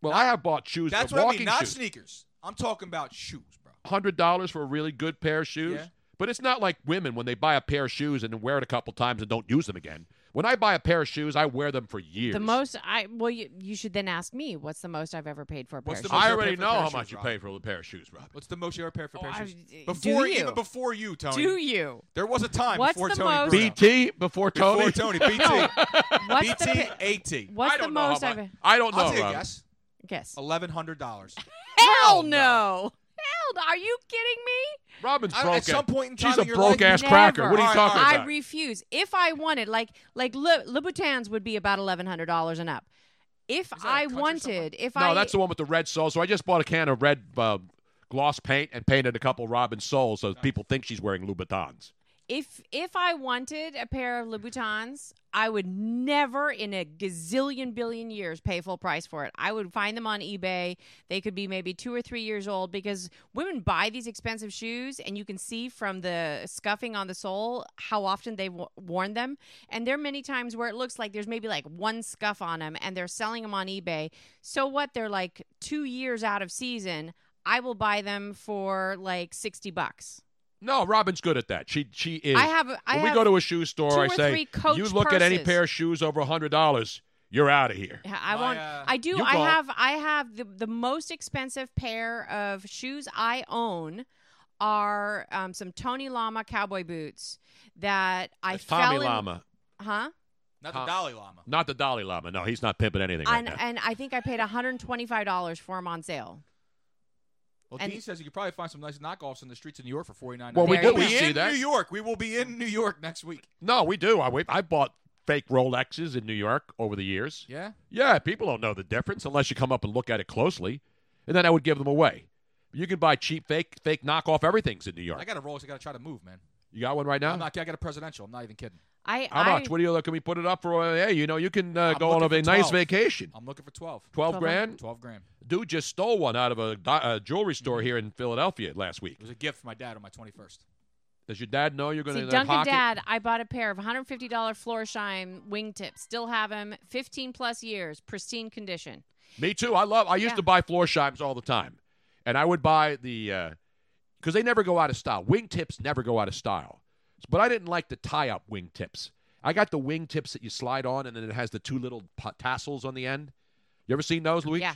Speaker 2: Well, I have bought shoes.
Speaker 7: That's
Speaker 2: uh,
Speaker 7: what I
Speaker 2: walking
Speaker 7: mean. Not
Speaker 2: shoes.
Speaker 7: sneakers. I'm talking about shoes, bro.
Speaker 2: hundred dollars for a really good pair of shoes.
Speaker 7: Yeah.
Speaker 2: But it's not like women when they buy a pair of shoes and then wear it a couple times and don't use them again. When I buy a pair of shoes, I wear them for years.
Speaker 4: The most I well, you, you should then ask me what's the most I've ever paid for a pair.
Speaker 7: What's
Speaker 4: of
Speaker 7: the most
Speaker 2: I
Speaker 7: you'll
Speaker 2: already
Speaker 7: pay for a
Speaker 2: know
Speaker 7: pair of
Speaker 2: how
Speaker 7: shoes,
Speaker 2: much you
Speaker 7: Rob?
Speaker 2: pay for a pair of shoes, Rob.
Speaker 7: What's the most you ever paid for a pair
Speaker 4: Oh, I-
Speaker 7: of shoes?
Speaker 4: do
Speaker 7: Before
Speaker 4: you?
Speaker 7: even before you,
Speaker 4: shoes.
Speaker 7: Tony.
Speaker 4: Do you?
Speaker 7: There was a time
Speaker 4: What's
Speaker 7: before
Speaker 4: the
Speaker 7: Tony.
Speaker 4: most-
Speaker 7: Bruno.
Speaker 2: BT before Tony.
Speaker 7: Before
Speaker 4: [LAUGHS]
Speaker 7: Tony. BT.
Speaker 4: What's
Speaker 7: BT.
Speaker 4: the
Speaker 7: AT.
Speaker 4: What's
Speaker 2: I
Speaker 4: the
Speaker 2: don't know how
Speaker 4: most
Speaker 2: much-
Speaker 4: I've ever
Speaker 2: I don't know.
Speaker 7: I'll take a
Speaker 2: Rob.
Speaker 7: guess.
Speaker 4: guess?
Speaker 7: Eleven hundred dollars.
Speaker 4: Hell
Speaker 7: no.
Speaker 4: no. Hell, no. are you kidding me?
Speaker 2: Robin's
Speaker 7: I-
Speaker 2: broke.
Speaker 7: at some point in
Speaker 2: She's
Speaker 7: time
Speaker 2: a
Speaker 7: in your
Speaker 2: broke
Speaker 7: life,
Speaker 2: ass cracker.
Speaker 4: never.
Speaker 2: What are you
Speaker 7: All right,
Speaker 2: talking
Speaker 7: all right.
Speaker 4: I
Speaker 2: about?
Speaker 4: refuse. If I wanted, like, like Le, Louboutins would be about eleven hundred dollars and up. If
Speaker 7: that a
Speaker 4: I
Speaker 7: country somewhere?
Speaker 4: wanted, if
Speaker 2: no,
Speaker 4: I
Speaker 2: that's the one with the red soul. So I just bought a can of red uh, gloss paint and painted a couple Robin soles so people think she's wearing Louboutins.
Speaker 4: if if I wanted a pair of Louboutins, I would never in a gazillion billion years pay full price for it. I would find them on eBay. They could be maybe 2 or 3 years old because women buy these expensive shoes and you can see from the scuffing on the sole how often they've w- worn them and there're many times where it looks like there's maybe like one scuff on them and they're selling them on eBay. So what? They're like 2 years out of season. I will buy them for like 60 bucks.
Speaker 2: No, Robin's good at that. She she is.
Speaker 4: I have I
Speaker 2: when we
Speaker 4: have
Speaker 2: go to a shoe store,
Speaker 4: two
Speaker 2: I
Speaker 4: or
Speaker 2: say,
Speaker 4: three Coach
Speaker 2: you look at any
Speaker 4: purses."
Speaker 2: pair of shoes over hundred dollars, you're out of here.
Speaker 4: Yeah, I
Speaker 7: My,
Speaker 4: won't.
Speaker 7: uh,
Speaker 4: I do.
Speaker 2: you
Speaker 4: I
Speaker 2: go.
Speaker 4: have. I have the the most expensive pair of shoes I own are um, some Tony Lama cowboy boots that I
Speaker 2: It's
Speaker 4: fell
Speaker 2: Tommy
Speaker 4: in,
Speaker 2: Lama,
Speaker 4: huh?
Speaker 7: Not the
Speaker 2: Huh.
Speaker 7: Dalai Lama.
Speaker 2: not the Dalai Lama. No, he's not pimping anything right
Speaker 4: and
Speaker 2: now.
Speaker 4: and I think I paid 125 dollars for them on sale.
Speaker 7: Well,
Speaker 4: And-
Speaker 7: Dean says you could probably find some nice knockoffs in the streets of New York for forty nine.
Speaker 2: Well,
Speaker 4: we
Speaker 7: will
Speaker 4: do- we
Speaker 7: be
Speaker 2: see
Speaker 7: in
Speaker 2: that.
Speaker 7: New York. We will be in New York next week.
Speaker 2: no, we do. I we, I bought fake Rolexes in New York over the years.
Speaker 7: Yeah.
Speaker 2: Yeah, people don't know the difference unless you come up and look at it closely, and then I would give them away. You can buy cheap fake fake knockoff everything's in New York.
Speaker 7: I got a Rolex. I got to try to move, man.
Speaker 2: you got one right now?
Speaker 7: I'm not. I got a presidential. I'm not even kidding.
Speaker 4: I
Speaker 2: How
Speaker 4: I,
Speaker 2: much? What do you can we put it up for? Uh, hey, you know, you can uh,
Speaker 7: I'm
Speaker 2: go on a
Speaker 7: looking for
Speaker 2: nice
Speaker 7: 12.
Speaker 2: vacation.
Speaker 7: I'm looking for twelve.
Speaker 2: 12
Speaker 4: 12.
Speaker 2: grand?
Speaker 7: Twelve grand.
Speaker 2: Dude just stole one out of a, do- a jewelry store here in Philadelphia last week.
Speaker 7: It was a gift from my dad on my twenty first.
Speaker 2: Does your dad know you're going
Speaker 4: See,
Speaker 2: to
Speaker 4: Duncan
Speaker 2: pocket?
Speaker 4: Dad, I bought a pair of $150 Florsheim wingtips. Still have them, 15 plus years, pristine condition.
Speaker 2: Me too. I love. I used
Speaker 4: Yeah.
Speaker 2: to buy floor shimes all the time, and I would buy the because they never go out of style. Wingtips never go out of style, but I didn't like the tie-up wingtips. I got the wingtips that you slide on, and then it has the two little pa- tassels on the end. You ever seen those, Luigi?
Speaker 4: Yeah.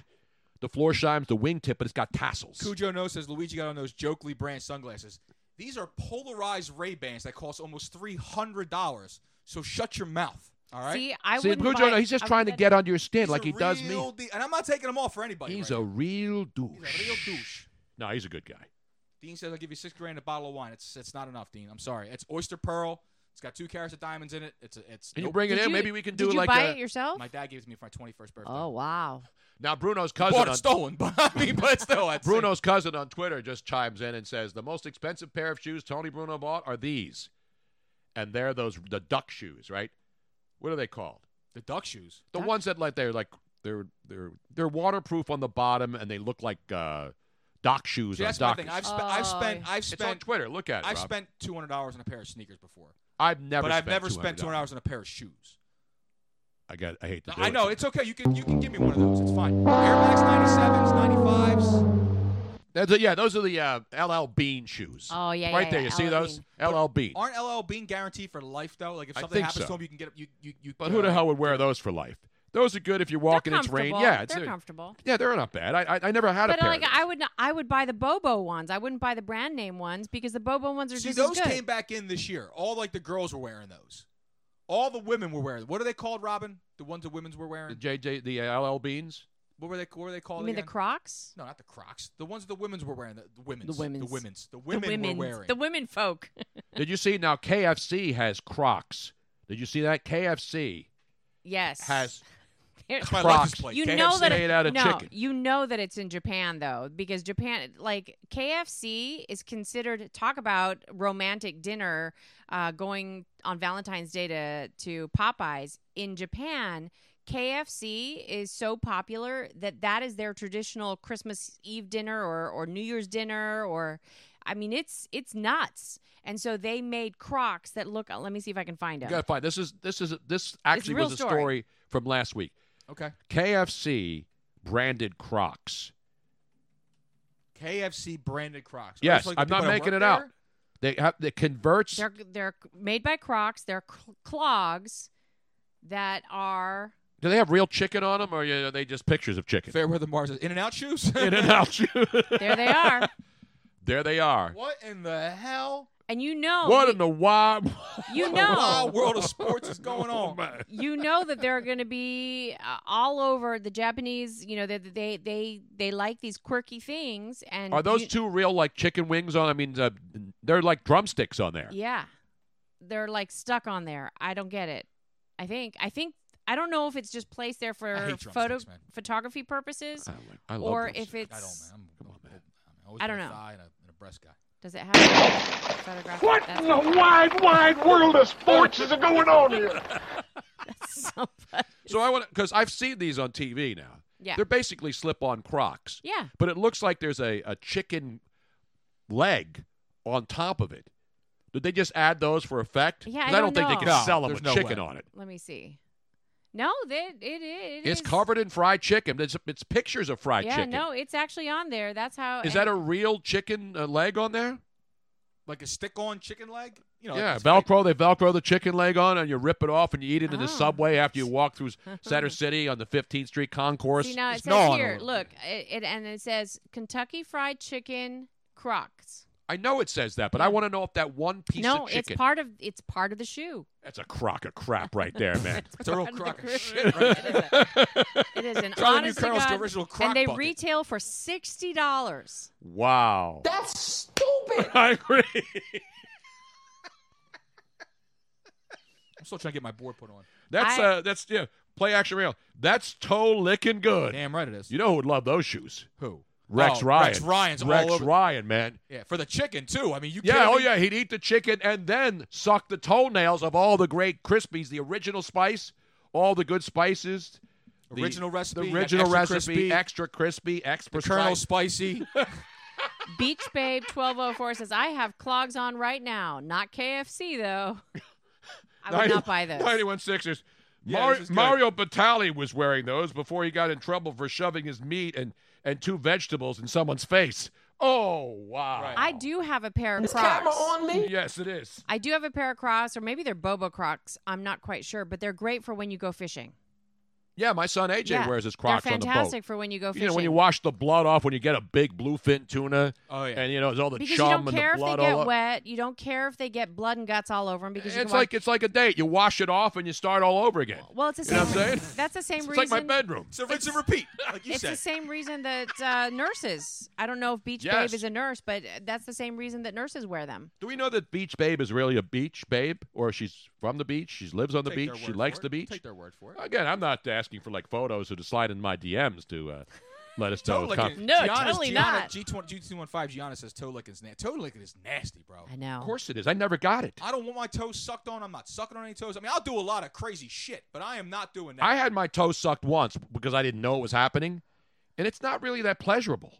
Speaker 2: The floor shimes, the wingtip, but it's got tassels.
Speaker 7: Cujo knows says Luigi got on those Jokely brand sunglasses. These are polarized Ray Bans that cost almost three hundred dollars. So shut your mouth. All right.
Speaker 4: See, I
Speaker 2: See,
Speaker 4: wouldn't
Speaker 2: Cujo,
Speaker 4: buy-
Speaker 2: no, he's just
Speaker 4: I
Speaker 2: trying to
Speaker 4: wouldn't-
Speaker 2: get under your skin
Speaker 7: He's
Speaker 2: like
Speaker 7: a
Speaker 2: he does
Speaker 7: real
Speaker 2: me.
Speaker 7: de- and I'm not taking them off for anybody.
Speaker 2: He's
Speaker 7: right
Speaker 2: a
Speaker 7: now.
Speaker 2: real douche.
Speaker 7: He's a real douche.
Speaker 2: No, he's a good guy.
Speaker 7: Dean says I'll give you six grand a bottle of wine. It's it's not enough, Dean. I'm sorry. It's oyster pearl. It's got two carats of diamonds in it. It's a, it's.
Speaker 2: Can you
Speaker 7: nope.
Speaker 2: bring it
Speaker 4: Did
Speaker 2: in?
Speaker 4: you-
Speaker 2: Maybe we can
Speaker 4: did
Speaker 2: do
Speaker 4: you
Speaker 2: like
Speaker 4: buy
Speaker 2: a,
Speaker 4: it yourself?
Speaker 7: My dad gave it to me for my 21st birthday.
Speaker 4: Oh wow!
Speaker 2: now Bruno's cousin.
Speaker 7: Bought
Speaker 2: on-
Speaker 7: it stolen, but I mean, but still, that's
Speaker 2: Bruno's cousin on Twitter just chimes in and says the most expensive pair of shoes Tony Bruno bought are these, and they're those the duck shoes, right? What are they called?
Speaker 7: the duck shoes.
Speaker 2: The
Speaker 4: Duck
Speaker 2: ones that like they're like they're they're they're waterproof on the bottom and they look like uh, dock shoes
Speaker 7: See,
Speaker 2: on
Speaker 7: that's my
Speaker 2: doctors.
Speaker 7: thing. I've, spe- I've
Speaker 4: Oh,
Speaker 7: spent, I've
Speaker 2: it's on
Speaker 7: spent,
Speaker 2: Twitter. Look at it.
Speaker 7: I've
Speaker 2: Rob.
Speaker 7: spent two hundred dollars on a pair of sneakers before,
Speaker 2: I've never.
Speaker 7: but I've never spent two hundred
Speaker 2: $200.
Speaker 7: dollars on a pair of shoes.
Speaker 2: I got. I hate to. Do
Speaker 7: I
Speaker 2: it.
Speaker 7: know it's okay. You can, you can give me one of those. It's fine. Air Max 97s, 95s.
Speaker 2: That's a, yeah, those are the uh, LL Bean shoes.
Speaker 4: Oh, yeah,
Speaker 2: right
Speaker 4: yeah,
Speaker 2: there.
Speaker 4: yeah,
Speaker 2: You see
Speaker 4: LL
Speaker 2: those
Speaker 4: Bean.
Speaker 2: LL Bean.
Speaker 7: Aren't LL Bean guaranteed for life though? Like if
Speaker 2: I
Speaker 7: something
Speaker 2: think
Speaker 7: happens
Speaker 2: so.
Speaker 7: to him, you can get you you you.
Speaker 2: But who the
Speaker 7: uh,
Speaker 2: hell would wear those for life? Those are good if you're walking.
Speaker 4: they're
Speaker 2: It's rain.
Speaker 4: comfortable.
Speaker 2: Yeah, it's,
Speaker 4: they're comfortable.
Speaker 2: Yeah, they're not bad. I I, I never had
Speaker 4: But uh,
Speaker 2: a pair.
Speaker 4: like,
Speaker 2: of those.
Speaker 4: I would not, I would buy the Bobo ones. I wouldn't buy the brand name ones because the Bobo ones are
Speaker 7: See,
Speaker 4: just
Speaker 7: those
Speaker 4: as good.
Speaker 7: came back in this year. All like the girls were wearing those. All the women were wearing. What are they called, Robin? The ones the women's were
Speaker 2: the
Speaker 7: wearing.
Speaker 2: JJ the uh, LL
Speaker 4: [LAUGHS]
Speaker 2: Beans.
Speaker 7: What were they? What were they called?
Speaker 4: you mean the
Speaker 7: again?
Speaker 4: Crocs?
Speaker 7: No, not the Crocs. The ones the women's were wearing. The, the women's.
Speaker 4: women's.
Speaker 7: The women's. The women
Speaker 4: the women,
Speaker 7: were wearing.
Speaker 4: the women folk.
Speaker 2: Did you see now KFC has Crocs? Did you see that KFC
Speaker 4: yes,
Speaker 2: has
Speaker 4: [LAUGHS] They're-
Speaker 7: That's my
Speaker 2: Crocs.
Speaker 7: license plate.
Speaker 4: you
Speaker 7: KFC.
Speaker 4: know that
Speaker 2: Made
Speaker 4: it,
Speaker 2: out of
Speaker 4: no,
Speaker 2: chicken.
Speaker 4: you know that it's in Japan though, because Japan, like KFC, is considered talk about romantic dinner, uh, going on Valentine's Day to to Popeyes in Japan. KFC is so popular that that is their traditional Christmas Eve dinner or or New Year's dinner or. I mean, it's it's nuts, and so they made Crocs that look. Let me see if I can find
Speaker 2: you
Speaker 4: them.
Speaker 2: got to find this is this is this actually
Speaker 4: a real
Speaker 2: was a
Speaker 4: story.
Speaker 2: story from last week.
Speaker 7: Okay.
Speaker 2: KFC branded Crocs
Speaker 7: KFC branded Crocs. Are
Speaker 2: Yes,
Speaker 7: those, like, the
Speaker 2: I'm not
Speaker 7: people that
Speaker 2: making
Speaker 7: work
Speaker 2: it up.
Speaker 7: there?
Speaker 2: They have they converts.
Speaker 4: They're they're made by Crocs. They're cl- clogs that are
Speaker 2: Do they have real chicken on them, or are they just pictures of chicken?
Speaker 7: Fairweather Mars is In and Out shoes.
Speaker 2: [LAUGHS] In and out.
Speaker 4: [LAUGHS] there. They are,
Speaker 2: there they are.
Speaker 7: What in the hell?
Speaker 4: and you know
Speaker 2: what
Speaker 4: you-
Speaker 2: in the wild?
Speaker 4: you
Speaker 7: The wild
Speaker 4: know
Speaker 7: world of sports is going
Speaker 2: [LAUGHS] Oh,
Speaker 7: on.
Speaker 4: you know that they're going to be uh, all over the Japanese. You know that they, they they they like these quirky things. And
Speaker 2: Are those
Speaker 4: you-
Speaker 2: two real like chicken wings on? I mean, uh, they're like drumsticks on there.
Speaker 4: Yeah, they're like stuck on there. I don't get it. I think I think I don't know if it's just placed there
Speaker 7: I
Speaker 4: for
Speaker 7: hate
Speaker 4: photo
Speaker 7: drumsticks, man.
Speaker 4: photography purposes,
Speaker 2: I, like- I love
Speaker 4: or
Speaker 2: those.
Speaker 4: if it's
Speaker 7: I don't, man. I'm,
Speaker 2: Come on, man.
Speaker 7: I'm always
Speaker 4: I don't
Speaker 7: been a
Speaker 4: know.
Speaker 7: Thigh and a, and a breast guy.
Speaker 4: does it [COUGHS] have photograph? What that's
Speaker 9: wide, wide world of sports is going on here?
Speaker 4: somebody.
Speaker 2: so I want because I've seen these on TV now.
Speaker 4: Yeah.
Speaker 2: They're basically slip-on Crocs,
Speaker 4: Yeah,
Speaker 2: but it looks like there's a, a chicken leg on top of it. Did they just add those for effect?
Speaker 4: Yeah, I
Speaker 2: 'Cause
Speaker 4: don't
Speaker 2: think they
Speaker 4: know.
Speaker 2: can
Speaker 7: No,
Speaker 2: sell them
Speaker 7: there's
Speaker 2: with
Speaker 7: no
Speaker 2: chicken
Speaker 7: way.
Speaker 2: on it.
Speaker 4: let me see. No, that it, it, it
Speaker 2: It's
Speaker 4: is-
Speaker 2: covered in fried chicken. It's, it's pictures of fried
Speaker 4: yeah,
Speaker 2: chicken.
Speaker 4: no, it's actually on there. That's how.
Speaker 2: Is
Speaker 4: and-
Speaker 2: that a real chicken uh, leg on there?
Speaker 7: Like a stick-on chicken leg? You know,
Speaker 2: yeah,
Speaker 7: it's-
Speaker 2: Velcro. They Velcro the chicken leg on, and you rip it off, and you eat it in
Speaker 4: Oh.
Speaker 2: the subway after you walk
Speaker 4: [LAUGHS]
Speaker 2: through Center City on the 15th Street concourse.
Speaker 4: See, now it
Speaker 7: it's
Speaker 4: says
Speaker 7: gnawing a
Speaker 4: here.
Speaker 7: little
Speaker 4: Look, it, it and it says Kentucky Fried Chicken Crocs.
Speaker 2: I know it says that, but I want to know if that one piece
Speaker 4: no,
Speaker 2: of
Speaker 4: it's
Speaker 2: chicken.
Speaker 4: part of it's part of the shoe.
Speaker 2: that's a crock of crap right there, man.
Speaker 4: [LAUGHS]
Speaker 7: It's
Speaker 2: [LAUGHS]
Speaker 7: a real
Speaker 4: Under
Speaker 7: crock of
Speaker 4: the
Speaker 7: shit.
Speaker 4: groove. It is a- It is an
Speaker 7: Charlie
Speaker 4: honest
Speaker 7: Buchanan's
Speaker 4: to
Speaker 7: the
Speaker 4: God-
Speaker 7: original crock
Speaker 4: and they
Speaker 7: bucket.
Speaker 4: retail for sixty dollars.
Speaker 2: wow.
Speaker 9: That's stupid.
Speaker 2: [LAUGHS] I agree.
Speaker 7: I'm still trying to get my board put on.
Speaker 2: That's
Speaker 4: I-
Speaker 2: uh, that's yeah. Play action real. That's toe licking good.
Speaker 7: Damn right it is.
Speaker 2: You know who would love those shoes?
Speaker 7: Who?
Speaker 2: Rex
Speaker 7: Oh,
Speaker 2: Ryan.
Speaker 7: Rex Ryan's all
Speaker 2: Rex
Speaker 7: over-
Speaker 2: Ryan, man.
Speaker 7: Yeah, for the chicken too. I mean, you
Speaker 2: Yeah,
Speaker 7: kidding
Speaker 2: oh
Speaker 7: me?
Speaker 2: yeah, he'd eat the chicken and then suck the toenails of all the great crispies, the original spice, all the good spices, the-
Speaker 7: Original recipe,
Speaker 2: the
Speaker 7: you got
Speaker 2: original
Speaker 7: extra
Speaker 2: recipe,
Speaker 7: crispy,
Speaker 2: extra crispy, extra
Speaker 7: The Colonel
Speaker 2: spice. [LAUGHS]
Speaker 7: Spicy.
Speaker 4: Beach Babe twelve oh four says I have clogs on right now. Not KFC
Speaker 2: [LAUGHS]
Speaker 4: though. I would not buy those.
Speaker 2: 91 Sixers.
Speaker 7: Yeah,
Speaker 2: Mario,
Speaker 7: this is good.
Speaker 2: Mario Batali was wearing those before he got in trouble for shoving his meat and, and two vegetables in someone's face. Oh, wow.
Speaker 7: Right.
Speaker 4: I do have a pair of Crocs.
Speaker 2: Yes, it is.
Speaker 4: I do have a pair of Crocs, or maybe they're Boba Crocs. I'm not quite sure, but they're great for when you go fishing.
Speaker 2: Yeah, my son AJ
Speaker 4: Yeah,
Speaker 2: wears his Crocs
Speaker 4: They're
Speaker 2: on the boat.
Speaker 4: fantastic for when you go fishing.
Speaker 2: You know, when you wash the blood off, when you get a big bluefin tuna,
Speaker 7: Oh, yeah.
Speaker 2: and you know, there's all the
Speaker 4: because you
Speaker 2: chum
Speaker 4: don't
Speaker 2: and
Speaker 4: care
Speaker 2: the
Speaker 4: if they
Speaker 2: blood all
Speaker 4: get
Speaker 2: up.
Speaker 4: wet. You don't care if they get blood and guts all over them because you
Speaker 2: It's
Speaker 4: can
Speaker 2: like it's like a date. You wash it off and you start all over again.
Speaker 4: wash- well, it's the
Speaker 2: you
Speaker 4: same.
Speaker 2: know what I'm saying?
Speaker 4: That's the same
Speaker 2: It's
Speaker 4: reason.
Speaker 2: like my bedroom.
Speaker 7: So rinse and repeat, like you
Speaker 4: It's
Speaker 7: said.
Speaker 4: the same reason that uh, nurses. I don't know if Beach
Speaker 2: Yes.
Speaker 4: Babe is a nurse, but that's the same reason that nurses wear them.
Speaker 2: Do we know that Beach Babe is really a beach babe, or she's from the beach? She lives on the
Speaker 7: Take their
Speaker 2: beach. She
Speaker 7: word
Speaker 2: likes
Speaker 7: for
Speaker 2: the
Speaker 7: it.
Speaker 2: beach.
Speaker 7: Take their word for it.
Speaker 2: Again, I'm not asking for like photos or to slide in my DMs to uh, let
Speaker 7: [LAUGHS]
Speaker 2: us know.
Speaker 7: Toe
Speaker 2: if com-
Speaker 7: licking.
Speaker 4: No,
Speaker 7: Giannis,
Speaker 4: totally
Speaker 7: Gianna,
Speaker 4: not.
Speaker 7: G20, G215 Gianna says toe licking's nasty. Toe licking is nasty, bro.
Speaker 4: I know.
Speaker 2: of course it is. I never got it.
Speaker 7: I don't want my toes sucked on. I'm not sucking on any toes. I mean, I'll do a lot of crazy shit, but I am not doing that.
Speaker 2: I had my toe sucked once because I didn't know it was happening, and it's not really that pleasurable.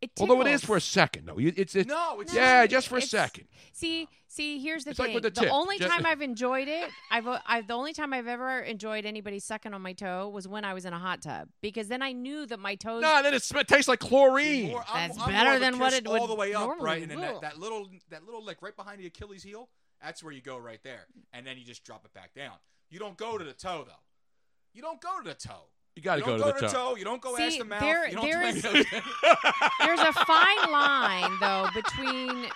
Speaker 4: It
Speaker 2: Although it is
Speaker 4: tickles.
Speaker 2: for a second, though. You- It's it's
Speaker 7: no, it's
Speaker 2: yeah, just for a
Speaker 4: It's-
Speaker 2: second.
Speaker 4: See, see, here's the
Speaker 2: It's like
Speaker 4: thing.
Speaker 2: with
Speaker 4: the
Speaker 2: the tip.
Speaker 4: only
Speaker 2: Just-
Speaker 4: time I've enjoyed it, I've, I've the only time I've ever enjoyed anybody sucking on my toe was when I was in a hot tub because then I knew that my toes.
Speaker 2: No, then it sm- tastes like chlorine.
Speaker 7: More- I'm-
Speaker 4: That's
Speaker 7: I'm
Speaker 4: better
Speaker 7: more of a
Speaker 4: than what
Speaker 7: kiss
Speaker 4: it would
Speaker 7: all the way up,
Speaker 4: normally
Speaker 7: right? And then
Speaker 4: will.
Speaker 7: that, that little that little lick right behind the Achilles heel. That's where you go right there, and then you just drop it back down. You don't go to the toe though. You don't go to the toe.
Speaker 2: You got to
Speaker 7: you don't
Speaker 2: go, to the toe.
Speaker 7: You don't go
Speaker 4: See,
Speaker 7: ask the mouth.
Speaker 4: there-
Speaker 7: you don't
Speaker 4: there
Speaker 7: do
Speaker 4: is-
Speaker 7: any of [LAUGHS] those-
Speaker 4: There's a fine line though between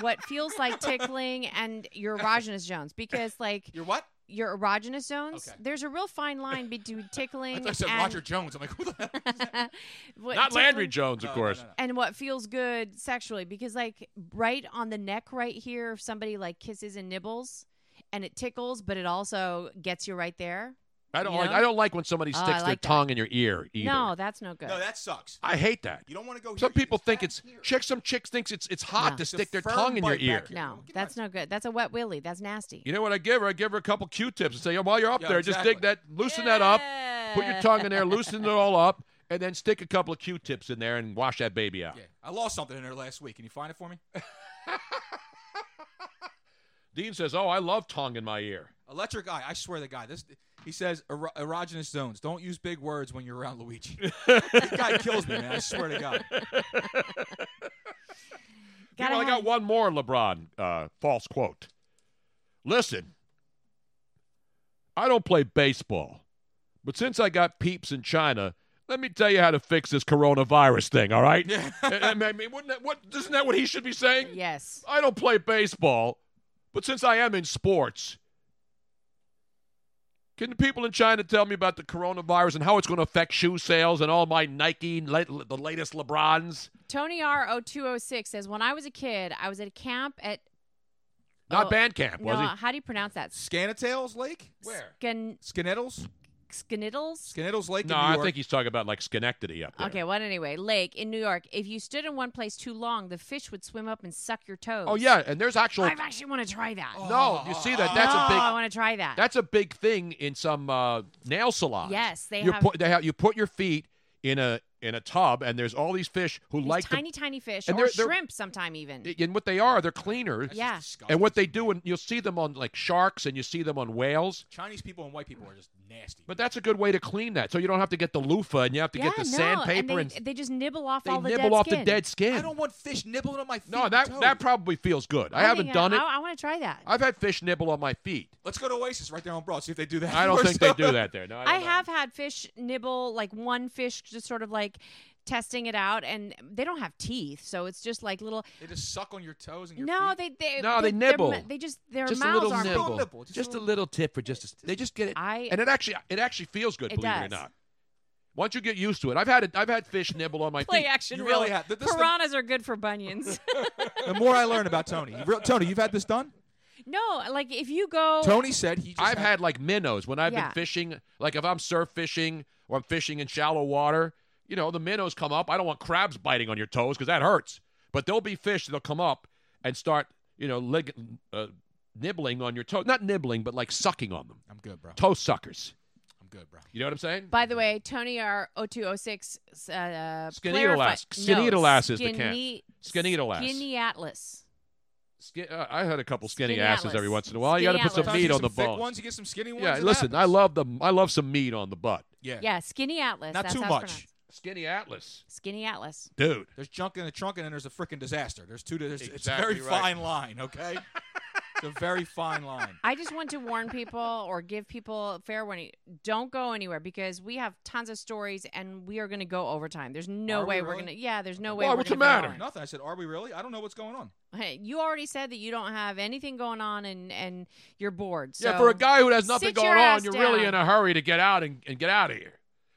Speaker 4: what feels like tickling and your erogenous zones because like
Speaker 7: You're what?
Speaker 4: your erogenous zones
Speaker 7: Okay.
Speaker 4: there's a real fine line between tickling
Speaker 7: [LAUGHS] I thought I said
Speaker 4: and
Speaker 7: Roger Jones. I'm like, who the hell?
Speaker 4: what
Speaker 2: Not Landry
Speaker 4: tickling-
Speaker 2: Jones, of
Speaker 7: No, no,
Speaker 2: course.
Speaker 7: no, no.
Speaker 4: and what feels good sexually because like right on the neck right here if somebody like kisses and nibbles and it tickles but it also gets you right there
Speaker 2: I don't
Speaker 4: You
Speaker 2: like.
Speaker 4: know?
Speaker 2: I don't like when somebody
Speaker 4: Oh,
Speaker 2: sticks
Speaker 4: I
Speaker 2: their
Speaker 4: like that.
Speaker 2: tongue in your ear either.
Speaker 4: no that's no good
Speaker 7: No, that sucks.
Speaker 2: I hate that.
Speaker 7: You don't want to go.
Speaker 2: Some
Speaker 7: here, you-
Speaker 2: people
Speaker 7: it's
Speaker 2: think
Speaker 7: back
Speaker 2: it's
Speaker 7: here.
Speaker 2: chick. Some chicks thinks it's it's hot
Speaker 4: No.
Speaker 2: to
Speaker 4: It's
Speaker 2: stick their
Speaker 7: firm
Speaker 2: tongue in your
Speaker 7: bite back
Speaker 2: ear.
Speaker 7: here.
Speaker 4: no
Speaker 7: Get
Speaker 4: that's
Speaker 7: my-
Speaker 4: no good that's a wet willy that's nasty
Speaker 2: You know what I give her? I give her a couple Q-tips and say, "Oh, while you're up
Speaker 7: Yeah,
Speaker 2: there, just dig
Speaker 7: exactly.
Speaker 2: that, loosen that up, put your tongue in there, loosen it all up, and then stick a couple of Q-tips in there and wash that baby out."
Speaker 7: Yeah, I lost something in there last week. Can you find it for me? [LAUGHS]
Speaker 2: Dean says, "Oh, I love tongue in my ear."
Speaker 7: Electric Eye. I swear to God, this He says "Ero- erogenous zones. Don't use big words when you're around Luigi. [LAUGHS] that guy kills me, man. I swear to God.
Speaker 2: [LAUGHS]
Speaker 4: [LAUGHS]
Speaker 2: Meanwhile, I got one more LeBron uh, false quote. Listen, I don't play baseball, but since I got peeps in China, let me tell you how to fix this coronavirus thing. All right? I I mean, wouldn't that, what isn't that what he should be saying?
Speaker 4: Yes.
Speaker 2: I don't play baseball, but since I am in sports, can the people in China tell me about the coronavirus and how it's going to affect shoe sales and all my Nike, la- the latest LeBrons?
Speaker 4: Tony R0206 says, When I was a kid, I was at a camp at.
Speaker 2: Not
Speaker 4: Oh,
Speaker 2: Bandcamp, was
Speaker 4: no,
Speaker 2: he?
Speaker 4: how do you pronounce that?
Speaker 7: Scanatales Lake? Where?
Speaker 4: Skin,
Speaker 7: Skinettles?
Speaker 4: skiniddles?
Speaker 7: Skinettles Lake
Speaker 2: No,
Speaker 7: in New
Speaker 2: I
Speaker 7: York.
Speaker 2: think he's talking about like Schenectady up there.
Speaker 4: Okay, well, anyway, lake in New York. If you stood in one place too long, the fish would swim up and suck your toes.
Speaker 2: Oh yeah, and there's actual.
Speaker 4: I actually want to try
Speaker 7: Oh.
Speaker 4: that.
Speaker 2: no, you see that? That's
Speaker 4: No, I
Speaker 2: a big.
Speaker 4: want to try that.
Speaker 2: That's a big thing in some uh, nail salons.
Speaker 4: Yes, they
Speaker 2: you
Speaker 4: have-
Speaker 2: Put, they have. You put your feet in a in a tub, and there's all these fish who
Speaker 4: These
Speaker 2: like
Speaker 4: tiny, tiny fish
Speaker 2: and
Speaker 4: or
Speaker 2: they're- they're-
Speaker 4: shrimp sometime even.
Speaker 2: to. And what they are, they're cleaner.
Speaker 4: Yeah.
Speaker 2: And what they do, and you'll see them on like sharks, and you see them on whales.
Speaker 7: Chinese people and white people are just nasty.
Speaker 2: But that's a good way to clean that, so you don't have to get the loofah, and you have to
Speaker 4: yeah,
Speaker 2: get the
Speaker 4: no,
Speaker 2: sandpaper,
Speaker 4: and they, they just nibble off all the
Speaker 2: nibble
Speaker 4: dead
Speaker 2: off
Speaker 4: skin.
Speaker 2: the dead skin.
Speaker 7: I don't want fish nibbling on my feet.
Speaker 2: no,
Speaker 7: and
Speaker 2: that
Speaker 7: toes.
Speaker 2: that probably feels good. I,
Speaker 4: I'm
Speaker 2: haven't
Speaker 4: thinking,
Speaker 2: done it.
Speaker 4: I, I want to try that.
Speaker 2: I've had fish nibble on my feet.
Speaker 7: Let's go to Oasis right there on Broad. See if they do that.
Speaker 4: [LAUGHS]
Speaker 2: I don't
Speaker 7: for
Speaker 2: think they
Speaker 7: us.
Speaker 2: do that there. No, I,
Speaker 4: I
Speaker 2: don't know.
Speaker 4: have had fish nibble, like one fish just sort of like testing it out, and they don't have teeth, so it's just like little.
Speaker 7: They just suck on your toes and your
Speaker 4: No,
Speaker 7: feet.
Speaker 4: they they
Speaker 2: No, they
Speaker 4: their ma-
Speaker 2: nibble.
Speaker 4: They just their
Speaker 2: just a
Speaker 4: mouths
Speaker 2: little
Speaker 4: aren't.
Speaker 7: Just a little
Speaker 2: nibble.
Speaker 7: nibble,
Speaker 2: Just,
Speaker 7: just
Speaker 2: a little tip for just. A, they just get it.
Speaker 4: I-
Speaker 2: and it actually it actually feels good.
Speaker 4: It
Speaker 2: believe it or
Speaker 4: does.
Speaker 2: not. Once you get used to it, I've had it. I've had fish nibble on my
Speaker 4: Play
Speaker 2: feet.
Speaker 4: action.
Speaker 7: [LAUGHS] You really
Speaker 4: real-
Speaker 7: have- th- this is the-
Speaker 4: Piranhas are good for
Speaker 7: [LAUGHS]
Speaker 4: bunions.
Speaker 7: The more I learn about Tony, You real- Tony, you've had this done.
Speaker 4: no, like if you go.
Speaker 7: Tony said he. Just
Speaker 2: I've had like minnows when I've been
Speaker 4: Oh. Yeah.
Speaker 2: fishing. Like if I'm surf fishing or I'm fishing in shallow water, you know the minnows come up. I don't want crabs biting on your toes because that hurts. But there'll be fish that'll come up and start, you know, lig- uh, nibbling on your toes. Not nibbling, but like sucking on them.
Speaker 7: I'm good, bro.
Speaker 2: Toe suckers.
Speaker 7: I'm good, bro.
Speaker 2: You know what I'm saying?
Speaker 4: By the way, Tony R. 0206. Uh,
Speaker 2: Skinnidolas. Skinnidolas is the camp. Skinnidolas.
Speaker 4: Skinny Atlas.
Speaker 2: Skin, uh, I had a couple skinny,
Speaker 4: Skinny
Speaker 2: asses
Speaker 4: Atlas.
Speaker 2: every once in a while. you got
Speaker 4: Skinny
Speaker 2: to put some
Speaker 4: Atlas.
Speaker 2: meat on the
Speaker 7: thick
Speaker 2: bone.
Speaker 7: ones. You get some skinny ones.
Speaker 2: Yeah,
Speaker 7: it
Speaker 2: listen, I
Speaker 7: happens.
Speaker 2: love the I love some meat on the butt.
Speaker 7: Yeah.
Speaker 4: Yeah, Skinny Atlas.
Speaker 7: Not
Speaker 4: That's
Speaker 7: too
Speaker 4: how it's
Speaker 7: much.
Speaker 4: pronounced.
Speaker 2: Skinny Atlas,
Speaker 4: Skinny Atlas.
Speaker 2: dude.
Speaker 7: There's junk in the trunk, and then there's a freaking disaster. There's two. There's, it's a
Speaker 2: Exactly
Speaker 7: very
Speaker 2: right.
Speaker 7: fine line. Okay. it's a very fine line.
Speaker 4: I just want to warn people or give people fair warning. Don't go anywhere because we have tons of stories and we are going to go overtime. There's no
Speaker 7: Are we
Speaker 4: way are
Speaker 7: really?
Speaker 4: going to. Yeah, there's no way.
Speaker 2: Why,
Speaker 4: we're
Speaker 2: what's
Speaker 4: gonna
Speaker 2: the
Speaker 4: fit it
Speaker 2: matter?
Speaker 4: all in.
Speaker 7: Nothing. I said, are we really? I don't know what's going on.
Speaker 4: Hey, you already said that you don't have anything going on and and you're bored.
Speaker 2: yeah,
Speaker 4: so-
Speaker 2: for a guy who has nothing
Speaker 4: sit your
Speaker 2: going on,
Speaker 4: ass
Speaker 2: you're really
Speaker 4: down.
Speaker 2: in a hurry to get out and, and get out of here.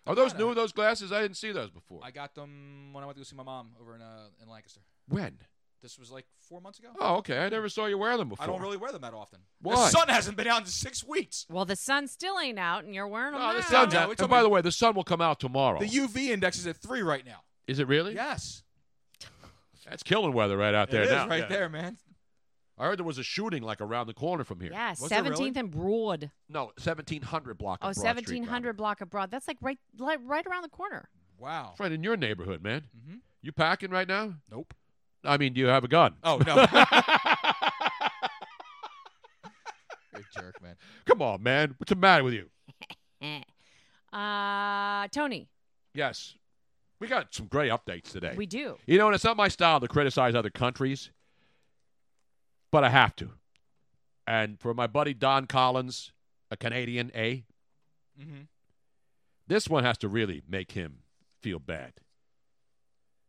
Speaker 2: Are those new? Those glasses? I didn't see those before.
Speaker 7: I got them when I went to go see my mom over in uh, in Lancaster.
Speaker 2: when?
Speaker 7: This was like four months ago.
Speaker 2: Oh, okay. I never saw you wear them before.
Speaker 7: I don't really wear them that often.
Speaker 2: Why?
Speaker 7: The sun hasn't been out in six weeks.
Speaker 4: Well, the sun still ain't out and you're wearing them.
Speaker 2: No, the
Speaker 4: out.
Speaker 2: sun's
Speaker 7: No,
Speaker 2: out.
Speaker 7: it's
Speaker 2: And
Speaker 7: okay.
Speaker 2: by the way, the sun will come out tomorrow.
Speaker 7: The UV index is at three right now.
Speaker 2: Is it really?
Speaker 7: Yes,
Speaker 2: That's killing weather right out there
Speaker 7: it is
Speaker 2: now.
Speaker 7: right
Speaker 2: Yeah.
Speaker 7: there, man.
Speaker 2: I heard there was a shooting like around the corner from here.
Speaker 4: Yeah,
Speaker 7: Was there really?
Speaker 4: seventeenth and Broad.
Speaker 2: No, 1700 block.
Speaker 4: Oh,
Speaker 2: of Broad Street,
Speaker 4: 1700 block of Broad. That's like right, like right around the corner.
Speaker 7: Wow.
Speaker 2: It's right in your neighborhood, man.
Speaker 7: Mhm.
Speaker 2: You packing right now?
Speaker 7: Nope.
Speaker 2: I mean, do you have a gun?
Speaker 7: Oh no. [LAUGHS] You're a jerk, man.
Speaker 2: [LAUGHS] Come on, man. What's the matter with you?
Speaker 4: Eh. Uh, Tony,
Speaker 2: Yes. We got some great updates today.
Speaker 4: we do.
Speaker 2: you know, and it's not my style to criticize other countries, but I have to. And for my buddy Don Collins, a Canadian, A,
Speaker 7: Mm-hmm.
Speaker 2: this one has to really make him feel bad.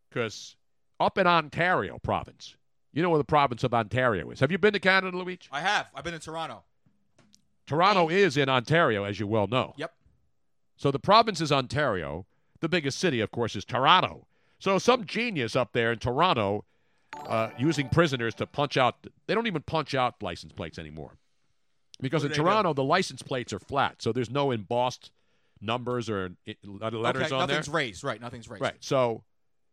Speaker 2: Because up in Ontario province, you know where the province of Ontario is. Have you been to Canada, Luigi?
Speaker 7: [LAUGHS] I have. I've been in Toronto.
Speaker 2: Toronto is in Ontario, as you well know.
Speaker 7: Yep.
Speaker 2: So the province is Ontario. The biggest city, of course, is Toronto. So some genius up there in Toronto uh, using prisoners to punch out. They don't even punch out license plates anymore. Because
Speaker 7: What do
Speaker 2: in
Speaker 7: they do?
Speaker 2: Toronto, the license plates are flat. So there's no embossed numbers or uh, letters
Speaker 7: okay,
Speaker 2: on there.
Speaker 7: nothing's raised. Right. Nothing's raised.
Speaker 2: Right. So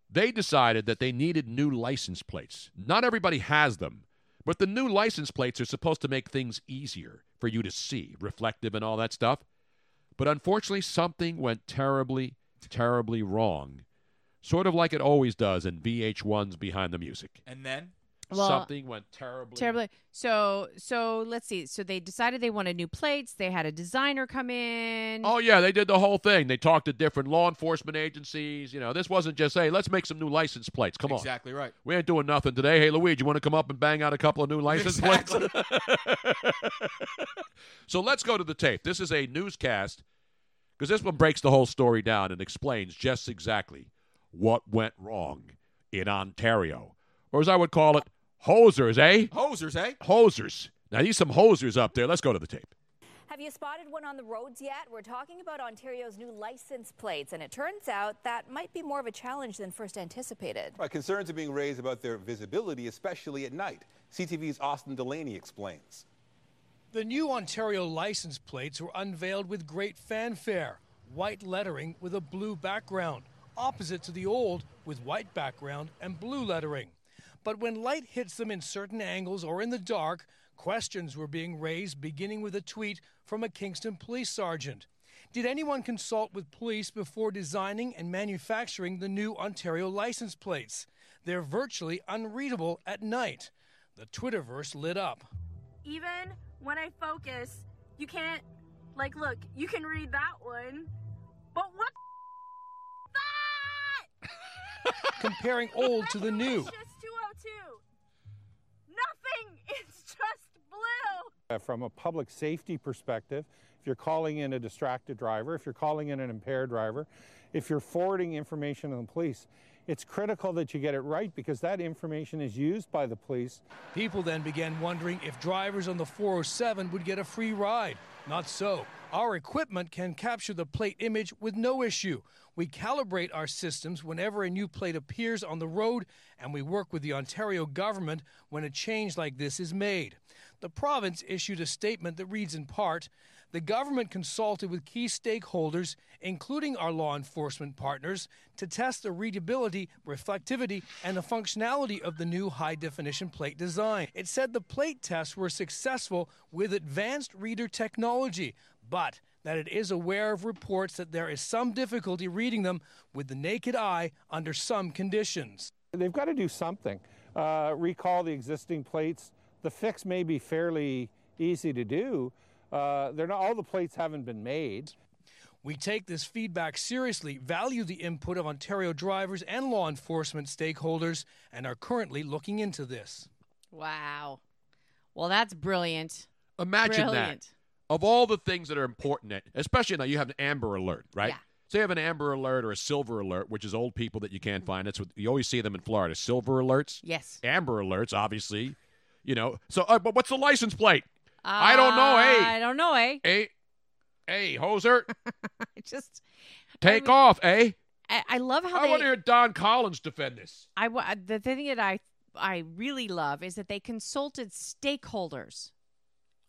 Speaker 2: they decided that they needed new license plates. Not everybody has them, but the new license plates are supposed to make things easier for you to see, reflective and all that stuff. But unfortunately, something went terribly, terribly wrong, sort of like it always does in VH1's Behind the Music.
Speaker 7: And then
Speaker 4: Well,
Speaker 2: Something went terribly.
Speaker 4: Terribly. So so let's see. So they decided they wanted new plates. They had a designer come in.
Speaker 2: Oh yeah, they did the whole thing. They talked to different law enforcement agencies. You know, this wasn't just hey, let's make some new license plates. Come on,
Speaker 7: Exactly right.
Speaker 2: we ain't doing nothing today. Hey, Luigi, you want to come up and bang out a couple of new license
Speaker 7: Exactly.
Speaker 2: plates? [LAUGHS] so let's go to the tape. This is a newscast because this one breaks the whole story down and explains just exactly what went wrong in Ontario, or as I would call it, hosers, eh?
Speaker 7: Hosers, eh?
Speaker 2: Hosers. Now, these some hosers up there. Let's go to the tape.
Speaker 10: Have you spotted one on the roads yet? We're talking about Ontario's new license plates, and it turns out that might be more of a challenge than first anticipated.
Speaker 11: Right, concerns are being raised about their visibility, especially at night. CTV's Austin Delaney explains.
Speaker 12: The new Ontario license plates were unveiled with great fanfare. White lettering with a blue background, opposite to the old with white background and blue lettering. But when light hits them in certain angles or in the dark, questions were being raised, beginning with a tweet from a Kingston police sergeant. Did anyone consult with police before designing and manufacturing the new Ontario license plates? They're virtually unreadable at night. The Twitterverse lit up. [LAUGHS]
Speaker 13: even when I focus, you can't like look, you can read that one. But what
Speaker 12: comparing old to the new.
Speaker 13: it's just 202. Nothing. [LAUGHS] It's just blue.
Speaker 14: Uh, From a public safety perspective, if you're calling in a distracted driver, if you're calling in an impaired driver, if you're forwarding information to the police, it's critical that you get it right because that information is used by the police
Speaker 12: People then began wondering if drivers on the 407 would get a free ride. Not so. Our equipment can capture the plate image with no issue. We calibrate our systems whenever a new plate appears on the road, and we work with the Ontario government when a change like this is made. The province issued a statement that reads in part The government consulted with key stakeholders, including our law enforcement partners, to test the readability, reflectivity, and the functionality of the new high definition plate design. It said the plate tests were successful with advanced reader technology, but that it is aware of reports that there is some difficulty reading them with the naked eye under some conditions.
Speaker 14: They've got to do something. Uh, recall the existing plates. The fix may be fairly easy to do. Uh, they're not all the plates haven't been made.
Speaker 12: We take this feedback seriously, value the input of Ontario drivers and law enforcement stakeholders, and are currently looking into this.
Speaker 4: Wow. Well, that's brilliant.
Speaker 2: Imagine that.
Speaker 4: Brilliant.
Speaker 2: Of all the things that are important, at, especially now, you have an Amber Alert, right?
Speaker 4: Yeah.
Speaker 2: So you have an Amber Alert or a Silver Alert, which is old people that you can't find. That's what you always see them in Florida. Silver Alerts,
Speaker 4: Yes.
Speaker 2: Amber Alerts, obviously. You know. So, uh, but what's the license plate? I don't know, eh?
Speaker 4: I don't know, eh? [LAUGHS]
Speaker 2: Hey, hey, hoser,
Speaker 4: I just
Speaker 2: take
Speaker 4: mean-
Speaker 2: off, eh?
Speaker 4: I, I love how
Speaker 2: I
Speaker 4: they
Speaker 2: want to hear Don Collins defend this.
Speaker 4: I wa- the thing that I I really love is that they consulted stakeholders.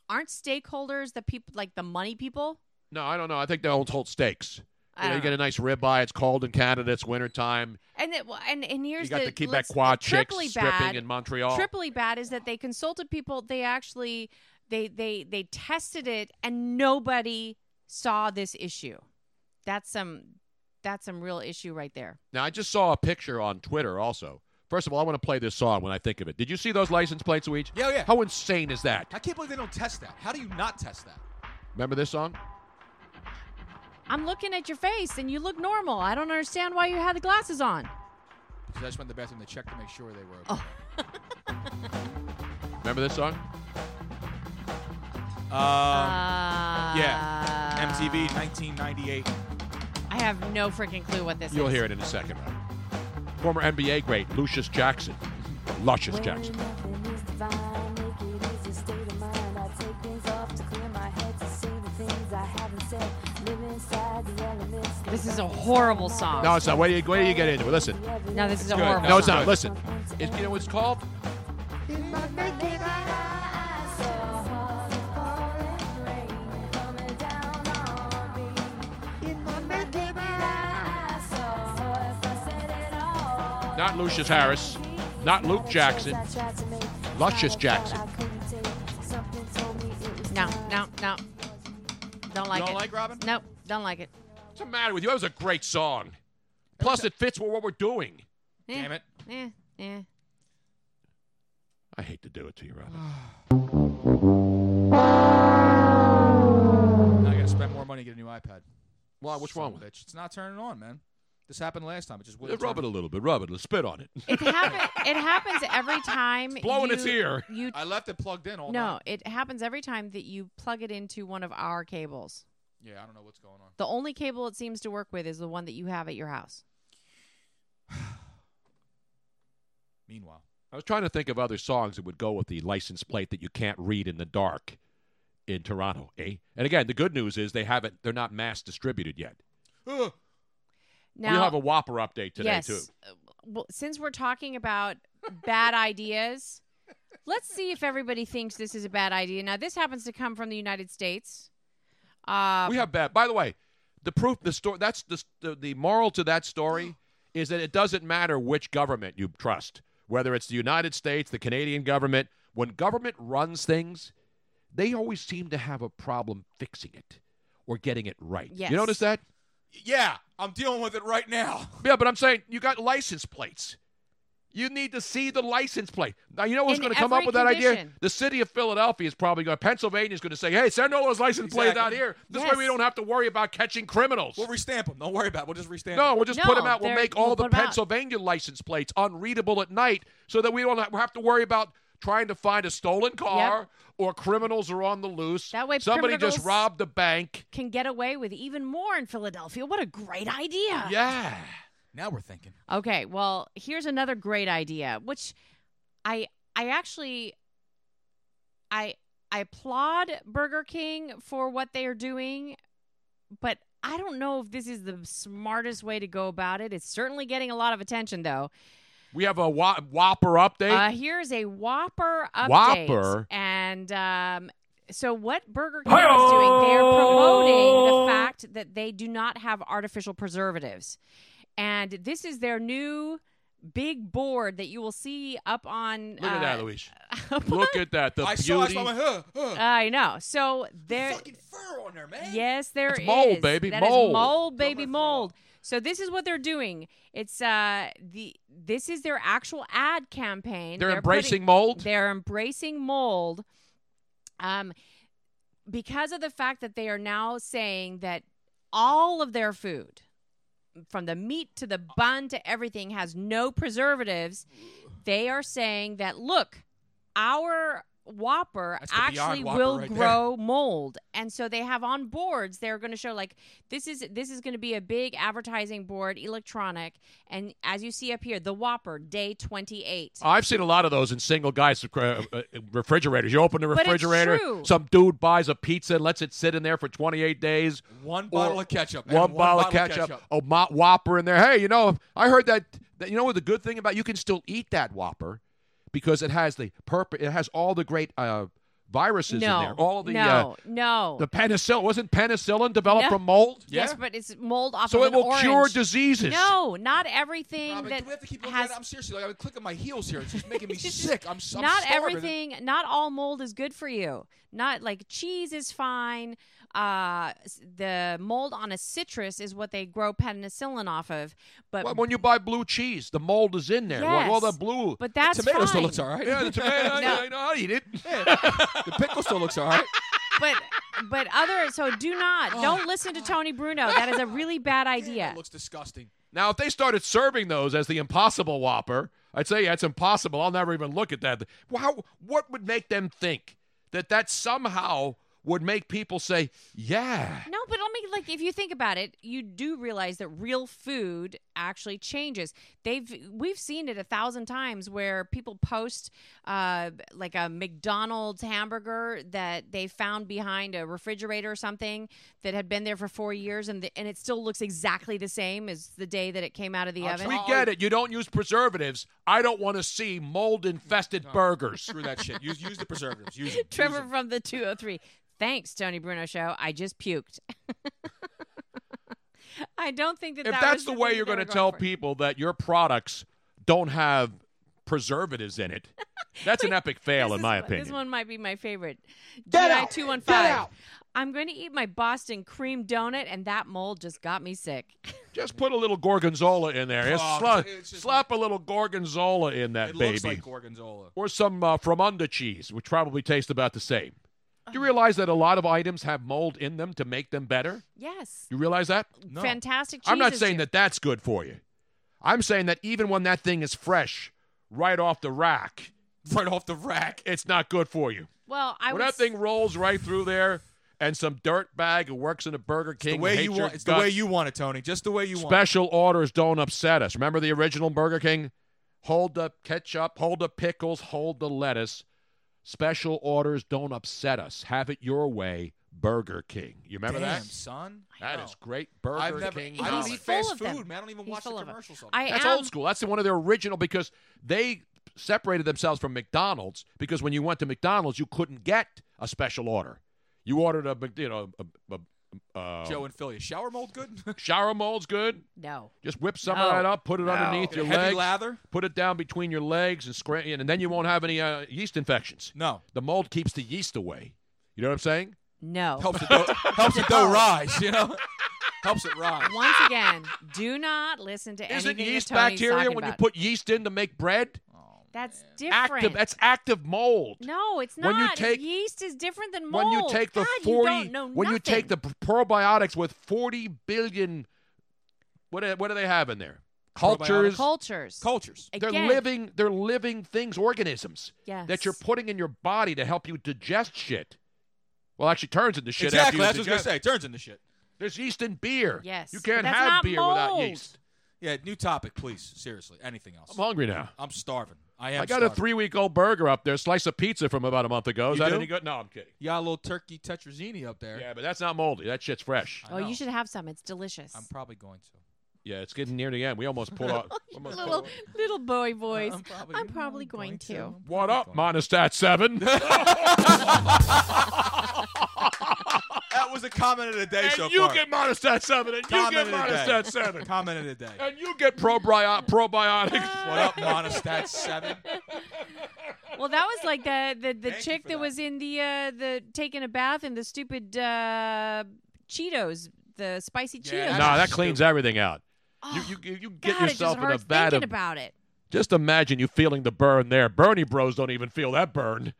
Speaker 4: Aren't stakeholders the people like the money people?
Speaker 2: No, I don't know. I think they all hold stakes.
Speaker 4: I
Speaker 2: You, know,
Speaker 4: don't
Speaker 2: you get a nice ribeye. It's cold in Canada. It's wintertime.
Speaker 4: And that, well, and and here's
Speaker 2: You got the,
Speaker 4: the let's-
Speaker 2: Quebecois chicks
Speaker 4: triply
Speaker 2: stripping
Speaker 4: bad,
Speaker 2: in Montreal.
Speaker 4: Triply bad is that they consulted people. They actually they they they tested it, and nobody saw this issue. That's some that's some real issue right there.
Speaker 2: Now, I just saw a picture on Twitter also. First of all, I want to play this song when I think of it. Did you see those license plates, Weege?
Speaker 7: Yeah, yeah.
Speaker 2: How insane is
Speaker 7: I
Speaker 2: that?
Speaker 7: can't believe they don't test that. How do you not test that?
Speaker 2: Remember this song?
Speaker 4: I'm looking at your face, and you look normal. I don't understand why you had the glasses on.
Speaker 7: Because I just went to the bathroom to check to make sure they were okay.
Speaker 4: Oh.
Speaker 2: Remember this song?
Speaker 7: Um, yeah.
Speaker 4: Uh,
Speaker 7: 1998.
Speaker 4: I have no freaking clue what this
Speaker 2: You'll
Speaker 4: is.
Speaker 2: hear it in a second, Rob. Former NBA great Lucius Jackson. Luscious Jackson.
Speaker 4: This is a horrible song.
Speaker 2: No, it's not. Where do you, where do you get into it? Listen.
Speaker 4: No, this is a
Speaker 2: Good.
Speaker 4: horrible
Speaker 2: No, it's
Speaker 4: song.
Speaker 2: not. Listen. It's, you know what it's called? Not Lucius Harris. Not Luke Jackson. Luscious Jackson.
Speaker 4: No, no, no. Don't like
Speaker 7: don't
Speaker 4: it.
Speaker 7: like Robin?
Speaker 4: Nope, don't like it.
Speaker 2: What's the matter with you? That was a great song. Plus, it fits with what we're doing.
Speaker 4: Eh,
Speaker 7: Damn it.
Speaker 4: Eh, eh.
Speaker 2: hate to do it to you, Robin.
Speaker 7: Now I gotta spend more money to get a new iPad.
Speaker 2: Why? What's
Speaker 7: Son
Speaker 2: wrong
Speaker 7: of a
Speaker 2: with
Speaker 7: bitch. It's not turning on, man. This happened last time. It just
Speaker 2: it?
Speaker 7: wouldn't.
Speaker 2: Rub it a little bit. Rub it. Let's spit on it.
Speaker 4: It happens. it happens every time.
Speaker 2: blowing
Speaker 4: you,
Speaker 2: its ear.
Speaker 4: You
Speaker 7: I left it plugged in all
Speaker 4: no,
Speaker 7: night.
Speaker 4: it happens every time that you plug it into one of our cables.
Speaker 7: Yeah, I don't know what's going on.
Speaker 4: The only cable it seems to work with is the one that you have at your house.
Speaker 7: Meanwhile,
Speaker 2: I was trying to think of other songs that would go with the license plate that you can't read in the dark in Toronto, eh? And again, the good news is they haven't. They're not mass distributed yet.
Speaker 7: Ugh.
Speaker 4: Now,
Speaker 2: we'll have a Whopper update today
Speaker 4: yes.
Speaker 2: too.
Speaker 4: Uh, Well, since we're talking about bad
Speaker 2: [LAUGHS]
Speaker 4: ideas, let's see if everybody thinks this is a bad idea. Now, this happens to come from the United States. Uh,
Speaker 2: we have bad. By the way, the proof, the story. That's the, the the moral to that story is that it doesn't matter which government you trust, whether it's the United States, the Canadian government. When government runs things, they always seem to have a problem fixing it or getting it right.
Speaker 7: Yes.
Speaker 2: You notice that?
Speaker 7: Yeah, I'm dealing with it right now. [LAUGHS]
Speaker 2: Yeah, but I'm saying you got license plates. You need to see the license plate. Now you know who's
Speaker 7: In
Speaker 2: going to come up
Speaker 7: every
Speaker 2: with that idea?
Speaker 7: condition.
Speaker 2: The city of Philadelphia is probably going. Pennsylvania is going to say, "Hey, send all those license plates out
Speaker 7: Exactly.
Speaker 2: here. This
Speaker 7: Yes.
Speaker 2: way we don't have to worry about catching criminals."
Speaker 7: We'll restamp them. Don't worry about. it. We'll just restamp.
Speaker 2: No,
Speaker 7: them.
Speaker 2: we'll just put them out. We'll make all the Pennsylvania license plates unreadable at night so that we don't ha- have to worry about trying to find a stolen car or criminals are on the loose. That
Speaker 4: way
Speaker 2: somebody just
Speaker 4: criminals-
Speaker 2: robbed the bank.
Speaker 4: can get away with even more in Philadelphia. What a great idea.
Speaker 2: Yeah.
Speaker 7: Now we're thinking.
Speaker 4: Okay, well, here's another great idea, which I I actually I I applaud Burger King for what they are doing, but I don't know if this is the smartest way to go about it. It's certainly getting a lot of attention though.
Speaker 2: We have a wha- Whopper update.
Speaker 4: Uh, here's a Whopper update.
Speaker 2: Whopper?
Speaker 4: And um, so, what Burger King is doing, they're promoting the fact that they do not have artificial preservatives. And this is their new big board that you will see up on.
Speaker 2: Look at that,
Speaker 4: uh,
Speaker 2: Luis. Look at that. The
Speaker 7: I saw it,
Speaker 2: beauty.
Speaker 7: so I'm like, huh, huh.
Speaker 4: I know. So there,
Speaker 7: fur on there, man.
Speaker 4: Yes, there is
Speaker 2: That's mold, baby,
Speaker 4: That is
Speaker 2: mold.
Speaker 4: mold, baby, mold. So this is what they're doing. It's uh the this is their actual ad campaign.
Speaker 2: They're
Speaker 4: putting-
Speaker 2: embracing mold?
Speaker 4: They're embracing mold. Um, because of the fact that they are now saying that all of their food, from the meat to the bun to everything, has no preservatives. They are saying that look, our Whopper
Speaker 15: That's the Beyond
Speaker 4: actually
Speaker 15: Whopper
Speaker 4: will
Speaker 15: right there.
Speaker 4: grow mold and so they have on boards they're going to show like this is this is going to be a big advertising board electronic and as you see up here the whopper day 28
Speaker 2: I've seen a lot of those in single guys uh, uh, refrigerators. You open the
Speaker 4: But it's
Speaker 2: refrigerator,
Speaker 4: true.
Speaker 2: some dude buys a pizza and lets it sit in there for 28 days.
Speaker 7: One
Speaker 2: Or
Speaker 7: bottle of ketchup.
Speaker 2: One,
Speaker 7: and
Speaker 2: bottle of ketchup, a mo- Whopper in there. Hey, you know, I heard that, that. You know what the good thing about you can still eat that Whopper because it has the purpose. It has all the great uh, viruses
Speaker 4: no
Speaker 2: in there. All the
Speaker 4: no
Speaker 2: uh,
Speaker 4: no
Speaker 2: the penicillin wasn't penicillin developed
Speaker 4: No.
Speaker 2: from mold.
Speaker 4: yes but it's mold off of
Speaker 2: So it
Speaker 4: an
Speaker 2: will
Speaker 4: orange.
Speaker 2: cure diseases.
Speaker 4: no not everything
Speaker 7: Robin,
Speaker 4: that
Speaker 7: do we have to keep looking
Speaker 4: has
Speaker 7: at it? I'm seriously like I'm clicking my heels here. It's just
Speaker 4: [LAUGHS]
Speaker 7: making me sick. I'm, I'm
Speaker 4: not
Speaker 7: starving.
Speaker 4: everything not all mold is good for you not like cheese is fine uh s- the mold on a citrus is what they grow penicillin off of but
Speaker 2: Well, when you buy blue cheese, the mold is in there. Well, Well,
Speaker 4: Yes.
Speaker 2: the blue.
Speaker 4: But that's Tomato still fine. looks all right.
Speaker 2: Yeah,
Speaker 4: [LAUGHS]
Speaker 2: the tomato.
Speaker 4: No.
Speaker 2: I, I know how to eat it.
Speaker 7: the pickle still looks all right.
Speaker 4: [LAUGHS] but but other so do not
Speaker 7: Oh.
Speaker 4: don't listen to tony bruno that is a really
Speaker 7: [LAUGHS]
Speaker 4: bad idea
Speaker 7: It's disgusting.
Speaker 2: Now, if they started serving those as the Impossible Whopper, I'd say yeah, it's impossible. I'll never even look at that. Wow, what would make them think that that somehow would make people say, yeah?
Speaker 4: no but let me like if you think about it you do realize that real food actually changes they've we've seen it a thousand times where people post uh like a mcdonald's hamburger that they found behind a refrigerator or something that had been there for four years and the, and it still looks exactly the same as the day that it came out of the oven [LAUGHS]
Speaker 2: We get it. You don't use preservatives. I don't want to see mold-infested burgers. Screw
Speaker 7: that shit. Use use the preservatives.
Speaker 4: [LAUGHS]
Speaker 7: Use it.
Speaker 4: Trevor from the 203. Thanks, Tony Bruno Show. I just puked. [LAUGHS] I don't think that
Speaker 2: if
Speaker 4: that
Speaker 2: that's
Speaker 4: was
Speaker 2: the way
Speaker 4: thing
Speaker 2: you're
Speaker 4: they
Speaker 2: going to
Speaker 4: were
Speaker 2: tell
Speaker 4: for.
Speaker 2: people that your products don't have preservatives in
Speaker 4: [LAUGHS]
Speaker 2: it, that's an epic fail, in my opinion.
Speaker 4: This one might be my favorite.
Speaker 2: Get
Speaker 4: GI
Speaker 2: out.
Speaker 4: 215.
Speaker 2: Get out.
Speaker 4: I'm going to eat my Boston cream donut, and that mold just got me sick.
Speaker 2: Just put a little gorgonzola in there. Just
Speaker 7: Oh,
Speaker 2: sla-
Speaker 7: it's just-
Speaker 2: slap a little gorgonzola in that
Speaker 7: It
Speaker 2: baby.
Speaker 7: looks like gorgonzola.
Speaker 2: or some uh, from under cheese, which probably tastes about the same.
Speaker 4: Oh.
Speaker 2: Do you realize that a lot of items have mold in them to make them better?
Speaker 4: Yes.
Speaker 2: You realize that?
Speaker 4: Fantastic cheese.
Speaker 2: I'm not saying that that's good for you. I'm saying that even when that thing is fresh, right off the rack, [LAUGHS]
Speaker 7: right off the rack,
Speaker 2: it's not good for you.
Speaker 4: Well, I
Speaker 2: when
Speaker 4: would.
Speaker 2: that thing rolls right through there, and some dirt bag who works in a Burger King,
Speaker 7: the way
Speaker 2: hates
Speaker 7: you
Speaker 2: your
Speaker 7: want. It's the
Speaker 2: guts.
Speaker 7: way you want it, Tony. Just the way you want. it.
Speaker 2: Special orders don't upset us. Remember the original Burger King? Hold the ketchup, hold the pickles, hold the lettuce. Special orders don't upset us. Have it your way, Burger King. You remember
Speaker 7: Damn,
Speaker 2: that?
Speaker 7: son.
Speaker 2: That is great Burger
Speaker 7: I've never,
Speaker 2: King.
Speaker 7: I don't
Speaker 2: knowledge.
Speaker 7: eat fast food, man. I don't even
Speaker 4: He's
Speaker 7: watch the
Speaker 4: full of it.
Speaker 7: commercials. all the
Speaker 4: I
Speaker 2: That's
Speaker 4: am.
Speaker 2: old school. That's one of their original because they separated themselves from McDonald's because when you went to McDonald's, you couldn't get a special order. You ordered a, you know, a, a, a, uh,
Speaker 7: Joe and Philly. Is Shower mold good? [LAUGHS]
Speaker 2: shower mold's good.
Speaker 4: No.
Speaker 2: Just whip some
Speaker 4: Oh.
Speaker 7: No.
Speaker 2: of that up, put it
Speaker 7: No.
Speaker 2: underneath
Speaker 7: Get a
Speaker 2: your
Speaker 7: heavy
Speaker 2: legs,
Speaker 7: lather?
Speaker 2: put it down between your legs, and scram- and then you won't have any uh, yeast infections.
Speaker 7: No,
Speaker 2: the mold keeps the yeast away. You know what I'm saying?
Speaker 4: No. [LAUGHS]
Speaker 7: helps it dough, helps it
Speaker 4: Oh.
Speaker 7: dough rise. You know, helps it rise.
Speaker 4: Once again, do not listen to
Speaker 2: Isn't
Speaker 4: anything
Speaker 2: yeast
Speaker 4: that Tony's
Speaker 2: bacteria
Speaker 4: talking
Speaker 2: when you
Speaker 4: about.
Speaker 2: put yeast in to make bread?
Speaker 4: That's different.
Speaker 2: Active. That's active mold.
Speaker 4: no, it's not.
Speaker 2: When you take-
Speaker 4: yeast is different than mold.
Speaker 2: When you take the
Speaker 4: God,
Speaker 2: forty,
Speaker 4: you don't know
Speaker 2: when you take the
Speaker 4: nothing.
Speaker 2: p- probiotics with forty billion, what do- what do they have in there? Cultures,
Speaker 4: cultures,
Speaker 7: cultures.
Speaker 2: They're
Speaker 4: Again,
Speaker 2: living. They're living things, organisms
Speaker 4: Yes.
Speaker 2: that you're putting in your body to help you digest shit. Well, actually, turns into shit.
Speaker 7: Exactly. That's
Speaker 2: After you
Speaker 7: what I was
Speaker 2: digest-
Speaker 7: gonna say. Turns into shit.
Speaker 2: There's yeast in beer.
Speaker 4: Yes,
Speaker 2: You
Speaker 4: but
Speaker 2: can't
Speaker 4: that's
Speaker 2: have
Speaker 4: not
Speaker 2: beer without
Speaker 4: mold.
Speaker 2: yeast.
Speaker 7: Yeah. New topic, please. Seriously. Anything else?
Speaker 2: I'm hungry now.
Speaker 7: I'm starving. I am.
Speaker 2: I got a
Speaker 7: starving.
Speaker 2: three-week-old burger up there, slice of pizza from about a month ago. Is
Speaker 7: You
Speaker 2: that
Speaker 7: do?
Speaker 2: any good? No, I'm kidding.
Speaker 7: You got a little turkey tetrazzini up there.
Speaker 2: Yeah, but that's not moldy. That shit's fresh.
Speaker 4: Oh, you should have some. It's delicious.
Speaker 7: I'm probably going to.
Speaker 2: Yeah, it's getting near the end. We
Speaker 7: [LAUGHS]
Speaker 2: almost pulled off. almost pulled
Speaker 4: little
Speaker 2: off.
Speaker 4: little boy voice. Uh, I'm probably, going, to.
Speaker 2: What up,
Speaker 7: [LAUGHS]
Speaker 2: Monostat Seven?
Speaker 4: [LAUGHS]
Speaker 7: That was a comment of the day
Speaker 2: And
Speaker 7: so
Speaker 2: you
Speaker 7: far.
Speaker 2: get Monostat Seven, and you
Speaker 7: Comment
Speaker 2: get
Speaker 7: of the day.
Speaker 2: Monostat Seven,
Speaker 7: Comment of the day.
Speaker 2: and you get probio-
Speaker 4: [LAUGHS]
Speaker 2: probiotics.
Speaker 7: What up, Monostat Seven?
Speaker 4: Well, that was like the the, the
Speaker 7: Thank you
Speaker 4: chick
Speaker 7: for
Speaker 4: that
Speaker 7: that.
Speaker 4: was in the uh, the taking a bath in the stupid uh, Cheetos, the spicy Cheetos. Oh,
Speaker 2: Nah, that cleans everything out. You, you, you get
Speaker 4: God,
Speaker 2: yourself
Speaker 4: it
Speaker 2: in
Speaker 4: just
Speaker 2: a
Speaker 4: hurts
Speaker 2: vat
Speaker 4: thinking
Speaker 2: of.
Speaker 4: about it.
Speaker 2: Just imagine you feeling the burn there. Bernie Bros don't even feel that burn.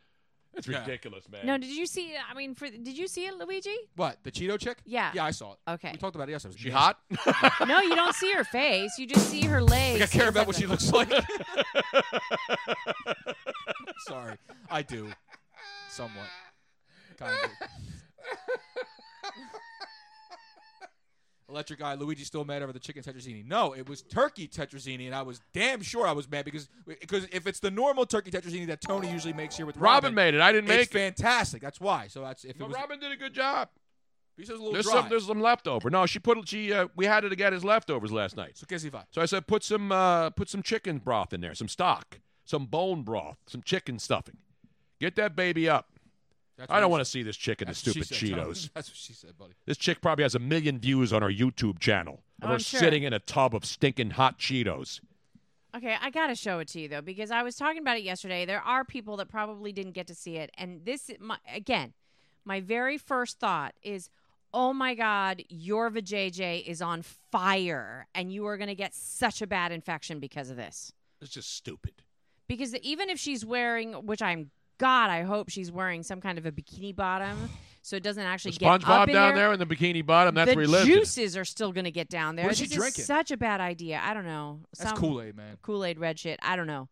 Speaker 2: That's
Speaker 7: Yeah.
Speaker 2: ridiculous, man.
Speaker 4: No, did you see? I mean, for did you see it, Luigi?
Speaker 7: What? The Cheeto chick?
Speaker 4: Yeah.
Speaker 7: Yeah, I saw it.
Speaker 4: Okay.
Speaker 7: We talked about it yesterday. It was
Speaker 2: She
Speaker 7: amazing.
Speaker 2: hot?
Speaker 4: no, you don't see her face. You just see her legs.
Speaker 7: Like, I care
Speaker 4: and
Speaker 7: about what
Speaker 4: something.
Speaker 7: she looks like.
Speaker 4: [LAUGHS]
Speaker 7: [LAUGHS] Sorry, I do, somewhat, kind of. Electric Eye Luigi still mad over the chicken tetrazzini. No, it was turkey tetrazzini, and I was damn sure I was mad because because if it's the normal turkey tetrazzini that Tony usually makes here with Robin,
Speaker 2: Robin made it. I didn't
Speaker 7: it's
Speaker 2: make it.
Speaker 7: fantastic. That's why. So that's if it
Speaker 2: But
Speaker 7: was.
Speaker 2: Robin did a good job.
Speaker 7: He says a little
Speaker 2: There's
Speaker 7: dry.
Speaker 2: some, there's some leftover. No, she put she uh, we had it again as leftovers last night.
Speaker 7: so guess if I.
Speaker 2: So I said put some uh, put some chicken broth in there, some stock, some bone broth, some chicken stuffing. Get that baby up.
Speaker 7: That's
Speaker 2: I don't want to see this chick in the
Speaker 7: That's what she
Speaker 2: stupid
Speaker 7: said, Tony.
Speaker 2: Cheetos.
Speaker 7: [LAUGHS] That's what she said, buddy.
Speaker 2: This chick probably has a million views on her YouTube channel of
Speaker 4: Oh,
Speaker 2: her
Speaker 4: I'm sure.
Speaker 2: sitting in a tub of stinking hot Cheetos.
Speaker 4: Okay, I gotta show it to you though because I was talking about it yesterday. There are people that probably didn't get to see it, and this my, again, my very first thought is, oh my god, your vajayjay is on fire, and you are gonna get such a bad infection because of this.
Speaker 2: It's just stupid.
Speaker 4: Because even if she's wearing, which I'm God, I hope she's wearing some kind of a bikini bottom, so it doesn't actually
Speaker 2: The
Speaker 4: get up
Speaker 2: SpongeBob
Speaker 4: in
Speaker 2: down
Speaker 4: there.
Speaker 2: there in the bikini bottom. That's
Speaker 4: the
Speaker 2: where he lives.
Speaker 4: juices are still gonna get down there.
Speaker 7: What is she
Speaker 4: This
Speaker 7: drinking?
Speaker 4: Such a bad idea. I don't know.
Speaker 7: That's
Speaker 4: Some
Speaker 7: Kool Aid, man.
Speaker 4: Kool-Aid red shit. I don't know.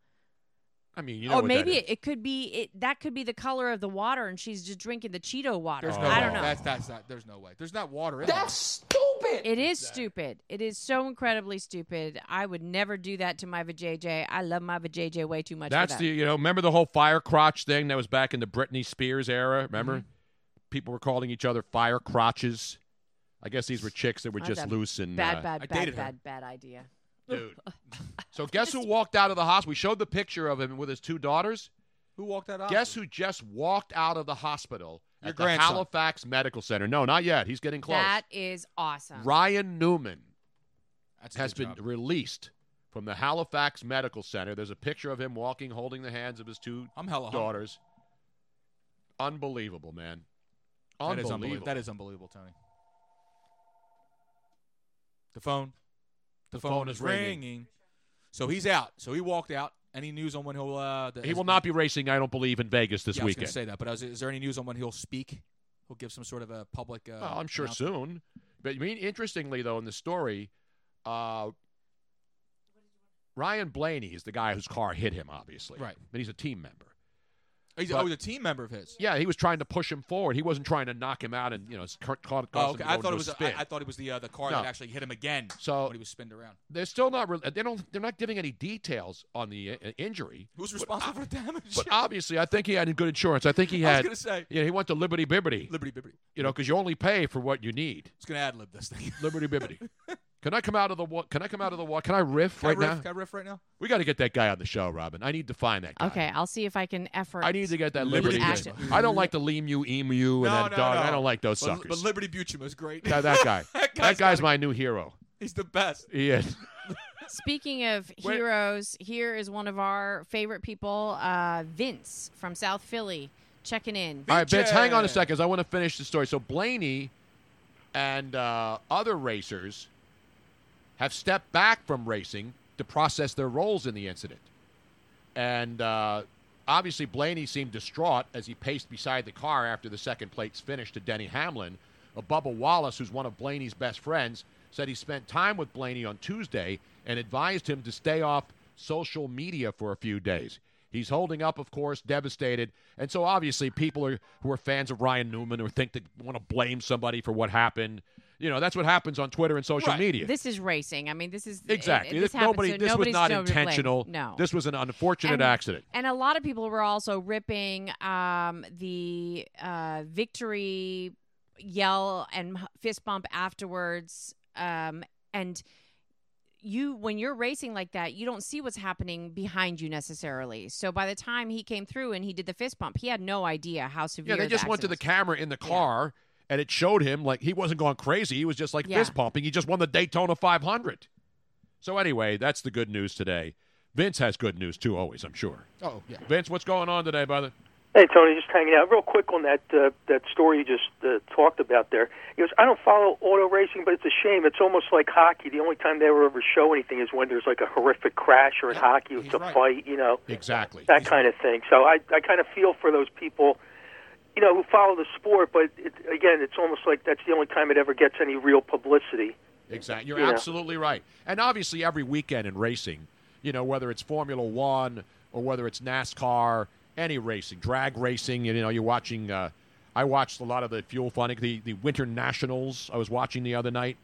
Speaker 2: I mean, you know
Speaker 4: or
Speaker 2: what that
Speaker 4: Oh, maybe
Speaker 2: is.
Speaker 4: it, it could be it that could be the color of the water, and she's just drinking the Cheeto water.
Speaker 7: There's no
Speaker 4: I
Speaker 7: way.
Speaker 4: don't know.
Speaker 7: That's that's not. There's no way. There's not water in
Speaker 4: It is stupid. It is so incredibly stupid. I would never do that to my vajayjay. I love my vajayjay way too much. for
Speaker 2: That's
Speaker 4: that.
Speaker 2: the you know remember the whole fire crotch thing that was back in the Britney Spears era. Remember,
Speaker 4: Mm-hmm.
Speaker 2: people were calling each other fire crotches. I guess these were chicks that were
Speaker 4: That's
Speaker 2: just
Speaker 4: a
Speaker 2: loose and
Speaker 4: bad,
Speaker 2: uh,
Speaker 4: bad,
Speaker 7: I
Speaker 4: bad,
Speaker 7: dated her.
Speaker 4: bad, bad idea.
Speaker 2: dude. so guess who walked out of the hospital? We showed the picture of him with his two daughters.
Speaker 7: Who walked
Speaker 4: Oh.
Speaker 7: that out?
Speaker 2: Guess who just walked out of the hospital
Speaker 7: Your
Speaker 2: at the
Speaker 7: grandson.
Speaker 2: Halifax Medical Center? No, not yet. He's getting close.
Speaker 4: That is awesome.
Speaker 2: Ryan Newman
Speaker 7: That's a
Speaker 2: has
Speaker 7: good
Speaker 2: been
Speaker 7: job.
Speaker 2: released from the Halifax Medical Center. There's a picture of him walking, holding the hands of his two
Speaker 7: I'm hella hungry.
Speaker 2: daughters. Unbelievable, man.
Speaker 7: That is unbelievable.
Speaker 2: Unbelievable.
Speaker 7: That is unbelievable, Tony. The phone. The,
Speaker 2: phone is ringing.
Speaker 7: So he's out. So he walked out. Any news on when he'll? Uh, the,
Speaker 2: He will not be racing, I don't believe, in Vegas this
Speaker 7: yeah, I was going
Speaker 2: weekend.
Speaker 7: to say that, but I was, is there any news on when he'll speak? He'll give some sort of a public. Uh,
Speaker 2: Well, I'm sure
Speaker 7: announcement?
Speaker 2: soon. But I mean, interestingly though, in the story, uh, Ryan Blaney is the guy whose car hit him, obviously.
Speaker 7: Right.
Speaker 2: But he's a team member.
Speaker 7: He's,
Speaker 2: But-
Speaker 7: oh, he's a team member of his.
Speaker 2: Yeah, he was trying to push him forward. He wasn't trying to knock him out and you know s- ca- ca- cause
Speaker 7: Oh,
Speaker 2: him
Speaker 7: okay.
Speaker 2: to go
Speaker 7: I
Speaker 2: into
Speaker 7: thought
Speaker 2: a
Speaker 7: it was. I,
Speaker 2: spin.
Speaker 7: I thought it was the uh, the car
Speaker 2: No.
Speaker 7: that actually hit him again.
Speaker 2: So-
Speaker 7: when he was spinned around.
Speaker 2: they're still not. Re- they don't. They're not giving any details on the uh,
Speaker 7: [LAUGHS]
Speaker 2: injury.
Speaker 7: Who's responsible for the damage?
Speaker 2: [LAUGHS] But obviously, I think he had good insurance. I think he
Speaker 7: I was
Speaker 2: had.
Speaker 7: gonna say.
Speaker 2: Yeah, he went to Liberty Bibbity.
Speaker 7: Liberty Bibbity.
Speaker 2: You know, because you only pay for what you need.
Speaker 7: It's gonna ad lib this thing. [LAUGHS]
Speaker 2: Liberty Bibbity. can I come out of the? wa- Can I come out of the? wa- Can I riff
Speaker 7: Can I
Speaker 2: right
Speaker 7: riff,
Speaker 2: now?
Speaker 7: Can I riff right now?
Speaker 2: We got to get that guy on the show, Robin. I need to find that [LAUGHS] guy.
Speaker 4: Okay, I'll see if I can effort.
Speaker 2: I need to get that
Speaker 4: Liberty
Speaker 2: Liberty.
Speaker 4: Act-
Speaker 2: guy. I don't like the Lemu, Emu, and
Speaker 7: No,
Speaker 2: that
Speaker 7: no,
Speaker 2: dog. I
Speaker 7: no.
Speaker 2: don't like those
Speaker 7: But-
Speaker 2: suckers.
Speaker 7: But Liberty Butchum is great.
Speaker 2: Yeah, that guy. that guy's,
Speaker 7: guy's gotta-
Speaker 2: my new hero.
Speaker 7: [LAUGHS] He's the best.
Speaker 2: He is.
Speaker 4: Speaking
Speaker 2: [LAUGHS]
Speaker 4: of heroes, here is one of our favorite people, uh, Vince from South Philly, checking in.
Speaker 2: All right, Vince, hang on a second. 'cause I want to finish the story. So Blaney and uh, other racers have stepped back from racing to process their roles in the incident. And uh, obviously, Blaney seemed distraught as he paced beside the car after the second plate's finish to Denny Hamlin. Uh, Bubba Wallace, who's one of Blaney's best friends, said he spent time with Blaney on Tuesday and advised him to stay off social media for a few days. He's holding up, of course, devastated. And so, obviously, people are, who are fans of Ryan Newman or think they want to blame somebody for what happened. You know, that's what happens on Twitter and social media.
Speaker 4: This is racing. I mean, this is
Speaker 2: Exactly.
Speaker 4: It,
Speaker 2: This,
Speaker 4: this, happens,
Speaker 2: nobody.
Speaker 4: so
Speaker 2: This was
Speaker 4: nobody's
Speaker 2: not
Speaker 4: to blame.
Speaker 2: intentional.
Speaker 4: No.
Speaker 2: This was an unfortunate
Speaker 4: And-
Speaker 2: accident.
Speaker 4: And a lot of people were also ripping um, the uh, victory yell and h- fist bump afterwards. Um, and you, when you're racing like that, you don't see what's happening behind you necessarily. So by the time he came through and he did the fist bump, he had no idea how severe.
Speaker 2: Yeah, they
Speaker 4: the
Speaker 2: just went to
Speaker 4: accident
Speaker 2: the camera in the car, and it showed him like he wasn't going crazy. He was just like
Speaker 4: Yeah.
Speaker 2: fist pumping. He just won the Daytona 500. So anyway, that's the good news today. Vince has good news too, always. I'm sure.
Speaker 7: Oh yeah.
Speaker 2: Vince, what's going on today, brother?
Speaker 15: Hey Tony, just hanging out real quick on that uh, that story you just uh, talked about there. He goes, I don't follow auto racing, but it's a shame. It's almost like hockey. The only time they ever ever show anything is when there's like a horrific crash or in hockey it's a fight, you know,
Speaker 2: Exactly.
Speaker 15: that kind of thing. So I I kind of feel for those people, you know, who follow the sport, but it, again, it's almost like that's the only time it ever gets any real publicity.
Speaker 2: Exactly. You're
Speaker 15: Yeah.
Speaker 2: absolutely right. And obviously, every weekend in racing, you know, whether it's Formula One or whether it's NASCAR, any racing, drag racing, you know, you're watching. Uh, I watched a lot of the fuel funding, the, the Winter Nationals. I was watching the other night,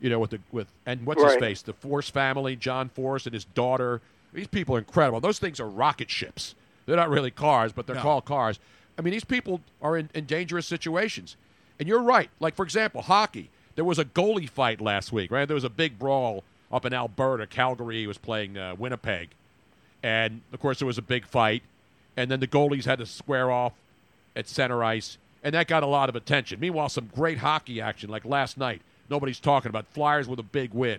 Speaker 2: you know, with the with and what's his
Speaker 16: Right.
Speaker 2: face, the Force family, John Force and his daughter. These people are incredible. Those things are rocket ships. They're not really cars, but they're
Speaker 16: No.
Speaker 2: called cars. I mean, these people are in, in dangerous situations. And you're right. Like, for example, hockey. There was a goalie fight last week, right? There was a big brawl up in Alberta. Calgary was playing uh, Winnipeg. And, of course, there was a big fight. And then the goalies had to square off at center ice. And that got a lot of attention. Meanwhile, some great hockey action, like last night. Nobody's talking about Flyers with a big win.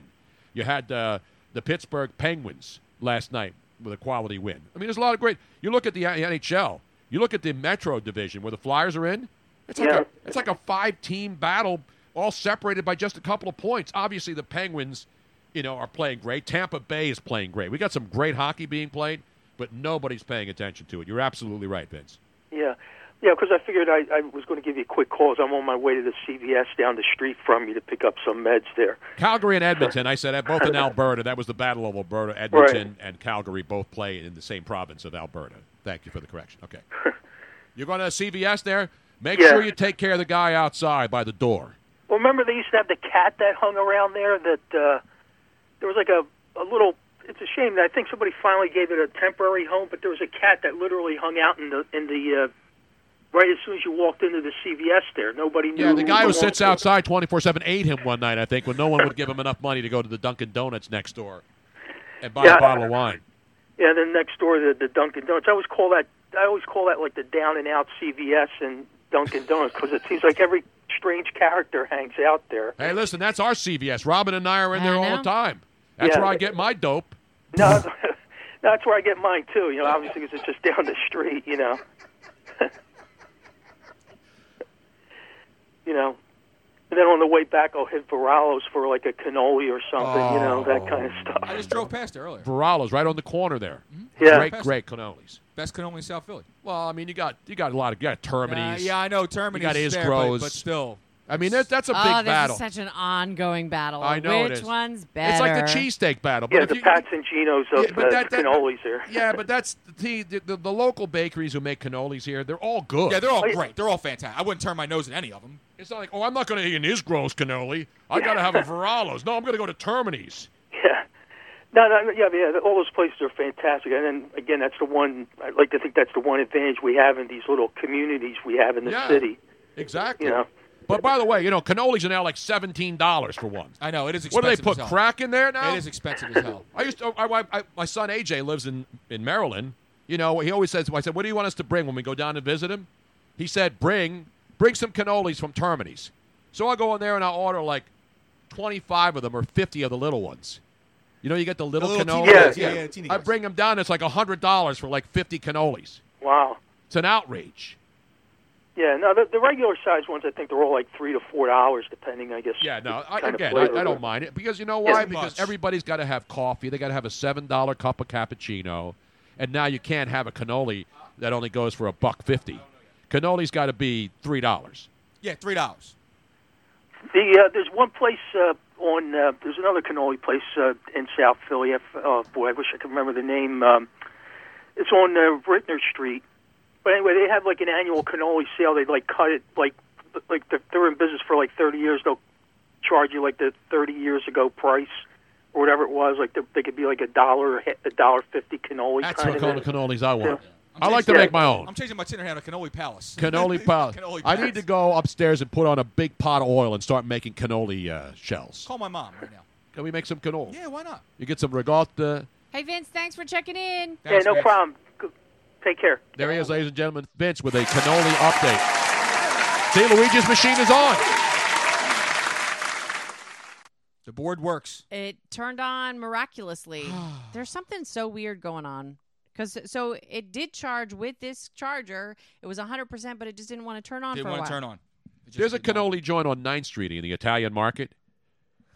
Speaker 2: You had uh, the Pittsburgh Penguins last night with a quality win. I mean, there's a lot of great. You look at the NHL. You look at the Metro Division where the Flyers are in. It's like a it's like a five team battle, all separated by just a couple of points. Obviously, the Penguins, you know, are playing great. Tampa Bay is playing great. We got some great hockey being played, but nobody's paying attention to it. You're absolutely right, Vince.
Speaker 15: Yeah. Yeah, because I figured I, I was going to give you a quick call. as I'm on my way to the CVS down the street from you to pick up some meds there.
Speaker 2: Calgary and Edmonton. I said that both in Alberta. That was the battle of Alberta. Edmonton and Calgary both play in the same province of Alberta. Thank you for the correction. Okay. You're going to CVS there. Make
Speaker 15: Yeah.
Speaker 2: sure you take care of the guy outside by the door.
Speaker 15: Well, remember they used to have the cat that hung around there. That uh, there was like a a little. It's a shame that I think somebody finally gave it a temporary home, but there was a cat that literally hung out in the in the uh, right as soon as you walked into the CVS. There, nobody knew.
Speaker 2: Yeah, the guy who
Speaker 15: belonged
Speaker 2: sits
Speaker 15: to it.
Speaker 2: outside 24 7 ate him one night, I think, when no one would give him enough money to go to the Dunkin' Donuts next door and buy
Speaker 15: Yeah.
Speaker 2: a bottle of wine.
Speaker 15: Yeah, then next door the the Dunkin' Donuts. I always call that I always call that like the down and out CVS and Dunkin' Donuts because it seems like every strange character hangs out there.
Speaker 2: Hey, listen, that's our CVS. Robin and I are in there
Speaker 15: I
Speaker 2: all the
Speaker 15: know.
Speaker 2: time. That's
Speaker 15: Yeah.
Speaker 2: where I get my dope.
Speaker 15: No, that's where I get mine too. You know, obviously because it's just down the street. You know. [LAUGHS] you know. And then on the way back, I'll hit Viralo's for like a cannoli or something, you know,
Speaker 2: Oh.
Speaker 15: that kind of stuff.
Speaker 7: I just drove past it earlier.
Speaker 2: Verallo's right on the corner there.
Speaker 7: Mm-hmm.
Speaker 15: Yeah.
Speaker 2: Great, great cannolis.
Speaker 7: Best cannoli in South Philly.
Speaker 2: Well, I mean, you got you got a lot of you got Termites.
Speaker 7: yeah, I know Termites
Speaker 2: You got
Speaker 7: is
Speaker 2: his
Speaker 7: there, but-
Speaker 2: grows,
Speaker 7: but still.
Speaker 2: I mean, that, that's a big
Speaker 4: oh, this
Speaker 2: battle.
Speaker 4: is such an ongoing battle.
Speaker 2: I know
Speaker 4: Which
Speaker 2: it is.
Speaker 4: one's better?
Speaker 2: It's like the [LAUGHS] cheesesteak battle. But
Speaker 15: Yeah,
Speaker 2: if
Speaker 15: the
Speaker 2: you-
Speaker 15: Pats and Geno's of
Speaker 2: Yeah, but
Speaker 15: uh,
Speaker 2: that- that-
Speaker 15: cannolis there.
Speaker 2: yeah, but that's the, the, the the local bakeries who make cannolis here. They're all good.
Speaker 7: Yeah, they're
Speaker 15: Oh,
Speaker 7: all great. They're all fantastic. I wouldn't turn my nose at any of them.
Speaker 2: It's not like, oh, I'm not going to eat an Isgro's cannoli. I got to
Speaker 15: [LAUGHS]
Speaker 2: have a Verallo's. No, I'm going to go to Termini's.
Speaker 15: Yeah. No, no, no, yeah, yeah. All those places are fantastic, and then again, that's the one. I like to think that's the one advantage we have in these little communities we have in the
Speaker 2: Yeah.
Speaker 15: city.
Speaker 2: Exactly.
Speaker 15: You know.
Speaker 2: But by the way, you know, cannolis are now like seventeen dollars for one.
Speaker 7: I know it is.
Speaker 2: What do they
Speaker 7: expensive as
Speaker 2: put
Speaker 7: hell.
Speaker 2: crack in there now?
Speaker 7: It is expensive as hell.
Speaker 2: I used to. I, I, I, my son AJ lives in in Maryland. You know, he always says. I said, "What do you want us to bring when we go down to visit him?" He said, "Bring bring some cannolis from Termini's." So I go in there and I order like twenty five of them or fifty of the little ones. You know, you get the little,
Speaker 7: little
Speaker 2: cannolis.
Speaker 7: teeny guys, yeah, yeah, teeny
Speaker 2: I bring them down. It's like hundred dollars for like fifty cannolis.
Speaker 15: Wow.
Speaker 2: It's an outrage.
Speaker 15: Yeah, no, the, the regular size ones, I think they're all like three to four dollars, depending, I guess.
Speaker 2: Yeah, no, I,
Speaker 15: kind of
Speaker 2: again, I,
Speaker 15: flavor.
Speaker 2: I don't mind it because you know
Speaker 15: Yeah.
Speaker 2: why?
Speaker 15: Too
Speaker 2: Because
Speaker 15: much.
Speaker 2: everybody's got to have coffee. They got to have a seven dollar cup of cappuccino, and now you can't have a cannoli that only goes for a buck fifty. Cannoli's got to be three dollars.
Speaker 7: Yeah, three dollars.
Speaker 15: The uh, there's one place uh, on uh, there's another cannoli place uh, in South Philly. I f- Oh boy, I wish I could remember the name. Um, it's on uh, Rittner Street. But anyway, they have like an annual cannoli sale. They like cut it like like they're- they're in business for like 30 years. They'll charge you like the 30 years ago price or whatever it was. Like they, they could be like a dollar, a dollar fifty cannoli.
Speaker 2: That's
Speaker 15: kind
Speaker 2: what
Speaker 15: of
Speaker 2: kind of
Speaker 15: thing.
Speaker 2: cannolis I want.
Speaker 7: I'm
Speaker 2: I like to
Speaker 7: changing-
Speaker 2: make my own
Speaker 7: I'm changing my dinner down to cannoli palace.
Speaker 2: cannoli
Speaker 7: [LAUGHS]
Speaker 2: pot.
Speaker 7: Cannoli
Speaker 2: I
Speaker 7: palace.
Speaker 2: need to go upstairs and put on a big pot of oil and start making cannoli uh, shells.
Speaker 7: Call my mom right now.
Speaker 2: Can we make some cannoli?
Speaker 7: Yeah, why not?
Speaker 2: You get some regatta.
Speaker 4: Hey Vince, thanks for checking in.
Speaker 2: Yeah, no Thanks, Vince. problem.
Speaker 15: Take care.
Speaker 2: There he is, ladies and gentlemen. Vince with a cannoli update. See, Luigi's machine is on.
Speaker 7: The board works.
Speaker 4: It turned on
Speaker 7: [SIGHS]
Speaker 4: miraculously. There's something so weird going on. Cause so it did charge with this charger. It was 100%, but it just didn't want to turn on
Speaker 7: Didn't
Speaker 4: for a
Speaker 7: want
Speaker 4: while.
Speaker 7: to turn on.
Speaker 2: There's a cannoli joint on 9th Street in the Italian market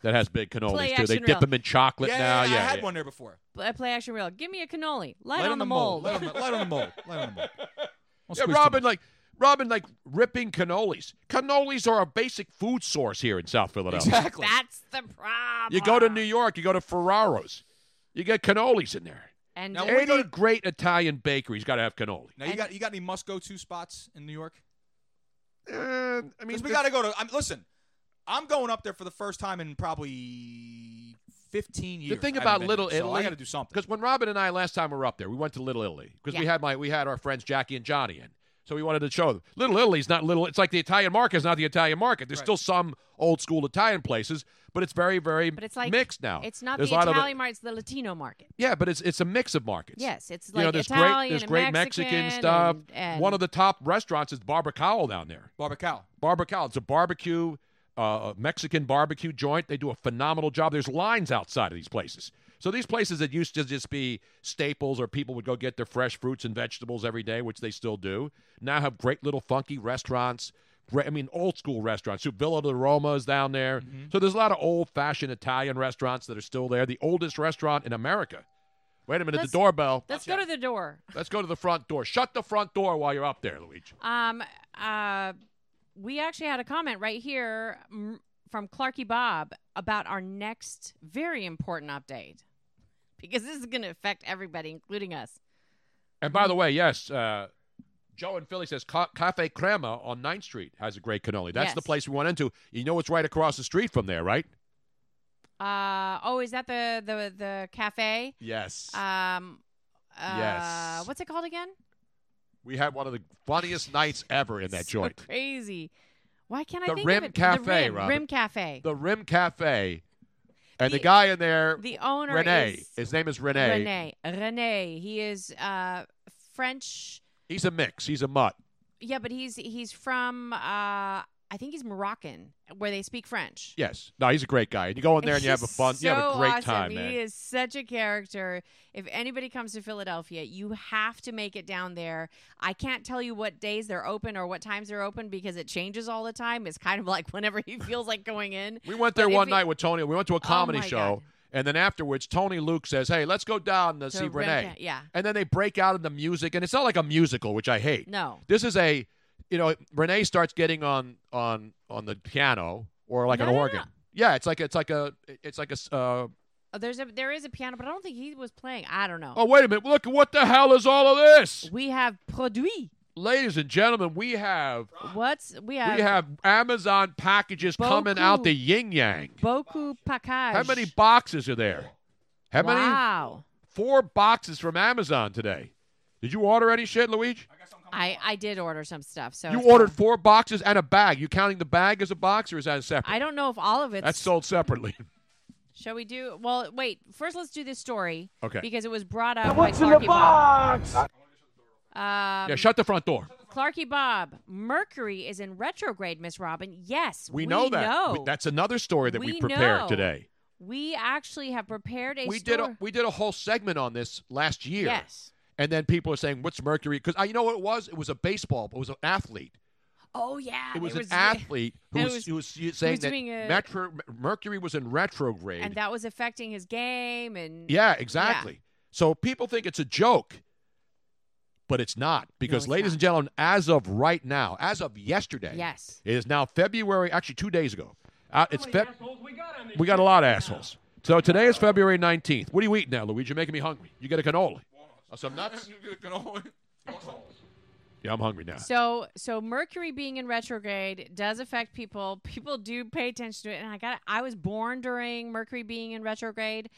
Speaker 2: that has big cannolis
Speaker 4: Play
Speaker 2: too. They
Speaker 4: action
Speaker 2: dip
Speaker 4: real.
Speaker 2: them in chocolate
Speaker 7: Yeah,
Speaker 2: now.
Speaker 7: yeah,
Speaker 2: Yeah,
Speaker 7: I had
Speaker 2: yeah.
Speaker 7: one there before.
Speaker 4: Play, play action reel. Give me a cannoli. Light,
Speaker 7: Light
Speaker 4: on, the mold.
Speaker 7: Light on the, light on the mold. Light on the
Speaker 2: [LAUGHS]
Speaker 7: mold. Don't
Speaker 2: Yeah,
Speaker 7: squeeze too
Speaker 2: Robin like Robin like ripping cannolis. Cannolis are a basic food source here in South Philadelphia.
Speaker 7: Exactly.
Speaker 4: That's the problem.
Speaker 2: You go to New York, you go to Ferraro's, you get cannolis in there.
Speaker 4: and
Speaker 7: Now,
Speaker 2: Any great Italian bakery's got to have cannoli.
Speaker 7: Now you got you got any must go to spots in New York?
Speaker 2: I
Speaker 7: Uh, mean, we got to go to. I mean, listen, I'm going up there for the first time in probably 15 years.
Speaker 2: The thing
Speaker 7: I haven't
Speaker 2: about
Speaker 7: been
Speaker 2: Little
Speaker 7: there, so
Speaker 2: Italy,
Speaker 7: I got to do something.
Speaker 2: Because when Robin and I last time were up there, we went to Little Italy because we
Speaker 7: Yeah.
Speaker 2: had my we had our friends Jackie and Johnny in, so we wanted to show them. Little Italy's not little. It's like the Italian market is not the Italian market. There's still some old school Italian places, but it's very very
Speaker 4: But it's like
Speaker 2: mixed now.
Speaker 4: It's not
Speaker 2: There's
Speaker 4: the
Speaker 2: a lot of
Speaker 4: Italian market, it's the Latino market.
Speaker 2: yeah, but it's it's a mix of markets.
Speaker 4: Yes, it's
Speaker 2: you know,
Speaker 4: like
Speaker 2: there's
Speaker 4: Italian
Speaker 2: great there's
Speaker 4: and
Speaker 2: great
Speaker 4: Mexican
Speaker 2: stuff.
Speaker 4: and- and-
Speaker 2: One of the top restaurants is Barber Cowell down there.
Speaker 7: Barbacow.
Speaker 2: Barbacow. It's a barbecue, uh, Mexican barbecue joint. They do a phenomenal job. There's lines outside of these places. So these places that used to just be staples or people would go get their fresh fruits and vegetables every day, which they still do, now have great little funky restaurants. Great, I mean, old school restaurants. So Villa de Roma is down there. So there's a lot of old fashioned Italian restaurants that are still there. The oldest restaurant in America. Wait a minute,
Speaker 4: Let's-
Speaker 2: the doorbell.
Speaker 4: Let's go to the door.
Speaker 2: Let's go to the front door. Shut the front door while you're up there, Luigi.
Speaker 4: Um, uh, we actually had a comment right here mm, from Clarky Bob about our next very important update because this is going to affect everybody, including us.
Speaker 2: And by the way, yes, uh, Joe in Philly says Ca- Cafe Crema on 9th Street has a great cannoli. That's the
Speaker 4: Yes.
Speaker 2: place we went into. You know it's right across the street from there, right?
Speaker 4: Uh, oh, is that the the the cafe?
Speaker 2: Yes.
Speaker 4: Um, uh,
Speaker 2: Yes.
Speaker 4: What's it called again?
Speaker 2: we had one of the funniest nights ever in that joint.
Speaker 4: Crazy. Why can't I
Speaker 2: The
Speaker 4: think
Speaker 2: Rim
Speaker 4: of it? the
Speaker 2: Cafe,
Speaker 4: Rim,
Speaker 2: Robin.
Speaker 4: Rim Cafe.
Speaker 2: The Rim Cafe. And the, guy in there,
Speaker 4: the owner
Speaker 2: Er, Renee.
Speaker 4: is
Speaker 2: his name is Renee.
Speaker 4: Renee. Renee. He is uh French.
Speaker 2: He's a mix. He's a mutt.
Speaker 4: Yeah, but he's he's from uh I think he's Moroccan, where they speak French.
Speaker 2: Yes. No, he's a great guy. You go in there and you have a
Speaker 4: He's
Speaker 2: fun, you have a
Speaker 4: so
Speaker 2: great
Speaker 4: awesome.
Speaker 2: time, man.
Speaker 4: He is such a character. If anybody comes to Philadelphia, you have to make it down there. I can't tell you what days they're open or what times they're open because it changes all the time. It's kind of like [LAUGHS] whenever he feels like going in.
Speaker 2: We went there
Speaker 4: But if
Speaker 2: one
Speaker 4: he-
Speaker 2: night with Tony. We went to a comedy
Speaker 4: my
Speaker 2: show. And then afterwards, Tony Luke says, Hey, let's go down to,
Speaker 4: To
Speaker 2: see Renee.
Speaker 4: Renee, yeah.
Speaker 2: And then they break out into music. And it's not like a musical, which I hate.
Speaker 4: No.
Speaker 2: This is a, you know, Renee starts getting on on on the piano or like an
Speaker 4: No, no,
Speaker 2: organ.
Speaker 4: no.
Speaker 2: Yeah, it's like it's like a it's like a s- uh,
Speaker 4: Oh, there's a there is a piano, but I don't think he was playing. I don't know.
Speaker 2: Oh wait a minute! Look, what the hell is all of this?
Speaker 4: We have produit,
Speaker 2: ladies and gentlemen. We have
Speaker 4: What's we have?
Speaker 2: we have Amazon packages coming out the yin yang.
Speaker 4: Boku Pakage.
Speaker 2: How many boxes are there? How many?
Speaker 4: Wow.
Speaker 2: Four boxes from Amazon today. Did you order any shit, Luigi?
Speaker 4: I I did order some stuff. So
Speaker 2: You
Speaker 4: it's cool.
Speaker 2: ordered four boxes and a bag. You counting the bag as a box or is that separate?
Speaker 4: I don't know if all of it's
Speaker 2: That's sold separately.
Speaker 4: Shall we do? Well, wait. First, let's do this story.
Speaker 2: Okay.
Speaker 4: Because it was brought up.
Speaker 2: what's
Speaker 4: by
Speaker 2: in the
Speaker 4: Clarky Bob. Um,
Speaker 2: yeah, shut the front door.
Speaker 4: Clarky Bob. Mercury is in retrograde, Miss Robin. Yes,
Speaker 2: We know that.
Speaker 4: Know.
Speaker 2: We- that's another story that we,
Speaker 4: We
Speaker 2: prepared
Speaker 4: know.
Speaker 2: today.
Speaker 4: We actually have prepared a.
Speaker 2: we
Speaker 4: story.
Speaker 2: did a, we did a whole segment on this last year.
Speaker 4: Yes.
Speaker 2: And then people are saying, "What's Mercury?" Because I, you know what it was? It was a baseball. It was an athlete.
Speaker 4: Oh yeah.
Speaker 2: it
Speaker 4: [LAUGHS]
Speaker 2: was
Speaker 4: there
Speaker 2: an athlete who
Speaker 4: and
Speaker 2: was,
Speaker 4: it
Speaker 2: who was
Speaker 4: was-
Speaker 2: saying
Speaker 4: who was
Speaker 2: that
Speaker 4: doing a-
Speaker 2: metro, Mercury was in retrograde.
Speaker 4: and that was affecting his game and.
Speaker 2: yeah, exactly. So people think it's a joke, but it's not because, ladies and gentlemen, as of right now, as of yesterday,
Speaker 4: Yes.
Speaker 2: it is now February. Actually, two days ago, uh, it's Feb. We got a lot of assholes. So today is February nineteenth. What are you eating now, Luigi? You're making me hungry. You get a cannoli.
Speaker 7: [LAUGHS]
Speaker 2: Uh, Some nuts? Yeah, I'm hungry now.
Speaker 4: So so Mercury being in retrograde does affect people. People do pay attention to it, and I got I was born during Mercury being in retrograde.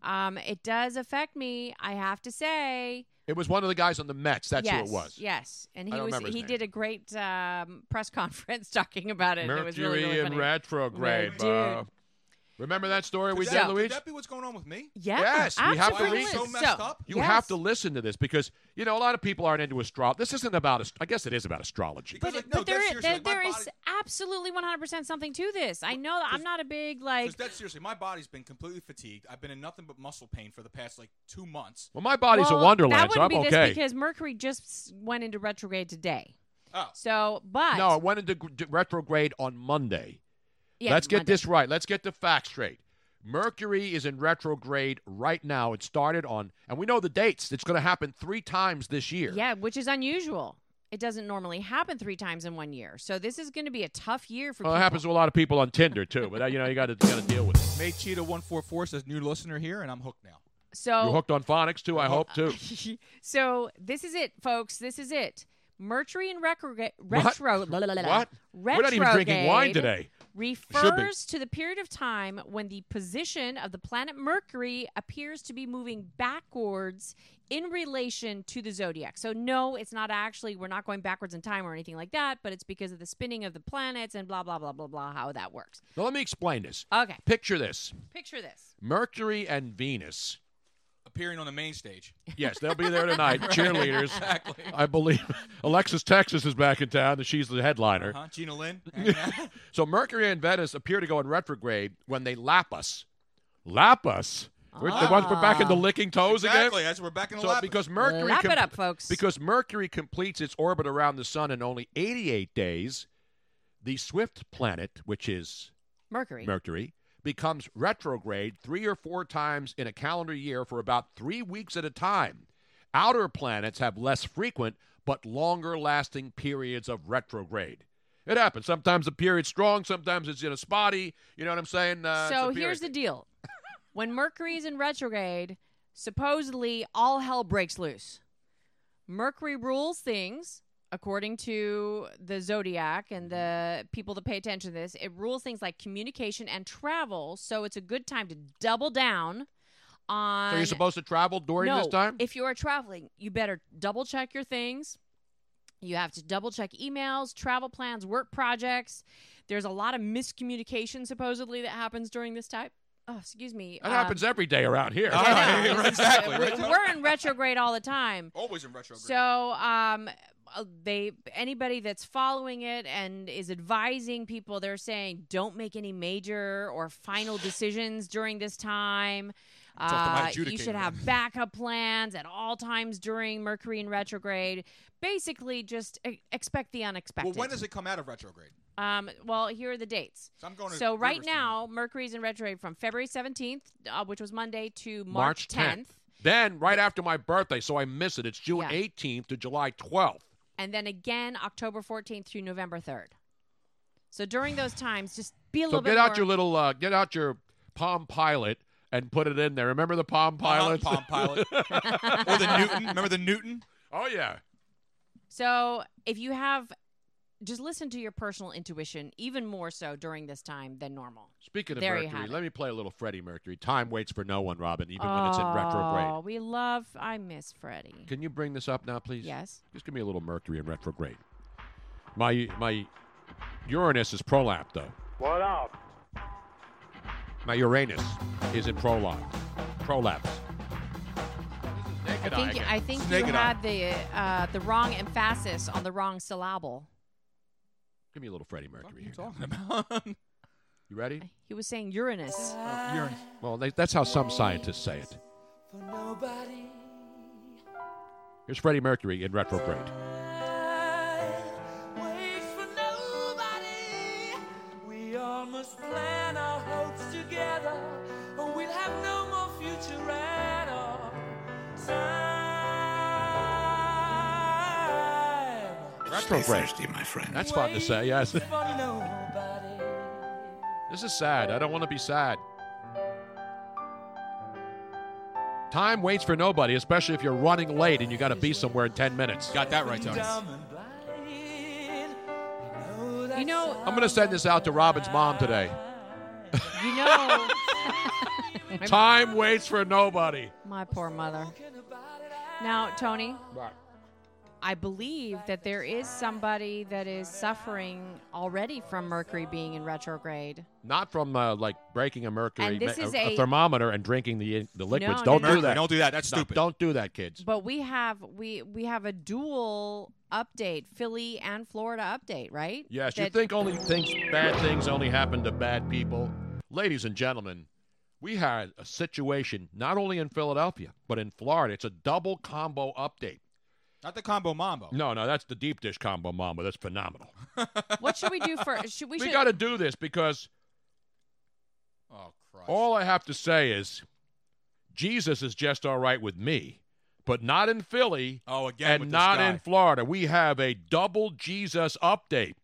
Speaker 4: Um, it does affect me. I have to say.
Speaker 2: It was one of the guys on the Mets. That's
Speaker 4: yes,
Speaker 2: who it was.
Speaker 4: Yes, and
Speaker 2: I
Speaker 4: he
Speaker 2: don't
Speaker 4: was
Speaker 2: remember his
Speaker 4: he
Speaker 2: name.
Speaker 4: did a great um, press [LAUGHS] conference talking about it. and it was really, really funny.
Speaker 2: retrograde,
Speaker 4: Dude.
Speaker 2: bro. Remember that story we
Speaker 7: Could
Speaker 2: did,
Speaker 7: that,
Speaker 2: Luigi?
Speaker 7: could that be what's going on with me?
Speaker 4: Yeah,
Speaker 2: yes, we have to
Speaker 7: absolutely.
Speaker 2: read.
Speaker 7: So messed So, up.
Speaker 2: You
Speaker 7: yes.
Speaker 2: have to listen to this because you know a lot of people aren't into astrology. This isn't about. Ast- I guess it is about astrology.
Speaker 4: But, but there, is- there, there is absolutely 100% something to this. I know that I'm not a big, like,
Speaker 7: Because that seriously, my body's been completely fatigued. I've been in nothing but muscle pain for the past like two months.
Speaker 2: well, my body's
Speaker 4: Well,
Speaker 2: a wonderland,
Speaker 4: That
Speaker 2: so
Speaker 4: wouldn't
Speaker 2: I'm
Speaker 4: be
Speaker 2: okay.
Speaker 4: this because Mercury just s- went into retrograde today. Oh. So, but
Speaker 2: no, it went into gr- d- retrograde on Monday.
Speaker 4: Yeah,
Speaker 2: Let's get
Speaker 4: Monday.
Speaker 2: this right. Let's get the facts straight. Mercury is in retrograde right now. It started on, and we know the dates. It's going to happen three times this year.
Speaker 4: yeah, which is unusual. It doesn't normally happen three times in one year. So this is going to be a tough year for
Speaker 2: Well, it
Speaker 4: people.
Speaker 2: happens to a lot of people on Tinder too, but uh, you know you got to got to deal with it.
Speaker 7: May Cheetah one four four says new listener here, and I'm hooked now.
Speaker 2: You're
Speaker 4: So,
Speaker 2: hooked on phonics too. I hope
Speaker 4: [LAUGHS]
Speaker 2: too.
Speaker 4: so this is it, folks. This is it. Mercury in retrograde. Retro, la, la, la, la, la.
Speaker 2: What? We're not even drinking wine
Speaker 4: Retrograde
Speaker 2: today.
Speaker 4: Refers to the period of time when the position of the planet Mercury appears to be moving backwards in relation to the zodiac. So, no, it's not actually, we're not going backwards in time or anything like that, but it's because of the spinning of the planets and blah, blah, blah, blah, blah, how that works.
Speaker 2: Now let me explain this.
Speaker 4: Okay.
Speaker 2: Picture this:
Speaker 4: Picture this.
Speaker 2: Mercury and Venus.
Speaker 7: Appearing on the main
Speaker 4: [LAUGHS]
Speaker 7: stage.
Speaker 2: Yes, they'll be there
Speaker 7: [LAUGHS]
Speaker 2: tonight.
Speaker 7: Right,
Speaker 2: Cheerleaders.
Speaker 7: exactly.
Speaker 2: I
Speaker 7: [LAUGHS]
Speaker 2: believe [LAUGHS] Alexis Texas is back in town, and she's the headliner.
Speaker 7: Huh? Uh-huh. Gina Lynn.
Speaker 2: So Mercury and Venus appear to go in retrograde when they lap us. Lap us. We're, the ones we're back into licking toes
Speaker 7: Exactly,
Speaker 2: again.
Speaker 7: that's- we're back in the
Speaker 2: so
Speaker 7: lap.
Speaker 2: because Mercury
Speaker 4: Ah. Lap it up, folks.
Speaker 2: Because Mercury completes its orbit around the sun in only 88 days, the swift planet, which is
Speaker 4: Mercury.
Speaker 2: Mercury becomes retrograde three or four times in a calendar year for about three weeks at a time. Outer planets have less frequent but longer lasting periods of retrograde. It happens. Sometimes the period's strong, sometimes it's in a spotty. You know what I'm saying? Uh,
Speaker 4: so
Speaker 2: it's a
Speaker 4: here's the
Speaker 2: period. [LAUGHS]
Speaker 4: deal when mercury is in retrograde supposedly all hell breaks loose mercury rules things according to the zodiac and
Speaker 2: Mm-hmm.
Speaker 4: the people that pay attention to this it rules things like communication and travel so it's a good time to double down on
Speaker 2: So you're supposed to travel during
Speaker 4: no,
Speaker 2: this time?
Speaker 4: If you are traveling, you better double check your things. You have to double check emails, travel plans, work projects. There's a lot of miscommunication supposedly that happens during this time. Oh, excuse me.
Speaker 2: That
Speaker 4: Um,
Speaker 2: happens every day around here.
Speaker 7: All
Speaker 2: [LAUGHS]
Speaker 7: right, exactly.
Speaker 4: we- We're in retrograde all the time.
Speaker 7: Always in retrograde.
Speaker 4: So, um, uh, they anybody that's following it and is advising people they're saying don't make any major or
Speaker 7: [SIGHS]
Speaker 4: final decisions during this time
Speaker 16: Talk to my
Speaker 4: Uh, you
Speaker 16: adjudicator.
Speaker 4: should have backup plans at all times during mercury in retrograde basically just e- expect the unexpected
Speaker 7: Well, when does it come out of retrograde?
Speaker 4: um, well, here are the dates. So
Speaker 7: I'm going to
Speaker 4: So right
Speaker 7: Riverstone.
Speaker 4: now, Mercury's in retrograde from February 17th, uh, which was Monday, to
Speaker 2: March 10th. Then, right after my birthday, so I miss it. It's June 18th to July 12th.
Speaker 4: and then again October 14th through November 3rd. So during those times, just be a
Speaker 2: So
Speaker 4: little
Speaker 2: get
Speaker 4: bit
Speaker 2: out
Speaker 4: more-
Speaker 2: your little, uh, get out your Palm Pilot and put it in there. Remember the Palm Pilot? Uh-huh, [LAUGHS] Palm
Speaker 4: [LAUGHS]
Speaker 2: Pilot. or the Newton. Remember the Newton? Oh yeah.
Speaker 4: So if you have, just listen to your personal intuition even more so during this time than normal.
Speaker 2: Speaking of
Speaker 4: There you
Speaker 2: Mercury,
Speaker 4: have it.
Speaker 2: let me play a little Freddie Mercury. Time waits for no one, Robin, even when it's in
Speaker 4: Oh,
Speaker 2: retrograde.
Speaker 4: we love. I miss Freddie.
Speaker 2: Can you bring this up now, please?
Speaker 4: Yes.
Speaker 2: Just give me a little Mercury in retrograde. My my Uranus is prolapse though.
Speaker 3: What up?
Speaker 2: My Uranus is in prolapse. Prolapse.
Speaker 4: I think I think you
Speaker 2: Naked
Speaker 4: had the uh, the wrong emphasis on the wrong syllable.
Speaker 2: Give me a little Freddie Mercury. What are you talking about? [LAUGHS] you ready?
Speaker 4: He was saying Uranus.
Speaker 2: Uranus. Well, they, that's how some scientists say it. Here's Freddie Mercury in retrograde.
Speaker 16: We all must plan our hopes together, or we'll have no more future at all. Time
Speaker 2: Retrograde. my friend. That's fun to say, yes. [LAUGHS]
Speaker 16: for nobody.
Speaker 2: This is sad. I don't want to be sad. Time waits for nobody, especially if you're running late and you got to be somewhere in 10 minutes. Got that right, Tony.
Speaker 4: You know,
Speaker 2: I'm going to send this out to Robin's mom today.
Speaker 4: you
Speaker 2: [LAUGHS]
Speaker 4: know.
Speaker 2: Time waits for nobody.
Speaker 4: My poor mother. Now, Tony,
Speaker 2: Right.
Speaker 4: I believe that there is somebody that is suffering already from Mercury being in retrograde.
Speaker 2: Not from uh, like breaking a mercury
Speaker 4: And this
Speaker 2: ma-
Speaker 4: is
Speaker 2: a,
Speaker 4: a-
Speaker 2: thermometer and drinking the the liquids.
Speaker 4: No,
Speaker 2: don't
Speaker 4: no,
Speaker 2: do
Speaker 4: no.
Speaker 2: that.
Speaker 4: Don't
Speaker 2: do that. That's stupid. Don't do that, kids.
Speaker 4: But we have we we have a dual update, Philly and Florida update, right?
Speaker 2: Yes, you
Speaker 4: That-
Speaker 2: think only things bad things only happen to bad people. Ladies and gentlemen, we had a situation not only in Philadelphia, but in Florida. It's a double combo update.
Speaker 7: Not the combo mambo.
Speaker 2: No, no, that's the deep dish combo mama. That's phenomenal.
Speaker 4: What should
Speaker 7: [LAUGHS]
Speaker 4: we do first? Should we,
Speaker 2: We
Speaker 4: should
Speaker 2: got to do this because
Speaker 7: Oh, crap.
Speaker 2: all I have to say is Jesus is just all right with me, but not in Philly.
Speaker 7: Oh, again
Speaker 2: and
Speaker 7: with this
Speaker 2: not
Speaker 7: guy.
Speaker 2: in Florida. We have a double Jesus update.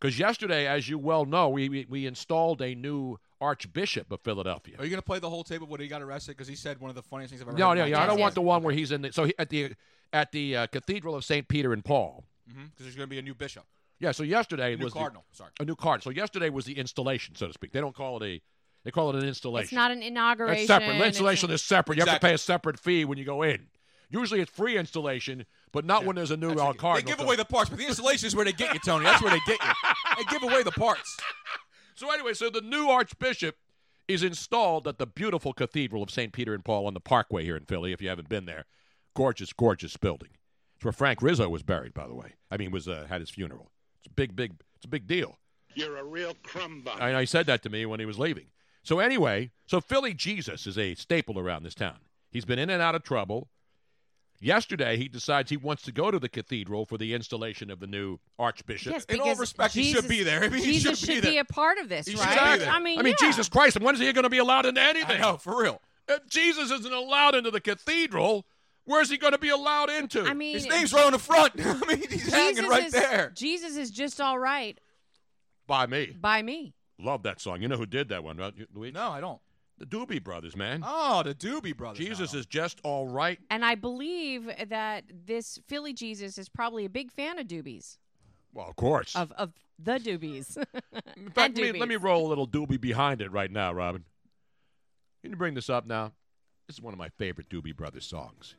Speaker 2: Because yesterday, as you well know, we, we, we installed a new Archbishop of Philadelphia.
Speaker 7: Are you going to play the whole tape of what he got arrested? Because he said one of the funniest things I've ever
Speaker 2: No,
Speaker 7: heard.
Speaker 2: no, yeah, I don't want the one where he's in the so he, at the at the uh, Cathedral of St. Peter and Paul.
Speaker 7: Because Mm-hmm. there's going to be a new bishop.
Speaker 2: Yeah, so yesterday
Speaker 7: New
Speaker 2: was the-
Speaker 7: cardinal, sorry.
Speaker 2: a new cardinal. So yesterday was the installation, so to speak. They don't call it a they call it an installation.
Speaker 4: it's not an inauguration.
Speaker 2: That's separate.
Speaker 4: it's-
Speaker 2: Installation is separate. You have to pay a separate fee when you go in. Usually it's free installation, but not when there's a new uh, cardinal.
Speaker 7: They give away the parts, but the installation is where they get you, Tony. That's where they get you. They give away the parts.
Speaker 2: So anyway, so the new archbishop is installed at the beautiful Cathedral of St. Peter and Paul on the Parkway here in Philly. If you haven't been there, gorgeous, gorgeous building. It's where Frank Rizzo was buried, by the way. I mean, was uh, had his funeral. It's a big, big. It's a big deal.
Speaker 17: You're a real crumb bum.
Speaker 2: I, I said that to me when he was leaving. So anyway, so Philly Jesus is a staple around this town. He's been in and out of trouble. Yesterday, he decides he wants to go to the cathedral for the installation of the new archbishop.
Speaker 4: Yes, because Jesus,
Speaker 2: [LAUGHS]
Speaker 4: Jesus should be a part of this,
Speaker 2: He
Speaker 4: right?
Speaker 2: should be there.
Speaker 4: I mean, yeah.
Speaker 2: Jesus Christ, and when is he going to be allowed into anything? No,
Speaker 7: for real.
Speaker 2: If Jesus isn't allowed into the cathedral, where's he going to be allowed into? I
Speaker 4: mean-
Speaker 7: His name's right on the front. [LAUGHS] I mean, he's
Speaker 4: Jesus
Speaker 7: hanging right
Speaker 4: is,
Speaker 7: there.
Speaker 4: Jesus is just all right
Speaker 2: By me.
Speaker 4: by me.
Speaker 2: Love that song. You know who did that one, right, you- Luigi?
Speaker 7: No, I don't.
Speaker 2: The Doobie Brothers, man.
Speaker 7: Oh, the Doobie Brothers.
Speaker 2: Jesus is just all right.
Speaker 4: And I believe that this Philly Jesus is probably a big fan of Doobies,
Speaker 2: Well, of course.
Speaker 4: of of the Doobies.
Speaker 2: [LAUGHS] In fact, let me, let me roll a little doobie behind it right now, Robin. Can you bring this up now? This is one of my favorite Doobie Brothers songs.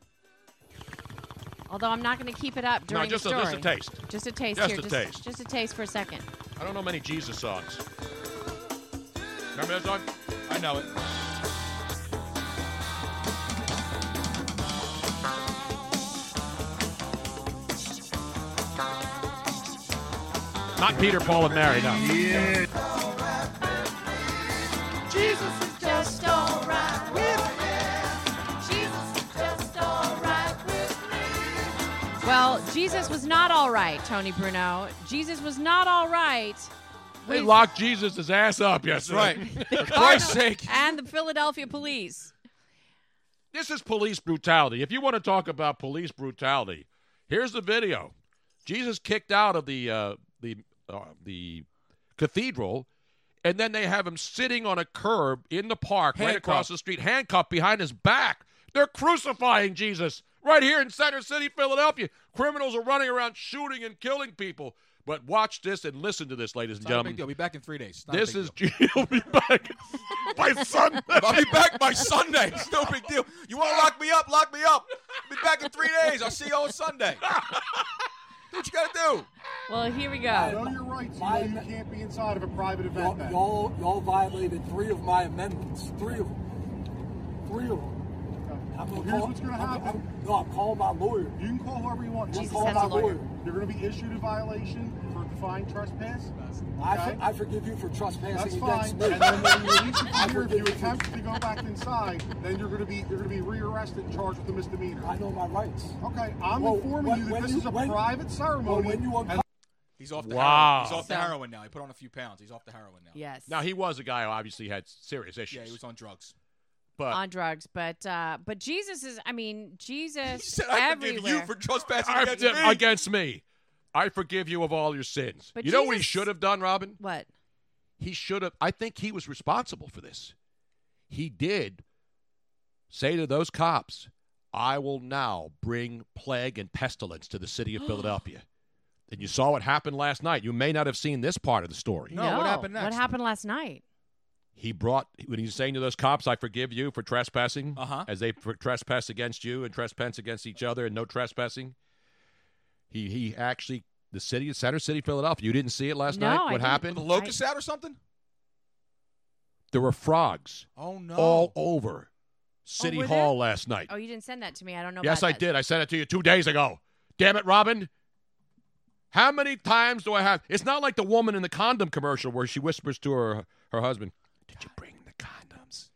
Speaker 4: Although I'm not going to keep it up during
Speaker 2: just
Speaker 4: the
Speaker 2: a-
Speaker 4: story.
Speaker 2: just a taste.
Speaker 4: Just a taste
Speaker 2: Just
Speaker 4: here.
Speaker 2: a
Speaker 4: just,
Speaker 2: taste.
Speaker 4: Just a taste for a second.
Speaker 2: I don't know many Jesus songs. Remember that song?
Speaker 7: I know it.
Speaker 2: Not Peter, Paul, and Mary, no. Yeah.
Speaker 16: Jesus is just alright with me. Jesus is just alright with
Speaker 4: Well, Jesus was not all right, Tony Bruno. Jesus was not all right.
Speaker 2: They
Speaker 4: with-
Speaker 2: locked Jesus' his ass up yesterday. [LAUGHS]
Speaker 4: The Cardinals And the Philadelphia police.
Speaker 2: This is police brutality. If you want to talk about police brutality, here's the video. Jesus kicked out of the uh, the uh, the cathedral, and then they have him sitting on a curb in the park right across the street, handcuffed behind his back. They're crucifying Jesus right here in Center City, Philadelphia. Criminals are running around shooting and killing people. But watch this and listen to this, ladies and
Speaker 7: Not a big
Speaker 2: gentlemen.
Speaker 7: deal. Be back in three days. It's not a
Speaker 2: This
Speaker 7: big
Speaker 2: is
Speaker 7: deal.
Speaker 2: You'll be back by Sunday.
Speaker 7: I'll be back by Sunday. [LAUGHS] It's no big deal. You want to lock me up? Lock me up. I'll be back in three days. I'll see you on Sunday. Do what you got to do.
Speaker 4: Well, here we go.
Speaker 18: rights. You, know you can't be inside of a private event. Y'all, y'all, y'all violated three of my amendments. Three of them. Three of them. I'm gonna
Speaker 19: Here's
Speaker 18: call,
Speaker 19: what's gonna
Speaker 18: I'm-
Speaker 19: happen. Oh,
Speaker 18: I'm- no, I'll call my lawyer.
Speaker 19: You can call whoever you want.
Speaker 18: Just
Speaker 19: Just
Speaker 18: call
Speaker 19: call
Speaker 18: my
Speaker 19: my lawyer.
Speaker 18: lawyer.
Speaker 19: You're going to be issued a violation for defining trespass.
Speaker 18: I,
Speaker 19: okay?
Speaker 18: for, I forgive you for
Speaker 19: That's
Speaker 18: trespassing
Speaker 19: fine.
Speaker 18: against me.
Speaker 19: and then when you
Speaker 1: [LAUGHS]
Speaker 19: release
Speaker 18: I
Speaker 19: it here, if
Speaker 18: forgive
Speaker 19: you attempt to go back inside, then you're going to be you're going to be rearrested and charged with a misdemeanor. I know my rights. Okay, I'm
Speaker 18: Well,
Speaker 19: informing
Speaker 18: when-
Speaker 19: you that
Speaker 18: when
Speaker 19: this
Speaker 18: you-
Speaker 19: is a
Speaker 18: when-
Speaker 19: private ceremony.
Speaker 18: when you
Speaker 19: and-
Speaker 7: He's off the
Speaker 2: Wow.
Speaker 7: heroin. He's off the
Speaker 2: So-
Speaker 7: heroin now. He put on a few pounds. He's off the heroin now.
Speaker 4: Yes.
Speaker 2: Now he was a guy who obviously had serious issues.
Speaker 7: Yeah, he was on drugs.
Speaker 2: But
Speaker 4: on drugs, but uh, but Jesus is. I mean, Jesus
Speaker 7: said, "I forgive you
Speaker 4: everywhere.
Speaker 7: for trespassing
Speaker 2: I-
Speaker 7: against me."
Speaker 2: against me. I forgive you of all your sins.
Speaker 4: But
Speaker 2: you know what he
Speaker 4: Jesus-
Speaker 2: should have done, Robin?
Speaker 4: What?
Speaker 2: He should have. I think he was responsible for this. He did say to those cops, I will now bring plague and pestilence to the city
Speaker 4: [GASPS]
Speaker 2: of Philadelphia. and you saw what happened last night. You may not have seen this part of the story.
Speaker 4: What happened last night?
Speaker 2: He brought, when he's saying to those cops, I forgive you for trespassing,
Speaker 7: Uh-huh.
Speaker 2: as they for trespass against you and trespass against each other and no trespassing. He he actually, the city, Center City, Philadelphia, you didn't see it last
Speaker 7: No,
Speaker 2: night?
Speaker 7: I
Speaker 2: What
Speaker 7: didn't.
Speaker 2: happened?
Speaker 7: Were the locusts out or something?
Speaker 2: There were frogs
Speaker 7: Oh no.
Speaker 2: all over City
Speaker 4: were there?
Speaker 2: Hall last night.
Speaker 4: Oh, you didn't send that to me. I don't know.
Speaker 2: yes, I
Speaker 4: about that.
Speaker 2: did. I sent it to you two days ago. Damn it, Robin. How many times do I have? It's not like the woman in the condom commercial where she whispers to her her husband, "Did you bring the condoms?"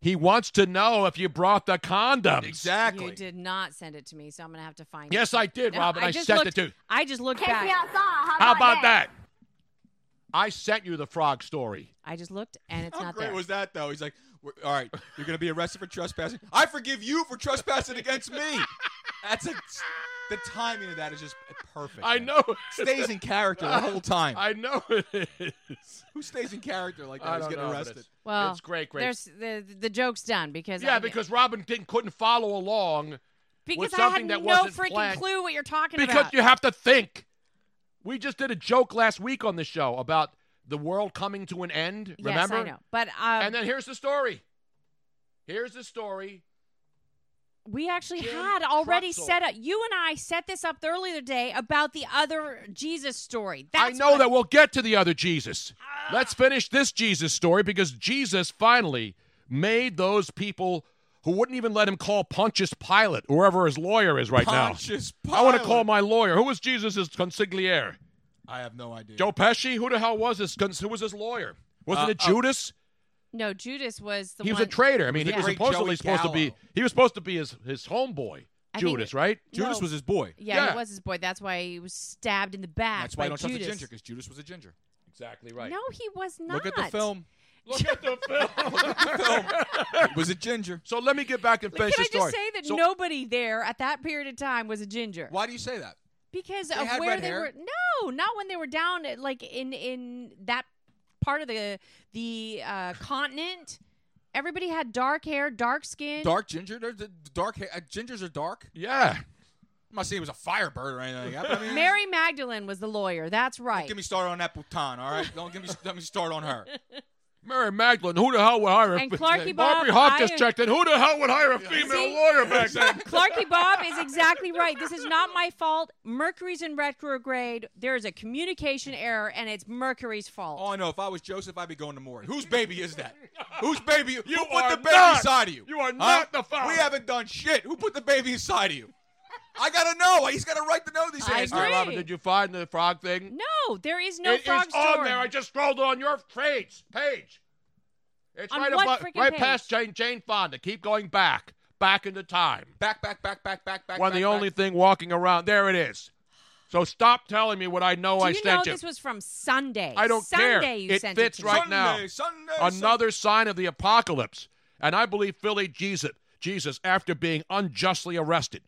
Speaker 2: He wants to know if you brought the condoms.
Speaker 4: You did not send it to me, so I'm gonna have to find.
Speaker 2: Yes,
Speaker 4: it.
Speaker 2: I did,
Speaker 4: No,
Speaker 2: Robin. I
Speaker 4: just
Speaker 2: sent it
Speaker 4: looked-
Speaker 2: to you.
Speaker 4: I just looked
Speaker 16: Take
Speaker 4: back.
Speaker 16: me outside. How
Speaker 2: How about that? I sent you the frog story.
Speaker 4: I just looked, and it's
Speaker 7: How
Speaker 4: not
Speaker 7: great
Speaker 4: there.
Speaker 7: was that though? He's like, "We're- all right, you're going to be arrested for trespassing. I forgive you for trespassing against me. That's a, the timing of that is just perfect.
Speaker 2: I
Speaker 7: man.
Speaker 2: know.
Speaker 7: Stays in character the whole time.
Speaker 2: [LAUGHS] I know it is.
Speaker 7: Who stays in character like
Speaker 2: I
Speaker 7: that? He's
Speaker 2: don't
Speaker 7: getting
Speaker 2: know, but
Speaker 7: arrested.
Speaker 2: it's-
Speaker 4: Well,
Speaker 2: it's great, great.
Speaker 4: There's the the joke's done because
Speaker 2: yeah,
Speaker 4: I,
Speaker 2: because Robin didn't couldn't follow along with
Speaker 4: because I
Speaker 2: something
Speaker 4: had
Speaker 2: that
Speaker 4: no
Speaker 2: wasn't
Speaker 4: freaking
Speaker 2: planned.
Speaker 4: clue what you're talking
Speaker 2: because
Speaker 4: about.
Speaker 2: you have to think. We just did a joke last week on the show about the world coming to an end.
Speaker 4: yes,
Speaker 2: Remember?
Speaker 4: I know, but um,
Speaker 2: and then here's the story. Here's the story.
Speaker 4: We actually
Speaker 2: Jim
Speaker 4: had already
Speaker 2: Trutzel.
Speaker 4: set up. You and I set this up the earlier day about the other Jesus story.
Speaker 2: I
Speaker 4: That's
Speaker 2: know that we'll get to the other Jesus.
Speaker 4: Ah.
Speaker 2: Let's finish this Jesus story because Jesus finally made those people who wouldn't even let him call Pontius Pilate, whoever his lawyer is right
Speaker 7: Pontius
Speaker 2: now. I want to
Speaker 7: Pilate.
Speaker 2: call my lawyer. Who was Jesus' consigliere?
Speaker 7: I have no idea.
Speaker 2: Joe Pesci? Who the hell was this? cons- Who was his lawyer? Wasn't
Speaker 7: Uh,
Speaker 2: it
Speaker 7: uh,
Speaker 2: Judas?
Speaker 4: no Judas was the
Speaker 2: he was
Speaker 4: one,
Speaker 2: a traitor. I mean, he
Speaker 4: Yeah.
Speaker 2: was supposedly supposed to be. He was supposed to be his his homeboy,
Speaker 4: I think-
Speaker 2: Judas, right?
Speaker 4: Judas No. was
Speaker 7: his boy.
Speaker 4: Yeah, he was his boy. That's why he was stabbed in the back.
Speaker 7: That's why
Speaker 4: by
Speaker 7: I don't
Speaker 4: Judas.
Speaker 7: trust the ginger because Judas was a ginger.
Speaker 2: Exactly right.
Speaker 4: No, he was not.
Speaker 7: Look at the
Speaker 2: [LAUGHS]
Speaker 7: film.
Speaker 2: Look at the film.
Speaker 4: [LAUGHS]
Speaker 7: It was a ginger.
Speaker 2: So let me get back and
Speaker 4: Can I
Speaker 2: finish
Speaker 4: just
Speaker 2: the story.
Speaker 4: say that
Speaker 2: So-
Speaker 4: nobody there at that period of time was a ginger?
Speaker 7: Why do you say that?
Speaker 4: Because
Speaker 7: They
Speaker 4: of
Speaker 7: had
Speaker 4: where
Speaker 7: red
Speaker 4: they
Speaker 7: hair?
Speaker 4: were. No, not when they were down at, like in in that part of the the uh, continent. Everybody had dark hair, dark skin.
Speaker 7: Dark ginger. There's the Dark hair. uh, Gingers are dark.
Speaker 2: Yeah. I'm
Speaker 7: not saying he was a firebird or anything. like that, but I mean,
Speaker 4: Mary Magdalene was the lawyer. That's right.
Speaker 7: Don't get me started on that Bhutan, all right? Don't get me let me start on her.
Speaker 2: Mary Magdalene, who the hell would hire? a
Speaker 4: And
Speaker 2: fe-
Speaker 4: Clarky
Speaker 2: Aubrey
Speaker 4: Bob,
Speaker 2: Hawk just
Speaker 4: I-
Speaker 2: checked in. Who the hell would hire a female lawyer
Speaker 4: [LAUGHS]
Speaker 2: back then?
Speaker 4: Clarky Bob is exactly right. This is not my fault. Mercury's in retrograde. There is a communication error, and it's Mercury's fault.
Speaker 7: Oh, I know. If I was Joseph, I'd be going to Maury. Whose baby is that? Whose baby? You who put
Speaker 2: are
Speaker 7: the baby
Speaker 2: not-
Speaker 7: inside of you?
Speaker 2: you are not
Speaker 7: the father. We haven't done shit. Who put the baby inside of you? I gotta know. He's got a right to know these
Speaker 4: I
Speaker 7: answers.
Speaker 4: All right, agree. Robin,
Speaker 2: did you find the frog thing?
Speaker 4: No, there is no
Speaker 2: It is
Speaker 4: frog story.
Speaker 2: on there. I just scrolled on your page. Page. It's
Speaker 4: On
Speaker 2: right
Speaker 4: what
Speaker 2: above,
Speaker 4: freaking
Speaker 2: right
Speaker 4: page?
Speaker 2: past Jane, Jane Fonda. Keep going back, back into time.
Speaker 7: Back, back, back, back, back, back.
Speaker 2: when
Speaker 7: back,
Speaker 2: the only thing walking around there it is. So stop telling me what I know
Speaker 4: Do
Speaker 2: Oh, I
Speaker 4: you
Speaker 2: sent
Speaker 4: know
Speaker 2: you.
Speaker 4: this was from Sunday?
Speaker 2: I don't
Speaker 4: Sunday
Speaker 2: care.
Speaker 4: you
Speaker 2: it
Speaker 4: sent
Speaker 2: fits
Speaker 4: it to me.
Speaker 2: right now. Another sign of the apocalypse. And I believe Philly Jesus, Jesus, after being unjustly arrested,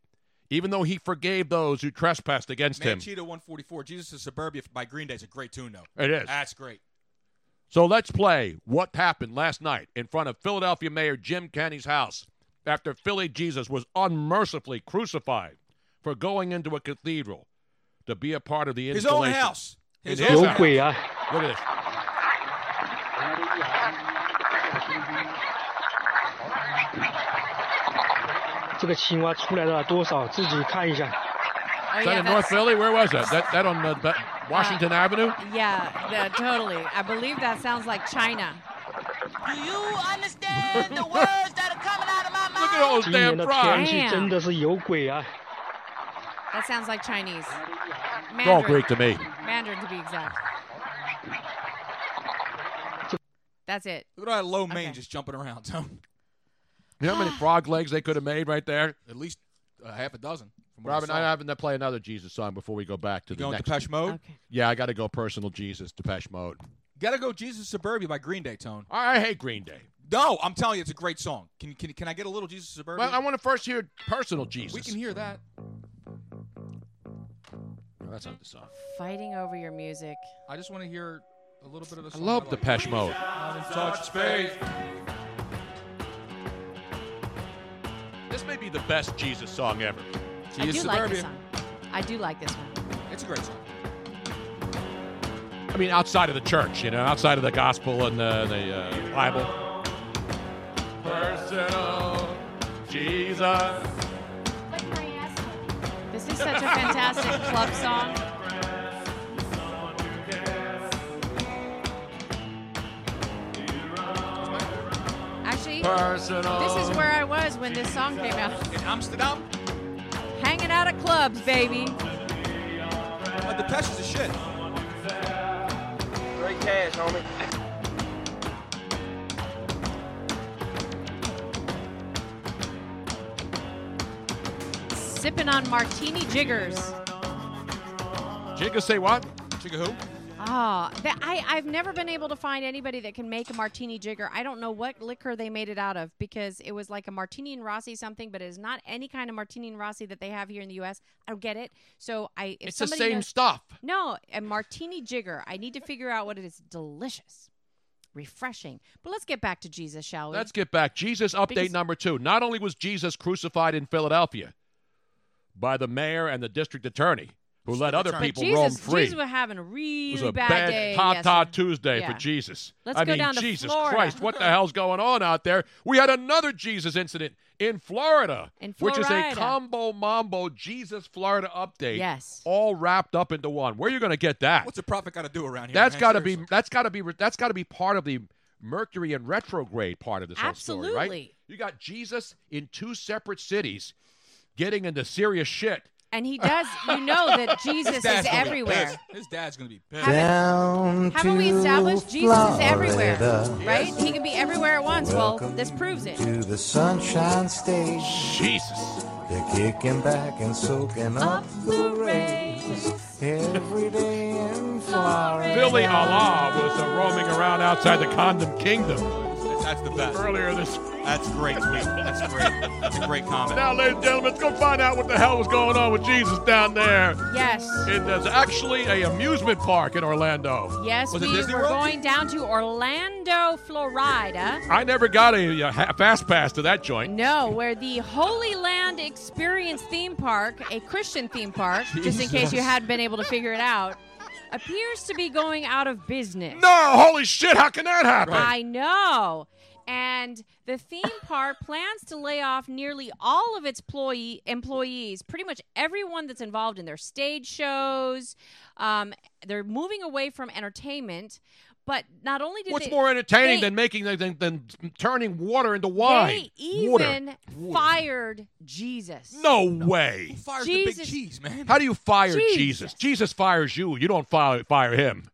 Speaker 2: even though he forgave those who trespassed against
Speaker 7: back. Man,
Speaker 2: him.
Speaker 7: Cheetah 144. Jesus is Suburbia by Green Day is a great tune though.
Speaker 2: It is.
Speaker 7: That's great.
Speaker 2: So let's play what happened last night in front of Philadelphia Mayor Jim Kenney's house after Philly Jesus was unmercifully crucified for going into a cathedral to be a part of the
Speaker 7: His own
Speaker 2: installation.
Speaker 7: house.
Speaker 2: In
Speaker 7: His
Speaker 2: his
Speaker 7: own
Speaker 2: house.
Speaker 7: house.
Speaker 2: Look at this.
Speaker 20: 这个青蛙出来了多少？自己看一下。
Speaker 2: Is that in North Philly? Where was that? That, that on uh, Ba- Washington Avenue?
Speaker 4: Yeah, yeah, totally. I believe that sounds like China.
Speaker 16: Do you understand the words that are coming out of my mouth?
Speaker 20: 今年的天气真的是有鬼啊！
Speaker 4: That sounds like Chinese. Mandarin.
Speaker 20: It's all Greek to me.
Speaker 4: Mandarin, to be exact. That's it.
Speaker 7: Look at that low mane just jumping around. [LAUGHS] Tony.
Speaker 2: You know how many frog legs they could have made right there?
Speaker 7: At least uh, half a dozen. From what
Speaker 2: Robin,
Speaker 7: I
Speaker 2: I'm
Speaker 7: saw.
Speaker 2: having to play another Jesus song before we go back to
Speaker 7: You
Speaker 2: the
Speaker 7: going
Speaker 2: next.
Speaker 7: Depeche Mode? Okay.
Speaker 2: Yeah, I got to go personal Jesus, Depeche Mode.
Speaker 7: Gotta go Jesus Suburbia by Green Day, Tone.
Speaker 2: I, I hate Green Day.
Speaker 7: No, I'm telling you, it's a great song. Can can, can I get a little Jesus Suburbia?
Speaker 2: Well, I want to first hear personal Jesus.
Speaker 7: we can hear that.
Speaker 2: that's not the song.
Speaker 4: Fighting over your music.
Speaker 7: I just want to hear a little bit of a
Speaker 2: I
Speaker 7: song.
Speaker 2: love Depeche Mode.
Speaker 7: Touch faith.
Speaker 2: This may be the best Jesus song ever.
Speaker 4: I do like this song. I do like this one.
Speaker 7: It's a great song.
Speaker 2: I mean, outside of the church, you know, outside of the gospel and the, the uh, Bible. Personal Jesus.
Speaker 4: This is such a fantastic
Speaker 7: [LAUGHS]
Speaker 4: club song. Actually,
Speaker 2: Personal.
Speaker 4: this is where I was when this song came out.
Speaker 7: In Amsterdam?
Speaker 4: Hanging out at clubs, baby.
Speaker 7: Uh, Depeche is a shit.
Speaker 16: Great cash, homie.
Speaker 4: Sipping on martini jiggers.
Speaker 2: Jigga say what?
Speaker 7: Jigga who?
Speaker 4: Ah, that I I've never been able to find anybody that can make a martini jigger. I don't know what liquor they made it out of because it was like a martini and Rossi something, but it's not any kind of martini and Rossi that they have here in the U.S. I don't get it. So I if
Speaker 2: It's the
Speaker 4: somebody
Speaker 2: same
Speaker 4: knows-
Speaker 2: stuff.
Speaker 4: No, a martini jigger. I need to figure out what it is. Delicious, refreshing. But let's get back to Jesus, shall we?
Speaker 2: Let's get back. Jesus update
Speaker 4: Because-
Speaker 2: number two. Not only was Jesus crucified in Philadelphia by the mayor and the district attorney, who let other
Speaker 4: But
Speaker 2: people
Speaker 4: Jesus,
Speaker 2: roam free.
Speaker 4: Jesus was having a
Speaker 2: it
Speaker 4: really
Speaker 2: was a
Speaker 4: bad, day.
Speaker 2: ta ta
Speaker 4: yesterday.
Speaker 2: Tuesday
Speaker 4: Yeah.
Speaker 2: for Jesus.
Speaker 4: Let's
Speaker 2: I
Speaker 4: go
Speaker 2: mean,
Speaker 4: down to
Speaker 2: Jesus
Speaker 4: Florida.
Speaker 2: Christ, what the hell's going on out there? We had another Jesus incident in Florida,
Speaker 4: In
Speaker 2: which is a
Speaker 4: Florida.
Speaker 2: combo mambo Jesus Florida update.
Speaker 4: Yes.
Speaker 2: all wrapped up into one. Where you going to get that?
Speaker 7: What's a prophet got to do around here?
Speaker 2: That's
Speaker 7: man?
Speaker 2: got to be
Speaker 7: Seriously.
Speaker 2: that's got to be that's got to be part of the Mercury and retrograde part of this whole story, right?
Speaker 4: Absolutely.
Speaker 2: You got Jesus in two separate cities getting into serious shit.
Speaker 4: And he does. You know
Speaker 2: [LAUGHS]
Speaker 4: that Jesus
Speaker 7: His
Speaker 4: is
Speaker 7: dad's gonna be
Speaker 4: everywhere.
Speaker 7: pissed. His dad's gonna be pissed.
Speaker 1: Down
Speaker 4: Haven't we
Speaker 1: to
Speaker 4: established Jesus is everywhere,
Speaker 1: Florida.
Speaker 4: right? He can be everywhere at once. well,
Speaker 1: Welcome
Speaker 4: this proves it.
Speaker 1: To the Sunshine State.
Speaker 2: Jesus.
Speaker 1: They're kicking back and soaking up the rays. Every day in Florida.
Speaker 2: Billy Allah was uh, roaming around outside the condom kingdom.
Speaker 7: That's the best.
Speaker 2: Earlier this.
Speaker 7: That's great, tweet. That's great. That's a great comment.
Speaker 2: Now, ladies and gentlemen, let's go find out what the hell was going on with Jesus down there.
Speaker 4: Yes.
Speaker 2: It is actually a amusement park in Orlando.
Speaker 4: Yes,
Speaker 2: Was it
Speaker 4: we
Speaker 2: Disney
Speaker 4: were
Speaker 2: World?
Speaker 4: going down to Orlando, Florida.
Speaker 2: I never got a, uh, ha fast pass to that joint.
Speaker 4: No, where the Holy Land Experience theme park, a Christian theme park, just in case you
Speaker 2: Jesus.
Speaker 4: hadn't been able to figure it out, appears to be going out of business.
Speaker 2: No, holy shit, how can that happen?
Speaker 4: I know. And the theme park [LAUGHS] plans to lay off nearly all of its employee employees, pretty much everyone that's involved in their stage shows. Um, they're moving away from entertainment, But not only did
Speaker 2: What's
Speaker 4: they-
Speaker 2: more entertaining
Speaker 4: they-
Speaker 2: than making the- than, than turning water into wine?
Speaker 4: They even
Speaker 2: water.
Speaker 4: fired Jesus.
Speaker 2: No way.
Speaker 4: Fires Jesus. the big cheese,
Speaker 7: man.
Speaker 2: How do you fire
Speaker 4: Jesus.
Speaker 2: Jesus? Jesus, fires you. You don't fire, fire him.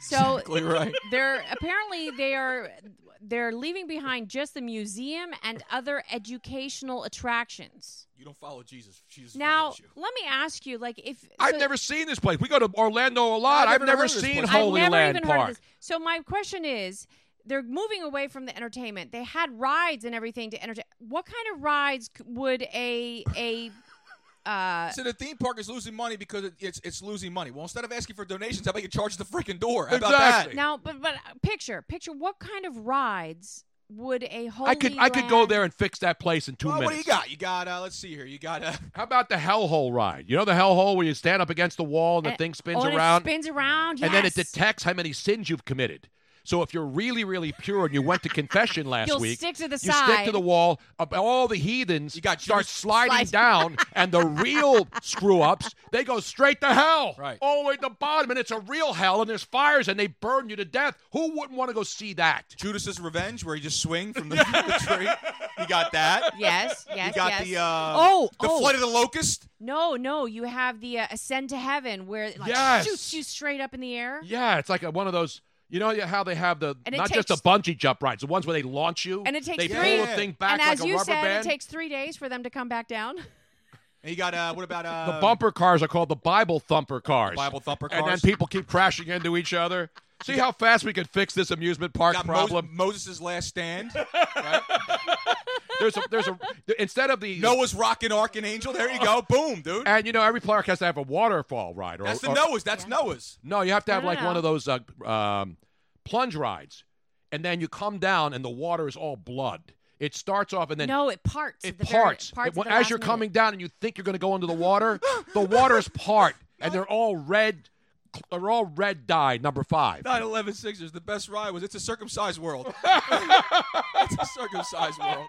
Speaker 4: So
Speaker 2: Exactly right.
Speaker 4: they're apparently they are they're leaving behind just the museum and other educational attractions.
Speaker 21: You don't follow Jesus. Jesus
Speaker 4: Now, let me ask you, like, if
Speaker 2: I've never seen this place. We go to Orlando a lot.
Speaker 21: I've
Speaker 2: I've
Speaker 21: never
Speaker 2: never
Speaker 21: heard of this
Speaker 2: seen
Speaker 21: place.
Speaker 2: Holy
Speaker 4: I've never
Speaker 2: Land
Speaker 4: even
Speaker 2: Park.
Speaker 4: heard of this. So my question is, they're moving away from the entertainment. They had rides and everything to entertain. What kind of rides c- would a a uh,
Speaker 7: So the theme park is losing money because it, it's it's losing money. Well, instead of asking for donations, how about you charge the freaking door? How about that?
Speaker 4: Now, but but uh, picture picture what kind of rides would a holy
Speaker 2: I could I could go
Speaker 4: Land-
Speaker 2: there and fix that place in two
Speaker 7: Well,
Speaker 2: minutes.
Speaker 7: what do you got? You got uh, let's see here. You got uh,
Speaker 2: How about the hellhole ride? You know the hellhole where you stand up against the wall and the
Speaker 4: and-
Speaker 2: thing spins
Speaker 4: oh, and it
Speaker 2: around,
Speaker 4: spins around,
Speaker 2: and then it
Speaker 4: yes.
Speaker 2: detects how many sins you've committed. So if you're really, really pure and you went to confession last
Speaker 4: You'll
Speaker 2: week,
Speaker 4: stick to the
Speaker 2: you stick to
Speaker 4: side.
Speaker 2: the wall. up- All the heathens you got start sliding down, and the real screw ups they go straight to hell, right. all the way to the bottom, and it's a real hell, and there's fires, and they burn you to death. Who wouldn't want to go see that?
Speaker 7: Judas's Revenge, where you just swing from the, the tree. You got that.
Speaker 2: [LAUGHS]
Speaker 4: Yes, yes,
Speaker 7: You got
Speaker 4: yes.
Speaker 7: the uh,
Speaker 4: oh,
Speaker 7: the
Speaker 4: oh.
Speaker 7: flight of the locust.
Speaker 4: No, no, you have the uh, ascend to heaven where it like
Speaker 2: Yes.
Speaker 4: shoots you straight up in the air.
Speaker 2: [LAUGHS] Yeah, it's like a, one of those. You know how they have the
Speaker 4: And it
Speaker 2: not just the
Speaker 4: takes-
Speaker 2: bungee jump rides, the ones where they launch you
Speaker 4: And it takes
Speaker 2: they
Speaker 4: three.
Speaker 2: pull the thing back
Speaker 4: and
Speaker 2: like
Speaker 4: as
Speaker 2: a
Speaker 4: you
Speaker 2: rubber
Speaker 4: said,
Speaker 2: band.
Speaker 4: it takes three days for them to come back down.
Speaker 7: And you got uh, what about uh,
Speaker 2: the bumper cars are called the Bible thumper cars.
Speaker 7: Bible thumper
Speaker 2: And then
Speaker 7: cars.
Speaker 2: people keep crashing into each other. See how fast we could fix this amusement park
Speaker 7: got
Speaker 2: problem.
Speaker 7: Moses' last stand.
Speaker 2: [LAUGHS] there's a there's a instead of the
Speaker 7: Noah's rocking ark and angel. There you go. Boom, dude.
Speaker 2: and you know every park has to have a waterfall ride. Or,
Speaker 7: That's the
Speaker 2: or-
Speaker 7: Noah's. That's Noah's.
Speaker 2: No, you have to
Speaker 7: No,
Speaker 2: have
Speaker 7: no,
Speaker 2: like
Speaker 7: no.
Speaker 2: one of those uh, um, plunge rides, and then you come down and the water is all blood. It starts off and then
Speaker 4: no, it parts. at
Speaker 2: It
Speaker 4: the very-
Speaker 2: parts.
Speaker 4: parts
Speaker 2: It-
Speaker 4: at the
Speaker 2: as
Speaker 4: last
Speaker 2: you're
Speaker 4: minute. [LAUGHS]
Speaker 2: coming down and you think you're going to go into the water, the
Speaker 4: [LAUGHS]
Speaker 2: waters part and they're all red. They're all red dyed. Number five.
Speaker 7: 9/11 Sixers. The best ride was it's a circumcised
Speaker 2: [LAUGHS]
Speaker 7: world. it's a circumcised world.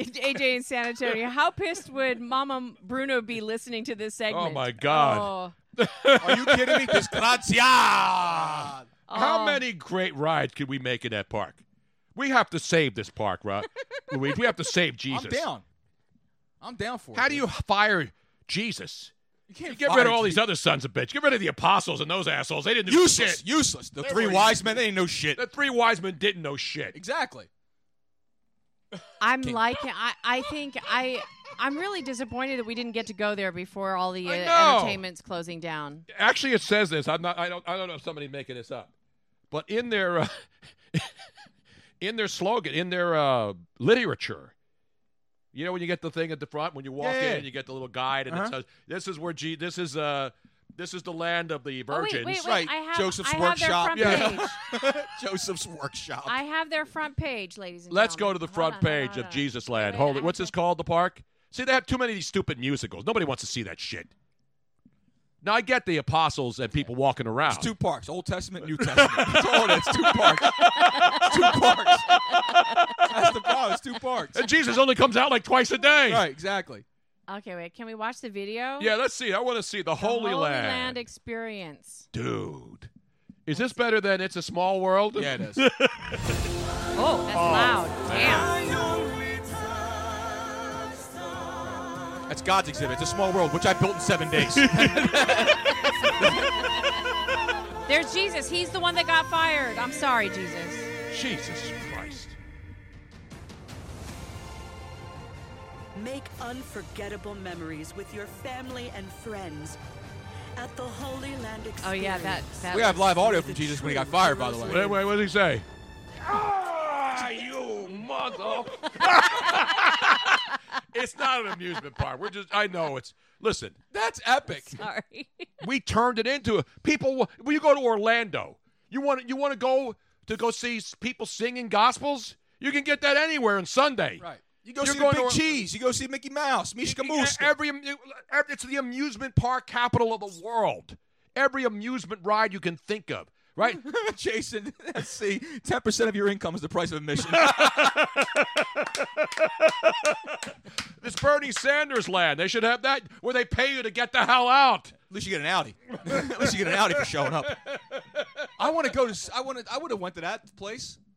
Speaker 4: AJ in San Antonio. How pissed would Mama Bruno be listening to this segment?
Speaker 2: Oh,
Speaker 4: Oh.
Speaker 2: my God. [LAUGHS]
Speaker 7: Are you kidding
Speaker 4: [LAUGHS]
Speaker 7: me? Disgracia. Um,
Speaker 4: Oh.
Speaker 2: How many great rides could we make in that park? We have to save this park,
Speaker 7: [LAUGHS]
Speaker 2: right? Luigi, we have to save Jesus.
Speaker 7: I'm down. I'm down for it.
Speaker 2: How do you fire Jesus?
Speaker 7: You can't
Speaker 2: You get rid of all these other sons of bitch. Get rid of the apostles and those assholes. They didn't do
Speaker 7: Useless,
Speaker 2: shit.
Speaker 7: useless. The
Speaker 2: They
Speaker 7: three
Speaker 2: were-
Speaker 7: wise men, they didn't know shit.
Speaker 2: The three wise men didn't know shit.
Speaker 7: Exactly.
Speaker 4: I'm liking. I, I think I. I'm really disappointed that we didn't get to go there before all the uh,
Speaker 2: I know.
Speaker 4: entertainment's closing down.
Speaker 2: Actually, it says this. I'm not. I don't. I don't know if somebody's making this up, but in their uh, [LAUGHS] in their slogan, in their uh, literature, you know, when you get the thing at the front, when you walk
Speaker 7: Yeah.
Speaker 2: in, you get the little guide, and it
Speaker 7: Uh-huh.
Speaker 2: says, "This is where G. This is uh, this is the land of the
Speaker 4: Oh, wait,
Speaker 2: virgins."
Speaker 4: wait, wait, Right. I have- I have their front
Speaker 2: [LAUGHS]
Speaker 7: [LAUGHS] Joseph's workshop.
Speaker 4: I have their front page, ladies
Speaker 2: [LAUGHS]
Speaker 4: and
Speaker 2: Let's
Speaker 4: gentlemen.
Speaker 2: go to the front page of Jesus Land. Hold it. What's this called? The park? See, they have too many of these stupid musicals. Nobody wants to see that shit. Now I get the apostles and people walking around.
Speaker 7: It's two parks: Old Testament, New Testament. [LAUGHS] That's all it is. Two parks. It's two parks. That's the problem. It's two parks.
Speaker 2: [LAUGHS] And Jesus only comes out like twice a day.
Speaker 7: Right. Exactly.
Speaker 4: Okay, wait. Can we watch the video?
Speaker 2: Yeah, let's see. I want to see the,
Speaker 4: The
Speaker 2: Holy, Land.
Speaker 4: experience.
Speaker 2: Dude. Is this better than It's a Small World? Yeah, it is. oh, [LAUGHS]
Speaker 4: Oh, that's loud.
Speaker 7: That's God's exhibit. It's a small world, which I built in seven
Speaker 2: [LAUGHS]
Speaker 7: days.
Speaker 4: There's Jesus. He's the one that got fired. I'm sorry, Jesus.
Speaker 2: Jesus Christ.
Speaker 22: Make unforgettable memories with your family and friends at the Holy Land Experience.
Speaker 4: Oh, yeah, that- that-
Speaker 7: we have live audio from Jesus when he got fired, by the way.
Speaker 2: Wait, wait, what did he say?
Speaker 1: Ah, you mother.
Speaker 2: It's not an amusement park. We're just, I know it's, listen,
Speaker 7: That's epic.
Speaker 4: Sorry.
Speaker 2: we turned it into a, people, wa- when you go to Orlando, you want to you want to go to go see s- people singing gospels? You can get that anywhere on Sunday.
Speaker 7: Right. You go
Speaker 2: You're
Speaker 7: see
Speaker 2: going
Speaker 7: the Big
Speaker 2: to- E,
Speaker 7: Cheese. You go see Mickey Mouse, Mishka Moose.
Speaker 2: Every, every it's the amusement park capital of the world. Every amusement ride you can think of, right?
Speaker 7: [LAUGHS] Jason, let's see. Ten percent of your income is the price of [LAUGHS] admission.
Speaker 2: This Bernie Sanders land, they should have that where they pay you to get the hell out.
Speaker 7: At least you get an Audi. [LAUGHS] At least you get an Audi for showing up. [LAUGHS] I want to go to. s- I want to. I would have went to that place.
Speaker 2: [LAUGHS]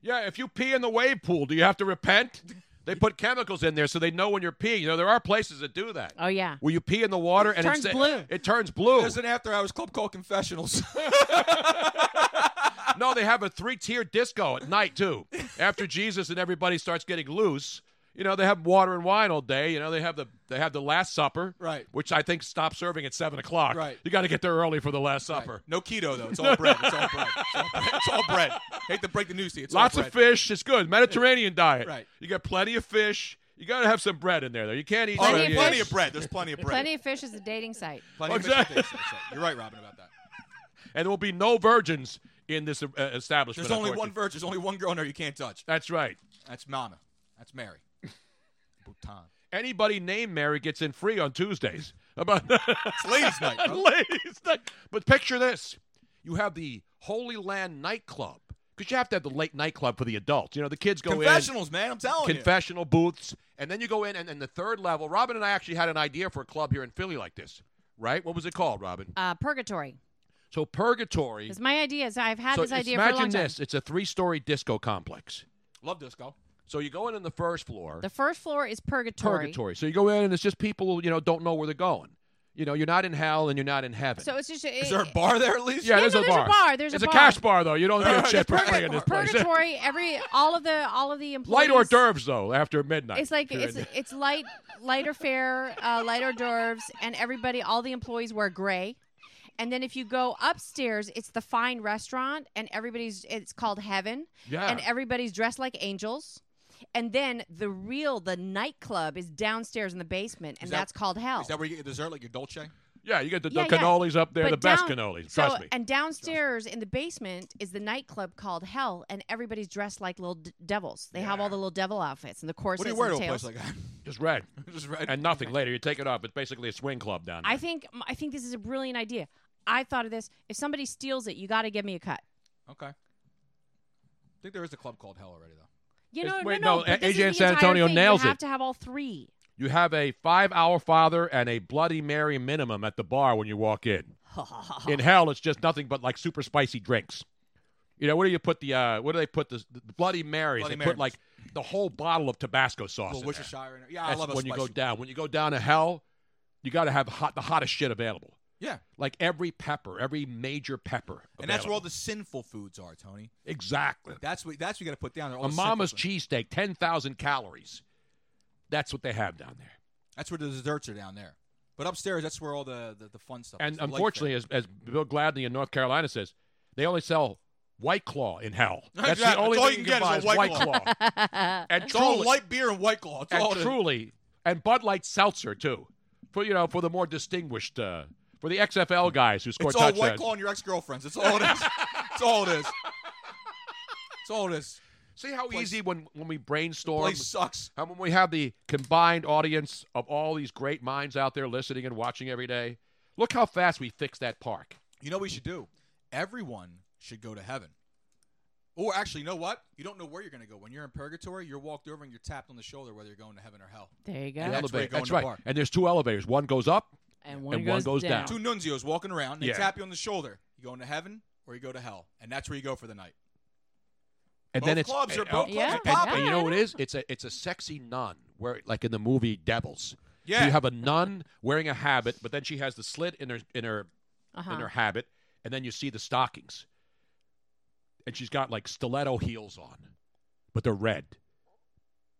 Speaker 2: Yeah, if you pee in the wave pool, do you have to repent? They put chemicals in there so they know when you're peeing. You know, there are places that do that.
Speaker 4: Oh yeah.
Speaker 2: Where you pee in the water and
Speaker 4: turns
Speaker 2: it's,
Speaker 4: blue.
Speaker 2: It turns blue.
Speaker 7: There's an after-hours club called Confessionals.
Speaker 2: [LAUGHS] no, they have a three-tier disco at night too. After Jesus and everybody starts getting loose, you know they have water and wine all day. You know they have the they have the Last Supper,
Speaker 7: Right.
Speaker 2: Which I think stops serving at seven o'clock.
Speaker 7: Right.
Speaker 2: You got to get there early for the Last Supper.
Speaker 7: [LAUGHS] No keto though.
Speaker 2: [LAUGHS]
Speaker 7: It's all bread. It's all bread. It's all bread. It's all bread. Hate to break the news to you. It's
Speaker 2: Lots
Speaker 7: all bread.
Speaker 2: of fish. It's good. Mediterranean diet.
Speaker 7: Right.
Speaker 2: You got plenty of fish. You got to have some bread in there. Though you can't eat
Speaker 7: Oh,
Speaker 2: so
Speaker 7: there's
Speaker 2: many-
Speaker 7: plenty of bread. There's plenty of bread.
Speaker 4: Plenty of fish is a dating site.
Speaker 7: Plenty of
Speaker 2: Exactly.
Speaker 7: fish and things, so- so You're right, Robin, about that.
Speaker 2: and there will be no virgins in this uh, establishment.
Speaker 7: There's only one
Speaker 2: unfortunately.
Speaker 7: virgin. There's only one girl in there you can't touch.
Speaker 2: That's right.
Speaker 7: That's Mama. That's
Speaker 2: [LAUGHS]
Speaker 7: Mary. Bhutan.
Speaker 2: Anybody named Mary gets in free
Speaker 7: [LAUGHS]
Speaker 2: on Tuesdays. About it's
Speaker 7: ladies' night, bro.
Speaker 2: [LAUGHS] ladies' night. But picture this: you have the Holy Land nightclub because you have to have the late nightclub for the adults. You know, the kids go in.
Speaker 7: Confessionals, man. I'm telling you.
Speaker 2: confessional booths, and then you go in, and, and the third level. Robin and I actually had an idea for a club here in Philly like this, right? What was it called, Robin?
Speaker 4: Uh, purgatory.
Speaker 2: So purgatory.
Speaker 4: It's my idea. So I've had
Speaker 2: so
Speaker 4: this
Speaker 2: it's-
Speaker 4: idea for a
Speaker 2: imagine
Speaker 4: long time.
Speaker 2: this: it's a three-story disco complex.
Speaker 7: Love disco.
Speaker 2: So you go in on the first floor.
Speaker 4: The first floor is purgatory.
Speaker 2: purgatory. So you go in, and it's just people who you know don't know where they're going. You know, you're not in hell and you're not in heaven.
Speaker 4: So it's just a,
Speaker 2: Is there a bar there at least? Yeah,
Speaker 4: Yeah,
Speaker 2: there's
Speaker 4: no,
Speaker 2: a
Speaker 4: there's a
Speaker 2: bar.
Speaker 4: bar, there's a
Speaker 2: it's a
Speaker 4: bar.
Speaker 2: cash bar [LAUGHS] though.
Speaker 4: [LAUGHS]
Speaker 2: You don't get shit for
Speaker 4: Purga-
Speaker 2: free in this place.
Speaker 4: purgatory. Every all of the all of the employees.
Speaker 2: [LAUGHS] Light hors d'oeuvres though after midnight.
Speaker 4: It's like
Speaker 2: If you're
Speaker 4: it's
Speaker 2: in-
Speaker 4: it's light lighter fare, uh, light hors d'oeuvres, and everybody, all the employees wear gray. And then if you go upstairs, it's the fine restaurant, and everybody's it's called Heaven,
Speaker 5: Yeah.
Speaker 4: and everybody's dressed like angels. And then the real the nightclub is downstairs in the basement, and
Speaker 7: Is that-
Speaker 4: that's called Hell.
Speaker 7: Is that where you get your dessert, like your dolce?
Speaker 2: yeah, you get the,
Speaker 4: Yeah,
Speaker 2: the
Speaker 4: yeah.
Speaker 2: cannolis up there,
Speaker 4: But
Speaker 2: the best
Speaker 4: down-
Speaker 2: cannolis.
Speaker 4: so-
Speaker 2: Trust me.
Speaker 4: And downstairs in the basement is the nightclub called Hell, and everybody's dressed like little d- devils. They have all the little devil outfits and the corsets.
Speaker 7: What do you
Speaker 4: and
Speaker 7: wear to
Speaker 4: the
Speaker 7: a place
Speaker 4: tails.
Speaker 7: like that?
Speaker 2: Just red.
Speaker 7: [LAUGHS] Just red.
Speaker 2: And nothing later. You take it off. It's basically a swing club down there.
Speaker 4: I think I think this is a brilliant idea. I thought of this. If somebody steals it, you got to give me a cut.
Speaker 7: Okay. I think there is a club called Hell already, though.
Speaker 4: You
Speaker 2: Is-
Speaker 4: know,
Speaker 2: wait,
Speaker 4: no,
Speaker 2: no,
Speaker 4: no. but this
Speaker 2: AJ
Speaker 4: is
Speaker 2: and
Speaker 4: the
Speaker 2: San
Speaker 4: entire
Speaker 2: Antonio
Speaker 4: thing.
Speaker 2: nails
Speaker 4: You have
Speaker 2: it.
Speaker 4: to have all three.
Speaker 2: you have a five-hour father and a Bloody Mary minimum at the bar when you walk in. in hell, it's just nothing but like super spicy drinks. You know, what do you put the? Uh, what do they put the, the Bloody Marys?
Speaker 7: Bloody
Speaker 2: they
Speaker 7: Marys.
Speaker 2: put like the whole bottle of Tabasco sauce.
Speaker 7: Little
Speaker 2: in
Speaker 7: Worcestershire in
Speaker 2: there.
Speaker 7: it. Yeah, I
Speaker 2: That's
Speaker 7: love a
Speaker 2: when you go
Speaker 7: spicy-
Speaker 2: down. When you go down to hell, you got to have hot, the hottest shit available.
Speaker 7: Yeah.
Speaker 2: like every pepper, every major pepper.
Speaker 7: And that's where all
Speaker 2: available.
Speaker 7: the sinful foods are, Tony.
Speaker 2: exactly.
Speaker 7: That's what that's what you got to put down there. all
Speaker 2: A
Speaker 7: the sinful
Speaker 2: mama's
Speaker 7: foods.
Speaker 2: cheesesteak, ten thousand calories. That's what they have down there.
Speaker 7: That's where the desserts are down there. But upstairs, that's where all the, the, the fun stuff. is,
Speaker 2: And
Speaker 7: the light
Speaker 2: unfortunately, as, as Bill Gladney in North Carolina says, they only sell White Claw
Speaker 7: [LAUGHS]
Speaker 2: in hell. That's the
Speaker 7: Exactly.
Speaker 2: only
Speaker 7: That's all
Speaker 2: thing
Speaker 7: you
Speaker 2: you
Speaker 7: can get
Speaker 2: buy is
Speaker 7: is
Speaker 2: White,
Speaker 7: a White
Speaker 2: Claw.
Speaker 4: [LAUGHS]
Speaker 2: and
Speaker 7: It's all
Speaker 2: truly-
Speaker 7: light beer and White Claw. It's all it
Speaker 2: and
Speaker 7: is.
Speaker 2: truly, and Bud Light Seltzer too, for you know, for the more distinguished, uh, for the XFL guys who score
Speaker 7: It's all White
Speaker 2: touchdowns.
Speaker 7: Claw and your ex girlfriends. It's all it is. it's all it is. It's all it is.
Speaker 2: See how easy when when we
Speaker 7: The
Speaker 2: brainstorm.
Speaker 7: place sucks.
Speaker 2: How when we have the combined audience of all these great minds out there listening and watching every day. Look how fast we fix that park.
Speaker 7: You know what we should do? Everyone should go to heaven. Or actually, you know what? You don't know where you're going to go. When you're in purgatory, you're walked over and you're tapped on the shoulder whether you're going to heaven or hell.
Speaker 4: There you go.
Speaker 2: The
Speaker 7: And that's where you
Speaker 2: elevator.
Speaker 7: go in
Speaker 2: That's
Speaker 7: the
Speaker 2: right.
Speaker 7: bar.
Speaker 2: And there's two elevators. One goes up,
Speaker 4: And
Speaker 2: one goes, down.
Speaker 7: Two nunzios walking around. They
Speaker 2: Yeah.
Speaker 7: tap you on the shoulder. You go into heaven or you go to hell, and that's where you go for the night.
Speaker 2: And
Speaker 7: Both
Speaker 2: then it's
Speaker 7: clubs are-
Speaker 2: and-
Speaker 7: both
Speaker 2: and-
Speaker 7: clubs are
Speaker 2: and-
Speaker 7: popping.
Speaker 2: and you know what it is? It's a it's a sexy nun where like in the movie Devils. So
Speaker 7: Yeah.
Speaker 2: you have a nun wearing a habit, but then she has the slit in her in her
Speaker 4: Uh-huh.
Speaker 2: in her habit, and then you see the stockings. And she's got like stiletto heels on, but they're red.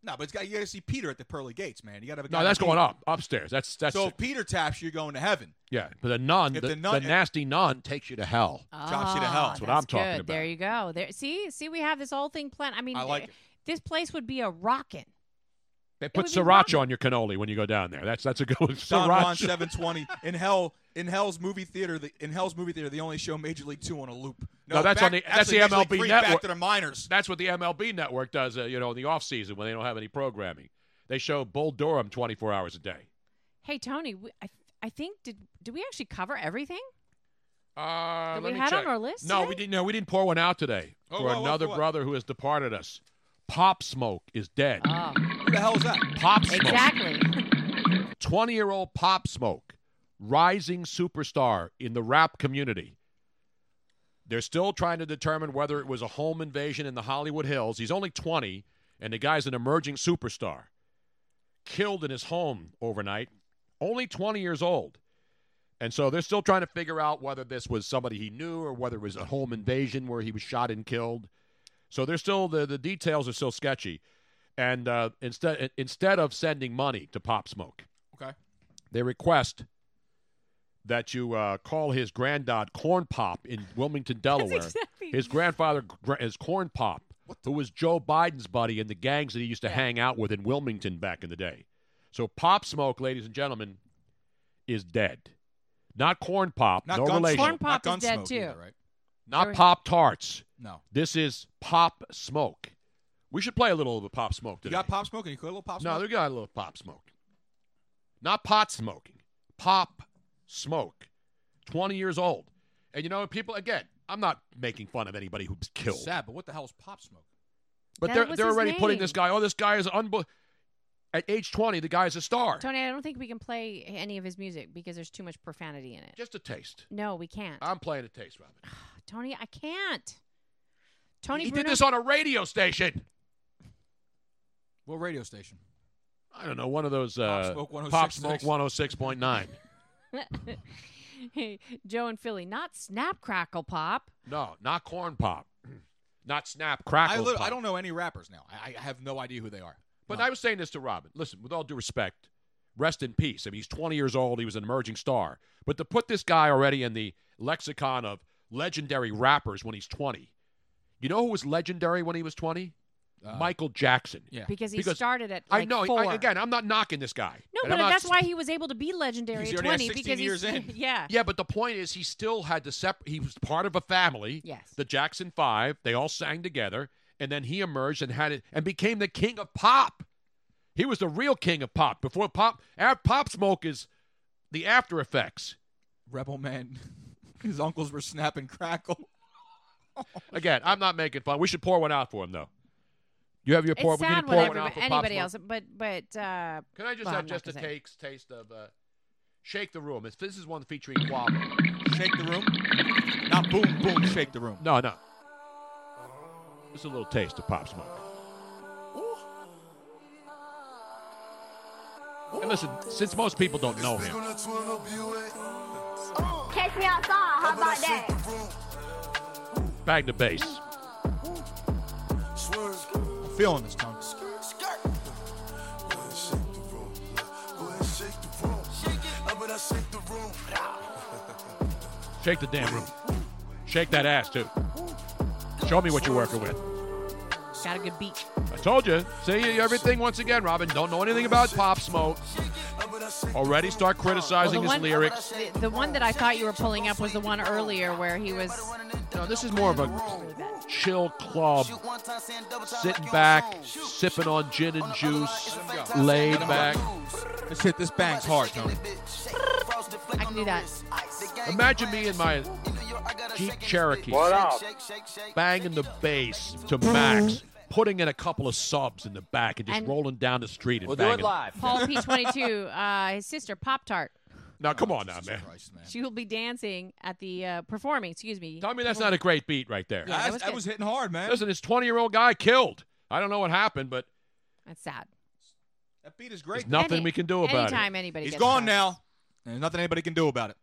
Speaker 7: No, but it's got, you got to see Peter at the pearly gates, man. You got to have a
Speaker 2: No,
Speaker 7: guy
Speaker 2: that's
Speaker 7: named
Speaker 2: going
Speaker 7: Peter.
Speaker 2: up upstairs. That's that's
Speaker 7: so if Peter taps you, you're going to heaven.
Speaker 2: yeah. But the nun, the,
Speaker 7: If the nun-
Speaker 2: the nasty nun, takes you to hell.
Speaker 7: Chops you to hell. That's what
Speaker 2: I'm talking
Speaker 4: Ah, Oh, good.
Speaker 2: about.
Speaker 4: There you go. There. See, see, we have this whole thing planned. I mean,
Speaker 2: I like
Speaker 4: th-
Speaker 2: it.
Speaker 4: this place would be a rockin'.
Speaker 2: They
Speaker 4: would
Speaker 2: put
Speaker 4: be
Speaker 2: sriracha on your cannoli when you go down there. That's that's a good one.
Speaker 7: Don Juan
Speaker 2: Sriracha.
Speaker 7: 720 in hell in hell's movie theater. The, in hell's movie theater, they only show Major League Two on a loop.
Speaker 2: No, that's
Speaker 7: back-
Speaker 2: on the that's
Speaker 7: actually,
Speaker 2: the
Speaker 7: Major League
Speaker 2: MLB
Speaker 7: Three
Speaker 2: network.
Speaker 7: Back to the minors.
Speaker 2: That's what the MLB network does. Uh, you know, in the off season when they don't have any programming, they show Bull Durham 24 hours a day.
Speaker 4: Hey Tony, we, I I think did did we actually cover everything?
Speaker 2: Uh,
Speaker 4: That
Speaker 2: let
Speaker 4: we
Speaker 2: me
Speaker 4: had on
Speaker 2: check.
Speaker 4: our list
Speaker 2: No,
Speaker 4: today?
Speaker 2: we didn't. No, we didn't pour one out today
Speaker 7: Oh,
Speaker 2: for
Speaker 7: wow, wow,
Speaker 2: another
Speaker 7: for what?
Speaker 2: brother who has departed us. Pop Smoke is dead.
Speaker 4: Ah.
Speaker 7: Who the hell is that?
Speaker 2: Pop Smoke.
Speaker 4: Exactly.
Speaker 2: 20 year old Pop Smoke rising superstar in the rap community. They're still trying to determine whether it was a home invasion in the Hollywood Hills. He's only 20, and the guy's an emerging superstar. Killed in his home overnight, only 20 years old. And so they're still trying to figure out whether this was somebody he knew or whether it was a home invasion where he was shot and killed. So they're still the, the details are still sketchy. And uh, instead instead of sending money to Pop Smoke,
Speaker 7: Okay.
Speaker 2: they request that you uh, call his granddad Corn Pop in Wilmington, Delaware.
Speaker 9: exactly-
Speaker 7: [LAUGHS]
Speaker 2: His grandfather gr- is Corn Pop, who was Joe Biden's buddy in the gangs that he used to hang out with in Wilmington back in the day. So Pop Smoke, ladies and gentlemen, is dead. Not Corn Pop,
Speaker 7: Not
Speaker 2: no
Speaker 7: Gunsmoke.
Speaker 2: relation.
Speaker 7: Corn Pop Not is dead, Gunsmoke too. either, right?
Speaker 2: Not
Speaker 7: There-
Speaker 2: Pop Tarts.
Speaker 7: No.
Speaker 2: This is Pop Smoke. We should play a little of the Pop Smoke
Speaker 7: You
Speaker 2: today.
Speaker 7: got pop smoking? You could a little pop
Speaker 2: No,
Speaker 7: smoking?
Speaker 2: they got a little pop smoke. Not pot smoking. Pop smoke. 20 years old. And you know, people, again, I'm not making fun of anybody who's killed.
Speaker 7: Sad, but what the hell is pop smoke?
Speaker 2: But
Speaker 4: That
Speaker 2: they're,
Speaker 4: was
Speaker 2: they're
Speaker 4: his
Speaker 2: already putting
Speaker 4: name.
Speaker 2: this guy, oh, this guy is unbelievable. At age 20, the guy's a star.
Speaker 4: Tony, I don't think we can play any of his music because there's too much profanity in it.
Speaker 2: Just a taste.
Speaker 4: No, we can't.
Speaker 2: I'm playing a taste, Robin.
Speaker 4: Tony, I can't. Tony
Speaker 2: he
Speaker 4: Bruno,
Speaker 2: did this on a radio station.
Speaker 7: What radio station?
Speaker 2: I don't know, one of those uh,
Speaker 7: Smoke
Speaker 2: Pop
Speaker 7: 106.6.
Speaker 2: Smoke 106.9.
Speaker 4: [LAUGHS] Hey, Joe and Philly, not Snap Crackle Pop.
Speaker 2: no, not corn pop. Not snap, crackle.
Speaker 7: I, lit-
Speaker 2: pop.
Speaker 7: I don't know any rappers now. I, I have no idea who they are.
Speaker 2: But I was saying this to Robin. Listen, with all due respect, rest in peace. I mean, he's 20 years old. He was an emerging star. But to put this guy already in the lexicon of legendary rappers when he's 20, you know who was legendary when he was 20? Michael Jackson. Yeah.
Speaker 4: Because he started at like
Speaker 2: I know.
Speaker 4: four.
Speaker 2: I, again, I'm not knocking this guy.
Speaker 4: no,
Speaker 2: And
Speaker 4: but
Speaker 2: I'm not
Speaker 4: that's why he was able to be legendary
Speaker 2: He's
Speaker 4: at
Speaker 2: already at
Speaker 4: 20 because
Speaker 2: 16 years
Speaker 4: he's
Speaker 2: in.
Speaker 4: [LAUGHS] yeah.
Speaker 2: Yeah, but the point is, he still had to separate. He was part of a family.
Speaker 4: Yes.
Speaker 2: The Jackson Five. They all sang together, and then he emerged and had it and became the king of pop. He was the real king of pop before pop. Af- pop Smoke is the after effects.
Speaker 7: Rebel Man. [LAUGHS] His uncles were snapping crackle.
Speaker 2: Again, I'm not making fun. We should pour one out for him though. You have your
Speaker 4: It's
Speaker 2: pour. we
Speaker 4: sad
Speaker 2: can
Speaker 4: when
Speaker 2: pour one
Speaker 4: everybody,
Speaker 2: out for Pop
Speaker 4: anybody
Speaker 2: Smoke.
Speaker 4: else, but but uh,
Speaker 2: Can I just
Speaker 4: well,
Speaker 2: have
Speaker 4: I'm not
Speaker 2: just a
Speaker 4: gonna say it.
Speaker 2: takes, taste of uh, Shake the Room? It's, this is one featuring Quavo.
Speaker 7: Shake the room. Not boom, boom, shake the room.
Speaker 2: No, no. Just a little taste of Pop Smoke. And listen, since most people don't know him,
Speaker 5: Catch me outside, how about that?
Speaker 2: bang the bass.
Speaker 7: I'm feeling this, Tony.
Speaker 2: Shake the damn room. Shake that ass, too. Show me what you're working with.
Speaker 4: got a good beat.
Speaker 2: I told you. See everything once again, Robin. Don't know anything about Pop Smoke. Already start criticizing his lyrics.
Speaker 4: The, the one that I thought you were pulling up was the one earlier where he was.
Speaker 2: No, this is more of a chill club, sitting back, sipping on gin and juice, laid back.
Speaker 7: This hit, this bangs hard, Tony.
Speaker 4: I can do that.
Speaker 2: Imagine me in my Jeep Cherokee,
Speaker 9: What up?
Speaker 2: banging the bass to max, putting in a couple of subs in the back, and just
Speaker 4: And-
Speaker 2: rolling down the street and
Speaker 9: We'll do it
Speaker 2: banging.
Speaker 9: live.
Speaker 4: Paul P22, uh, his sister Pop Tart.
Speaker 2: Now come on, now man.
Speaker 4: She will be dancing at the uh, performing. Excuse me.
Speaker 2: Tell me that's not a great beat right there.
Speaker 4: Yeah, that That's- was that good. was
Speaker 7: hitting hard, man.
Speaker 2: Listen, this 20 year old guy killed. I don't know what happened, but
Speaker 4: That's sad.
Speaker 7: That beat is great.
Speaker 2: There's nothing we can do about it.
Speaker 4: anytime anybody
Speaker 7: He's
Speaker 4: gets
Speaker 7: gone
Speaker 4: hurt.
Speaker 7: now. And there's nothing anybody can do about it.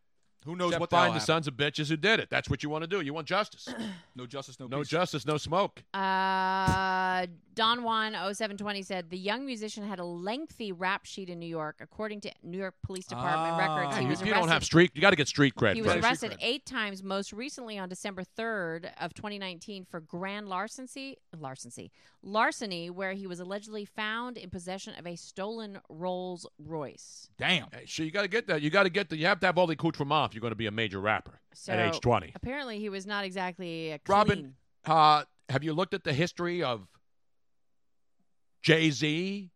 Speaker 7: Who knows
Speaker 2: except
Speaker 7: what the hell
Speaker 2: find the
Speaker 7: happened.
Speaker 2: sons of bitches who did it. That's what you want to do. You
Speaker 4: [CLEARS THROAT]
Speaker 2: want justice.
Speaker 7: No justice, no,
Speaker 2: no
Speaker 7: peace.
Speaker 2: justice, no smoke.
Speaker 4: Uh, Don Juan 0720 said the young musician had a lengthy rap sheet in New York, according to New York Police
Speaker 7: Ah.
Speaker 4: Department records.
Speaker 2: Yeah,
Speaker 4: He
Speaker 2: you,
Speaker 4: was
Speaker 2: you don't
Speaker 4: arrested-
Speaker 2: have street. You got to get street cred.
Speaker 4: He was
Speaker 2: first.
Speaker 4: arrested eight times, most recently on December 3rd of 2019 for grand larceny, larceny, larceny, where he was allegedly found in possession of a stolen Rolls Royce.
Speaker 7: Damn.
Speaker 2: so you got to get that. You got to get the. You have to have all the accoutrement if you're going to be a major rapper
Speaker 4: So
Speaker 2: at age 20.
Speaker 4: apparently he was not exactly a clean.
Speaker 2: Robin, uh, have you looked at the history of Jay Z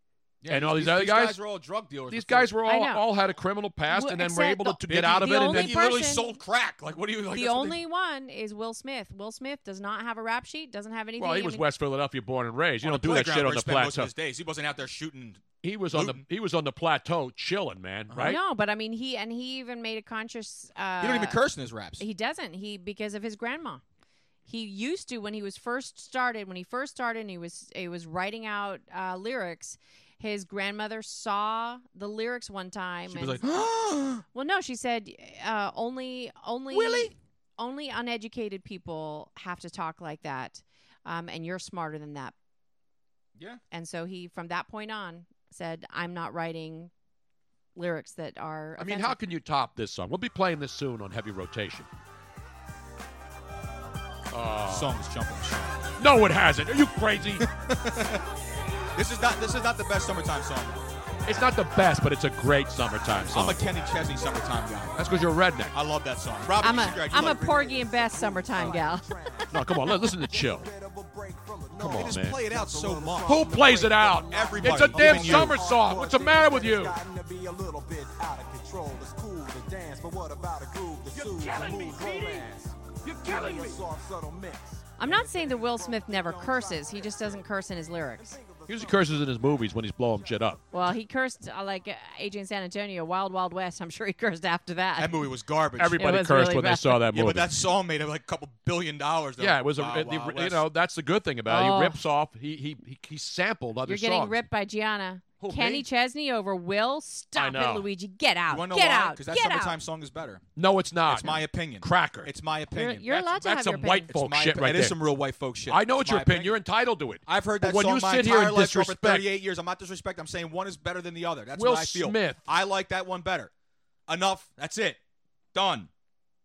Speaker 7: Yeah,
Speaker 2: and all these,
Speaker 7: these
Speaker 2: other
Speaker 7: these
Speaker 2: guys?
Speaker 7: were all drug dealers.
Speaker 2: These
Speaker 7: before.
Speaker 2: guys were
Speaker 4: I
Speaker 2: all
Speaker 4: know.
Speaker 2: all had a criminal past,
Speaker 4: Well,
Speaker 2: and then were
Speaker 4: except
Speaker 2: able to,
Speaker 4: the-
Speaker 2: to get out of
Speaker 4: the
Speaker 2: it, and
Speaker 4: only
Speaker 2: then
Speaker 4: He literally person- sold
Speaker 7: crack. Like, what do you
Speaker 4: the only one is Will Smith. Will Smith does not have a rap sheet. Doesn't have anything.
Speaker 2: Well, he
Speaker 4: I
Speaker 2: was
Speaker 4: mean-
Speaker 2: West Philadelphia born and raised. You
Speaker 7: On
Speaker 2: don't
Speaker 7: the
Speaker 2: do that
Speaker 7: playground
Speaker 2: shit
Speaker 7: where
Speaker 2: on
Speaker 7: he
Speaker 2: the
Speaker 7: spent most
Speaker 2: plateau.
Speaker 7: of his days. He wasn't out there shooting
Speaker 2: He was on the he was on the plateau chilling, man. Right?
Speaker 4: No, but I mean, he and he even made a conscious. Uh,
Speaker 7: He don't even curse in his raps.
Speaker 4: He doesn't. He because of his grandma. He used to when he was first started. When he first started, and he was he was writing out uh, lyrics. His grandmother saw the lyrics one time.
Speaker 7: She was
Speaker 4: and-
Speaker 7: like,
Speaker 4: [GASPS] "Well, no," she said. Uh, only, only,
Speaker 7: Willie?
Speaker 4: only uneducated people have to talk like that, um, and you're smarter than that.
Speaker 7: Yeah.
Speaker 4: And so he, from that point on, said, "I'm not writing lyrics that are."
Speaker 2: I mean,
Speaker 4: offensive."
Speaker 2: how can you top this song? We'll be playing this soon on heavy rotation. Uh,
Speaker 7: Song is jumping.
Speaker 2: No, it hasn't. Are you crazy?
Speaker 7: [LAUGHS] this is not this is not the best summertime song.
Speaker 2: it's not the best, but it's a great summertime song.
Speaker 7: I'm a Kenny Chesney summertime guy.
Speaker 2: That's because you're a redneck.
Speaker 7: I love that song. Robin,
Speaker 4: I'm
Speaker 7: you
Speaker 4: a
Speaker 7: should graduate.
Speaker 4: I'm a Porgy and Bess summertime gal.
Speaker 2: No, come on. li- Listen to Chill. Come
Speaker 7: They
Speaker 2: on,
Speaker 7: just
Speaker 2: man.
Speaker 7: play it out so much.
Speaker 2: Who plays it out?
Speaker 7: Everybody.
Speaker 2: It's a damn
Speaker 7: Even you.
Speaker 2: summer song. What's the matter with you?
Speaker 4: I'm not saying that Will Smith never curses. He just doesn't curse in his lyrics.
Speaker 2: He usually curses in his movies when he's blowing shit up.
Speaker 4: Well, he cursed uh, like uh, AJ in San Antonio, Wild Wild West. I'm sure he cursed after that.
Speaker 7: That movie was garbage.
Speaker 2: Everybody It was cursed really when they bad. saw that
Speaker 7: Yeah,
Speaker 2: movie.
Speaker 7: but that song made like a couple billion dollars. They were
Speaker 2: Yeah,
Speaker 7: like,
Speaker 2: it was a.
Speaker 7: wow,
Speaker 2: it-
Speaker 7: wow,
Speaker 2: you
Speaker 7: that's-
Speaker 2: know, that's the good thing about it.
Speaker 7: Oh.
Speaker 2: He rips off. He he he, he sampled other
Speaker 4: You're getting
Speaker 2: songs.
Speaker 4: ripped by Gianna. Kenny
Speaker 2: me?
Speaker 4: Chesney over Will. Stop
Speaker 2: know.
Speaker 4: it, Luigi. Get out.
Speaker 7: You wanna know
Speaker 4: Get
Speaker 7: why?
Speaker 4: out.
Speaker 7: Because that
Speaker 4: Get
Speaker 7: summertime
Speaker 4: out.
Speaker 7: song is better.
Speaker 2: No, it's not.
Speaker 7: It's my opinion.
Speaker 2: Cracker.
Speaker 7: It's my opinion.
Speaker 4: you're
Speaker 7: That's-
Speaker 4: allowed to
Speaker 7: that's
Speaker 4: have
Speaker 7: some
Speaker 4: your
Speaker 7: white
Speaker 4: opinion.
Speaker 7: folk
Speaker 2: It's my
Speaker 7: shit
Speaker 2: opinion.
Speaker 7: right
Speaker 2: It is
Speaker 7: there.
Speaker 2: some
Speaker 7: real white folk shit.
Speaker 2: I
Speaker 7: It's
Speaker 2: know it's your
Speaker 7: my
Speaker 2: opinion. You're entitled to it.
Speaker 7: I've heard that
Speaker 2: but when
Speaker 7: song
Speaker 2: you
Speaker 7: my
Speaker 2: sit here
Speaker 7: entire
Speaker 2: and
Speaker 7: life for over
Speaker 2: disrespect,
Speaker 7: 38 years. I'm not disrespect. I'm saying one is better than the other. That's
Speaker 2: Will
Speaker 7: what I feel.
Speaker 2: Smith.
Speaker 7: I like that one better. Enough. That's it. Done.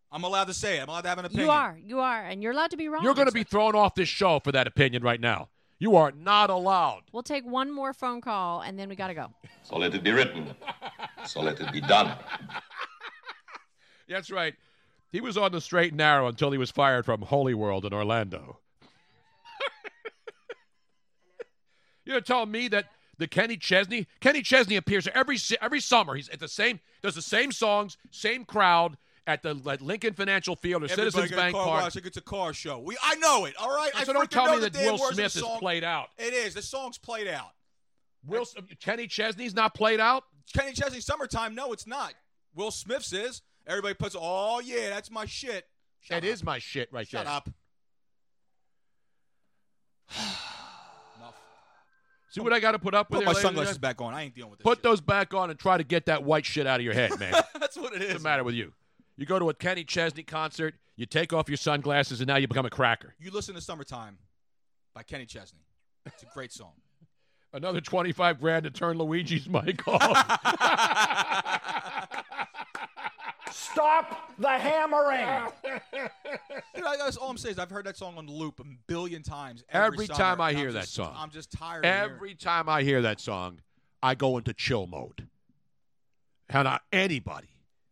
Speaker 7: I'm allowed to say it. I'm allowed to have an opinion.
Speaker 4: You are. You are. And you're allowed to be wrong.
Speaker 2: you're going to be thrown off this show for that opinion right now. You are not allowed.
Speaker 4: We'll take one more phone call and then we got to go.
Speaker 6: So let it be written. So let it be done.
Speaker 2: That's right. He was on the straight and narrow until he was fired from Holy World in Orlando. [LAUGHS] You're telling me that the Kenny Chesney, Kenny Chesney appears every si- every summer. He's at the same, does the same songs, same crowd at the at Lincoln Financial Field or
Speaker 7: Everybody
Speaker 2: Citizens
Speaker 7: got a
Speaker 2: Bank
Speaker 7: car
Speaker 2: Park.
Speaker 7: wash, like it's a car show. We, I know it. All right.
Speaker 2: And
Speaker 7: I
Speaker 2: so don't
Speaker 7: freaking
Speaker 2: tell
Speaker 7: know
Speaker 2: me
Speaker 7: the
Speaker 2: that
Speaker 7: damn
Speaker 2: Will
Speaker 7: words of the
Speaker 2: Smith is
Speaker 7: song.
Speaker 2: played out.
Speaker 7: It is. The song's played out.
Speaker 2: Will Kenny Chesney's not played out.
Speaker 7: Kenny Chesney, summertime. No, it's not. Will Smith's is. Everybody puts. Oh yeah, that's my shit.
Speaker 2: That is my shit right
Speaker 7: Shut
Speaker 2: there.
Speaker 7: up. [SIGHS]
Speaker 2: See what I got to put up with?
Speaker 7: Put
Speaker 2: here
Speaker 7: my
Speaker 2: later
Speaker 7: sunglasses
Speaker 2: today?
Speaker 7: back on. I ain't dealing with this.
Speaker 2: Put those back on and try to get that white shit out of your head, man.
Speaker 7: [LAUGHS] That's what it
Speaker 2: What's the matter with you? You go to a Kenny Chesney concert, you take off your sunglasses, and now you become a cracker.
Speaker 7: You listen to "Summertime" by Kenny Chesney. It's a great song.
Speaker 2: [LAUGHS] Another 25 grand to turn Luigi's
Speaker 7: [LAUGHS]
Speaker 2: mic off.
Speaker 21: Stop the
Speaker 7: [LAUGHS]
Speaker 21: hammering.
Speaker 7: Dude, I, that's all I'm saying is I've heard that song on loop a billion times. Every,
Speaker 2: Every
Speaker 7: summer,
Speaker 2: time I
Speaker 7: and I'm
Speaker 2: hear that
Speaker 7: just-
Speaker 2: song.
Speaker 7: I'm just tired. of hearing
Speaker 2: Every time I hear that song, I go into chill mode. How not anybody.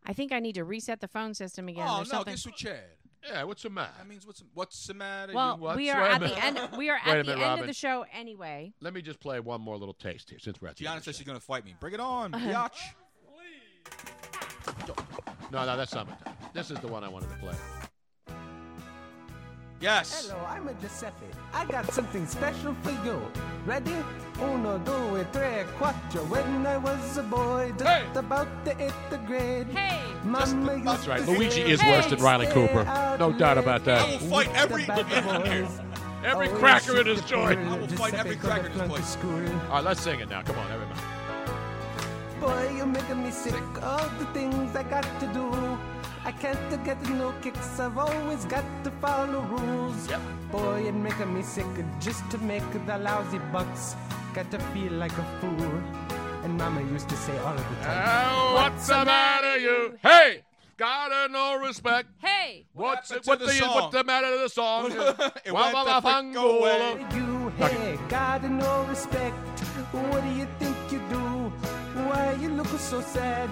Speaker 4: I think I need to reset the phone system again.
Speaker 7: Oh
Speaker 4: There's
Speaker 7: no,
Speaker 4: something-
Speaker 7: this with Chad.
Speaker 2: Yeah, what's the matter?
Speaker 7: That means what's what's the matter?
Speaker 4: Well,
Speaker 7: You- what's
Speaker 4: we are
Speaker 7: the
Speaker 4: at the
Speaker 7: matter?
Speaker 4: end. We are
Speaker 2: Wait a
Speaker 4: at the
Speaker 2: minute,
Speaker 4: end
Speaker 2: Robin.
Speaker 4: of the show anyway.
Speaker 2: Let me just play one more little taste here since we're at the
Speaker 7: Gianna says she's gonna fight me. Bring it on,
Speaker 4: Uh-huh.
Speaker 7: biatch.
Speaker 2: No, no, that's not my time. This is the one I wanted to play.
Speaker 7: Yes.
Speaker 1: Hello, I'm a Giuseppe. I got something special for you. Ready? Uno, due, tre, quattro. When I was a boy, just about the eighth grade. Hey! Mama used
Speaker 2: That's right.
Speaker 1: to
Speaker 2: Luigi
Speaker 1: say
Speaker 2: is
Speaker 1: I
Speaker 2: worse than Riley
Speaker 1: stay
Speaker 2: Cooper.
Speaker 1: out
Speaker 2: No doubt about that.
Speaker 1: late. About the boys.
Speaker 2: [LAUGHS] Every
Speaker 1: Always
Speaker 2: cracker in
Speaker 1: shoot
Speaker 2: his
Speaker 1: the
Speaker 2: joint.
Speaker 1: pool,
Speaker 2: I will
Speaker 1: just
Speaker 2: fight
Speaker 1: like
Speaker 2: every
Speaker 1: I go to
Speaker 2: cracker in his
Speaker 1: front of
Speaker 2: place.
Speaker 1: school.
Speaker 2: All right, let's sing it now. Come on, everybody.
Speaker 1: Boy, you're making me sick of the things I got to do. I can't get no kicks. I've always got to follow rules. Boy, you're making me sick just to make the lousy bucks. Got to feel like a fool. And Mama used to say all of the time.
Speaker 2: Oh, what's the matter, you? Hey, gotta no respect.
Speaker 4: Hey,
Speaker 2: what's
Speaker 1: happened
Speaker 2: it,
Speaker 1: to
Speaker 2: what
Speaker 1: the
Speaker 2: the,
Speaker 1: song?
Speaker 2: what's the matter to the song?
Speaker 1: [LAUGHS] It
Speaker 2: Wah,
Speaker 1: went
Speaker 2: wah,
Speaker 1: the
Speaker 2: wah,
Speaker 1: frick
Speaker 2: fangola.
Speaker 1: away. You hey, gotta no respect. What do you think you do? Why you look so sad?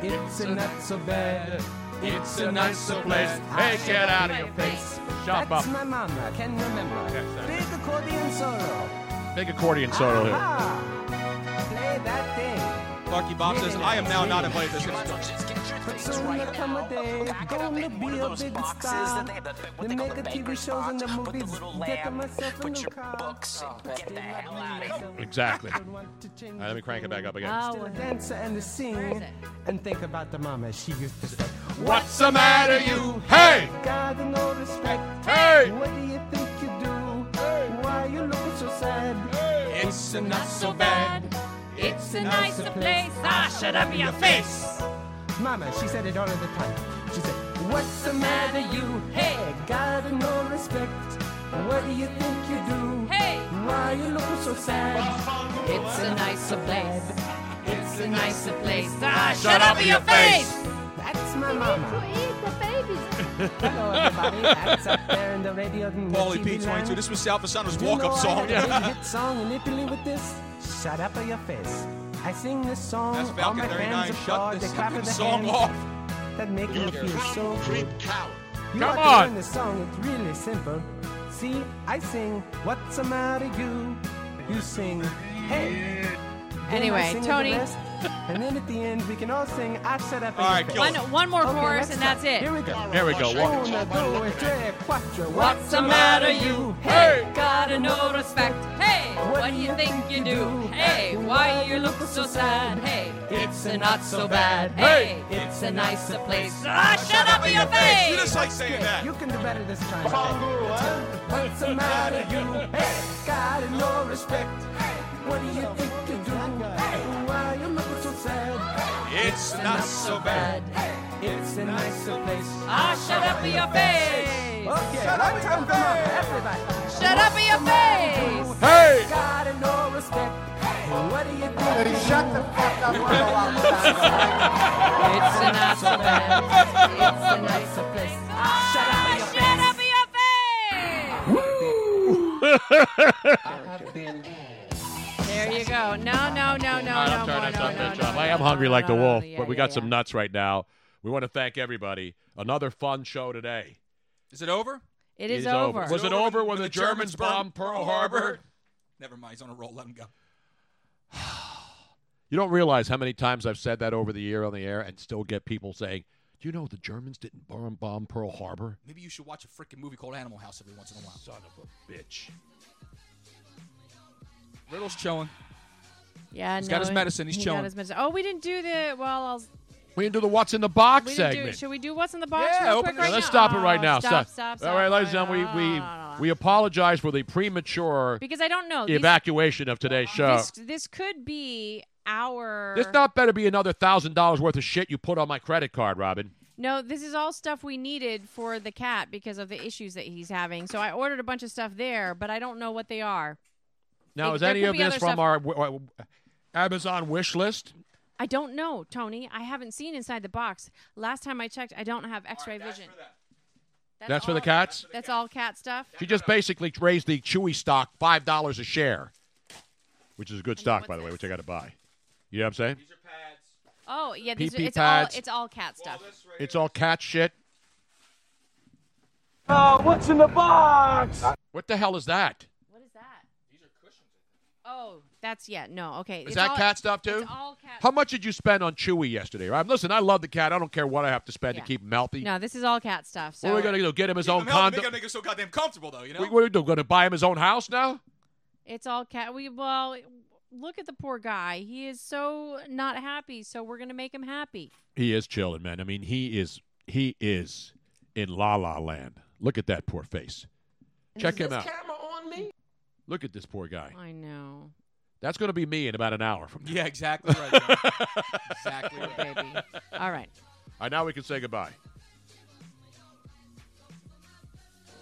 Speaker 1: It's, a not so bad.
Speaker 2: It's a nicer place. Hey,
Speaker 1: I
Speaker 2: get out
Speaker 1: am
Speaker 2: of your face. Shut
Speaker 1: That's
Speaker 2: up.
Speaker 1: my mama. I can remember. Big accordion solo.
Speaker 2: Big accordion solo here.
Speaker 1: Play that thing.
Speaker 7: Clarky Bob says I am now not invited to this.
Speaker 1: But
Speaker 16: face
Speaker 1: soon
Speaker 16: right
Speaker 1: there'll come
Speaker 16: now.
Speaker 1: a day,
Speaker 16: Back up
Speaker 1: gonna
Speaker 16: in one
Speaker 1: be
Speaker 16: of
Speaker 1: a
Speaker 16: those
Speaker 1: big
Speaker 16: boxes
Speaker 1: star.
Speaker 16: that they have the- what
Speaker 1: Then
Speaker 16: they
Speaker 1: make
Speaker 16: call
Speaker 1: a
Speaker 16: the
Speaker 1: TV
Speaker 16: banker's
Speaker 1: shows and the
Speaker 16: box. Put the
Speaker 1: movies.
Speaker 16: little
Speaker 1: Get
Speaker 16: lamb,
Speaker 1: myself a
Speaker 16: put
Speaker 1: new
Speaker 16: your
Speaker 1: car.
Speaker 16: books, and get the hell out of here.
Speaker 2: Exactly. All right, let me crank it back up again.
Speaker 4: Oh,
Speaker 1: Still a dancer and a singer. And think about the mama she used to say,
Speaker 2: What's the matter, you? Hey!
Speaker 1: God and no respect.
Speaker 2: Hey!
Speaker 1: What do you think you do? Why you looking so sad? It's not so bad.
Speaker 16: It's a nicer place. Ah, shut up in your face.
Speaker 1: Mama, she said it all of the time. She said, What's the matter, you? Hey, God and no respect. What do you think you do? Hey, why you looking so sad?
Speaker 4: It's a nicer place.
Speaker 1: It's
Speaker 4: a nicer place.
Speaker 1: Ah,
Speaker 4: shut up in your face.
Speaker 1: That's my mama. Hello, everybody. That's up there in the radio. and the
Speaker 7: Paulie
Speaker 1: TV
Speaker 7: P
Speaker 1: land.
Speaker 7: twenty two. This was Sal Fasano's
Speaker 1: You
Speaker 7: walk
Speaker 1: know
Speaker 7: up
Speaker 1: I
Speaker 7: song.
Speaker 1: had a
Speaker 2: [LAUGHS]
Speaker 4: [LAUGHS]
Speaker 7: [LAUGHS]
Speaker 1: big hit song in Italy with this. Shut up on your face. I sing this song.
Speaker 7: That's
Speaker 1: all
Speaker 7: Falcon
Speaker 1: my
Speaker 7: 39.
Speaker 1: fans applaud.
Speaker 7: Shut
Speaker 1: They
Speaker 7: this
Speaker 1: clap
Speaker 7: fucking
Speaker 1: of the
Speaker 7: song
Speaker 1: hands.
Speaker 7: off.
Speaker 1: That make me
Speaker 7: You're a
Speaker 1: feel so good. You
Speaker 7: Come
Speaker 1: ought
Speaker 7: on.
Speaker 1: to learn this song. It's really simple. See, I sing. What's the matter, you? You sing. Hey. Then I
Speaker 4: Anyway,
Speaker 1: sing the
Speaker 4: Tony.
Speaker 1: rest, and then at the end, we can all sing. I set up.
Speaker 2: All right, kill
Speaker 4: One,
Speaker 2: it.
Speaker 4: one more
Speaker 1: Okay,
Speaker 4: chorus
Speaker 1: let's
Speaker 4: and that's it.
Speaker 1: Here we go.
Speaker 2: Here we go. Walk.
Speaker 1: Uno, due, tre, quattro.
Speaker 4: What's the matter, you? Hey, gotta no respect. Hey, what do you think you do? Hey, why you look so sad? Hey, it's a not so bad. Hey, it's a nicer place. Ah, shut up in your face!
Speaker 1: You can do better this time. What's the matter, you? Hey, God, and no respect. What do you think you do? Hey, why you looking so sad?
Speaker 7: It's not so bad.
Speaker 1: It's a nicer place.
Speaker 4: Ah, shut up in your face!
Speaker 1: Okay, one time for mama, everybody.
Speaker 4: Shut up in your face!
Speaker 1: Hey! God, and no respect. What do you think? you
Speaker 19: shut
Speaker 1: do?
Speaker 19: the fuck up.
Speaker 1: Why you looking so sad?
Speaker 4: It's a not so bad. It's a nicer place. Ah, shut up in your face! There you go. No, no, no, no,
Speaker 2: right,
Speaker 4: no, more,
Speaker 2: I'm turning this
Speaker 4: no,
Speaker 2: up,
Speaker 4: no,
Speaker 2: bitch
Speaker 4: no,
Speaker 2: up. I
Speaker 4: no,
Speaker 2: am
Speaker 4: no,
Speaker 2: hungry
Speaker 4: no,
Speaker 2: like the
Speaker 4: no,
Speaker 2: wolf,
Speaker 4: no,
Speaker 2: but
Speaker 4: yeah,
Speaker 2: we
Speaker 4: yeah,
Speaker 2: got
Speaker 4: yeah.
Speaker 2: some nuts right now. We want to thank everybody. Another fun show today.
Speaker 7: Is it over?
Speaker 4: It is over.
Speaker 2: Was it over when the Germans bombed Pearl Harbor?
Speaker 7: Never mind. He's on a roll. Let him go.
Speaker 2: You don't realize how many times I've said that over the year on the air and still get people saying, "Do you know the Germans didn't bomb bomb Pearl Harbor?"
Speaker 7: Maybe you should watch a freaking movie called Animal House every once in a while. Son
Speaker 2: of a bitch.
Speaker 7: Riddle's chilling.
Speaker 4: Yeah,
Speaker 7: He's
Speaker 4: no,
Speaker 7: got his
Speaker 4: he-
Speaker 7: medicine. He's
Speaker 4: he
Speaker 7: chilling.
Speaker 4: Got his medicine. Oh, we didn't do the well. I'll,
Speaker 2: We didn't do the what's in the box
Speaker 4: we didn't do.
Speaker 2: segment.
Speaker 4: Should we do what's in the box?
Speaker 7: Yeah,
Speaker 4: real
Speaker 7: open
Speaker 4: quick
Speaker 7: it
Speaker 4: right
Speaker 2: Yeah, let's
Speaker 4: now?
Speaker 2: stop it
Speaker 4: Oh,
Speaker 2: right now.
Speaker 4: Stop,
Speaker 2: Stop.
Speaker 4: stop,
Speaker 2: All right,
Speaker 4: stop.
Speaker 2: ladies and gentlemen, we, we, we apologize for the premature
Speaker 4: Because I don't know. These-
Speaker 2: evacuation of today's show.
Speaker 4: This, this could be our.
Speaker 2: This not better be another thousand dollars worth of shit you put on my credit card, Robin.
Speaker 4: No, this is all stuff we needed for the cat because of the issues that he's having. So I ordered a bunch of stuff there, but I don't know what they are.
Speaker 2: Now,
Speaker 4: It-
Speaker 2: is
Speaker 4: there
Speaker 2: any
Speaker 4: could
Speaker 2: of
Speaker 4: be
Speaker 2: this
Speaker 4: other
Speaker 2: from
Speaker 4: stuff-
Speaker 2: our w- w- Amazon wish list?
Speaker 4: I don't know, Tony. I haven't seen inside the box. Last time I checked, I don't have X-ray vision.
Speaker 2: That's, for the cats.
Speaker 4: That's all cat stuff.
Speaker 2: She just basically raised the Chewy stock five dollars a share, which is a good stock, by the way, which I got to buy. You know what I'm saying?
Speaker 4: Oh yeah, these are,
Speaker 2: PP
Speaker 4: it's
Speaker 2: pads.
Speaker 4: all it's all cat stuff.
Speaker 2: It's all cat shit.
Speaker 16: Oh, what's in the box?
Speaker 2: What the hell is that?
Speaker 4: Oh, that's yeah. No, okay.
Speaker 2: Is
Speaker 4: It's
Speaker 2: that
Speaker 4: all-
Speaker 2: cat stuff too?
Speaker 4: It's all cat.
Speaker 2: How much did you spend on Chewy yesterday? Right? Listen, I love the cat. I don't care what I have to spend
Speaker 4: Yeah.
Speaker 2: to keep him healthy.
Speaker 4: No, this is all cat stuff. So
Speaker 2: what are we gonna do? Get him his own
Speaker 7: Hell, they
Speaker 2: condo?
Speaker 7: gotta make him so goddamn comfortable though. You know.
Speaker 2: We, what are we doing? Gonna buy him his own house now?
Speaker 4: it's all cat. We well, look at the poor guy. He is so not happy. So we're gonna make him happy.
Speaker 2: He is chilling, man. I mean, he is he is in La La Land. Look at that poor face. Check him out. Look at this poor guy.
Speaker 4: I know.
Speaker 2: That's going to be me in about an hour from now.
Speaker 7: Yeah, exactly right.
Speaker 2: [LAUGHS]
Speaker 7: John. exactly right.
Speaker 4: baby. All right.
Speaker 2: All right, now we can say goodbye.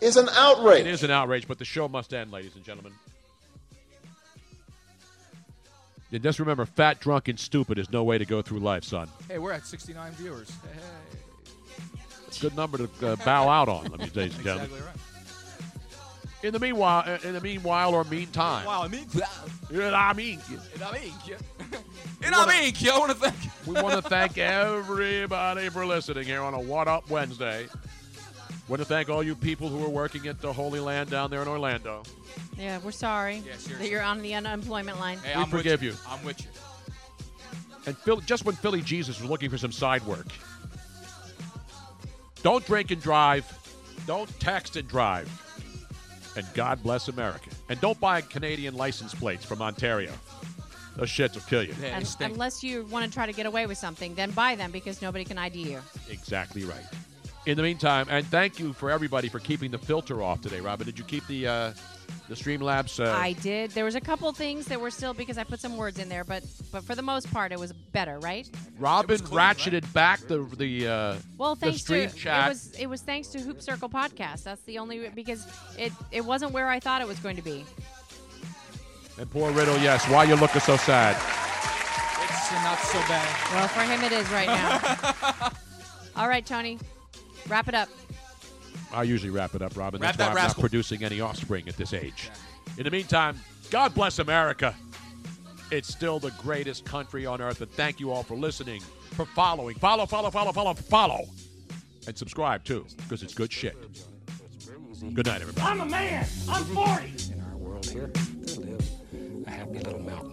Speaker 9: It's an outrage.
Speaker 2: It is an outrage, but the show must end, ladies and gentlemen. And just remember, fat, drunk, and stupid is no way to go through life, son.
Speaker 7: Hey, we're at 69 viewers. Hey,
Speaker 2: It's a good number to uh, bow out on, ladies and gentlemen.
Speaker 7: Exactly right.
Speaker 2: In the meanwhile, uh, in the meanwhile or meantime,
Speaker 7: Wow, I mean,
Speaker 2: you know what I mean.
Speaker 7: and I'm ink. yeah. And I'm ink. yeah, I want to thank.
Speaker 2: We want to thank everybody for listening here on a What Up Wednesday. Want to thank all you people who are working at the Holy Land down there in Orlando.
Speaker 4: Yeah, we're sorry that
Speaker 7: seriously.
Speaker 4: you're on the unemployment line.
Speaker 2: we
Speaker 7: I'm with
Speaker 2: forgive
Speaker 7: you.
Speaker 2: you.
Speaker 7: I'm with you.
Speaker 2: And Phil, just when Philly Jesus was looking for some side work, Don't drink and drive. Don't text and drive. And God bless America. And don't buy Canadian license plates from Ontario. Those shits will kill you.
Speaker 4: Un- unless you want to try to get away with something, then buy them because nobody can ID you.
Speaker 2: Exactly right. In the meantime, and thank you for everybody for keeping the filter off today, Robin. Did you keep the uh, the Streamlabs? Uh,
Speaker 4: I did. There was a couple things that were still because I put some words in there, but but for the most part, it was better, right?
Speaker 2: Robin ratcheted back the the uh,
Speaker 4: Well,
Speaker 2: the
Speaker 4: thanks
Speaker 2: stream
Speaker 4: to
Speaker 2: chat.
Speaker 4: it was it was thanks to Hoop Circle podcast. That's the only because it it wasn't where I thought it was going to be.
Speaker 2: and poor Riddle, yes. Why you looking so sad?
Speaker 7: It's not so bad.
Speaker 4: Well, for him it is right now.
Speaker 7: [LAUGHS]
Speaker 4: All right, Tony, wrap it up.
Speaker 2: I usually wrap it up, Robin.
Speaker 7: Wrap
Speaker 2: That's why
Speaker 7: that
Speaker 2: I'm
Speaker 7: rascal.
Speaker 2: not producing any offspring at this age. In the meantime, God bless America. It's still the greatest country on earth, and thank you all for listening, for following, follow, follow, follow, follow, follow, and subscribe too, because it's good shit. Good night, everybody.
Speaker 21: I'm a man. I'm 40.
Speaker 8: world here. They live a happy little mountain.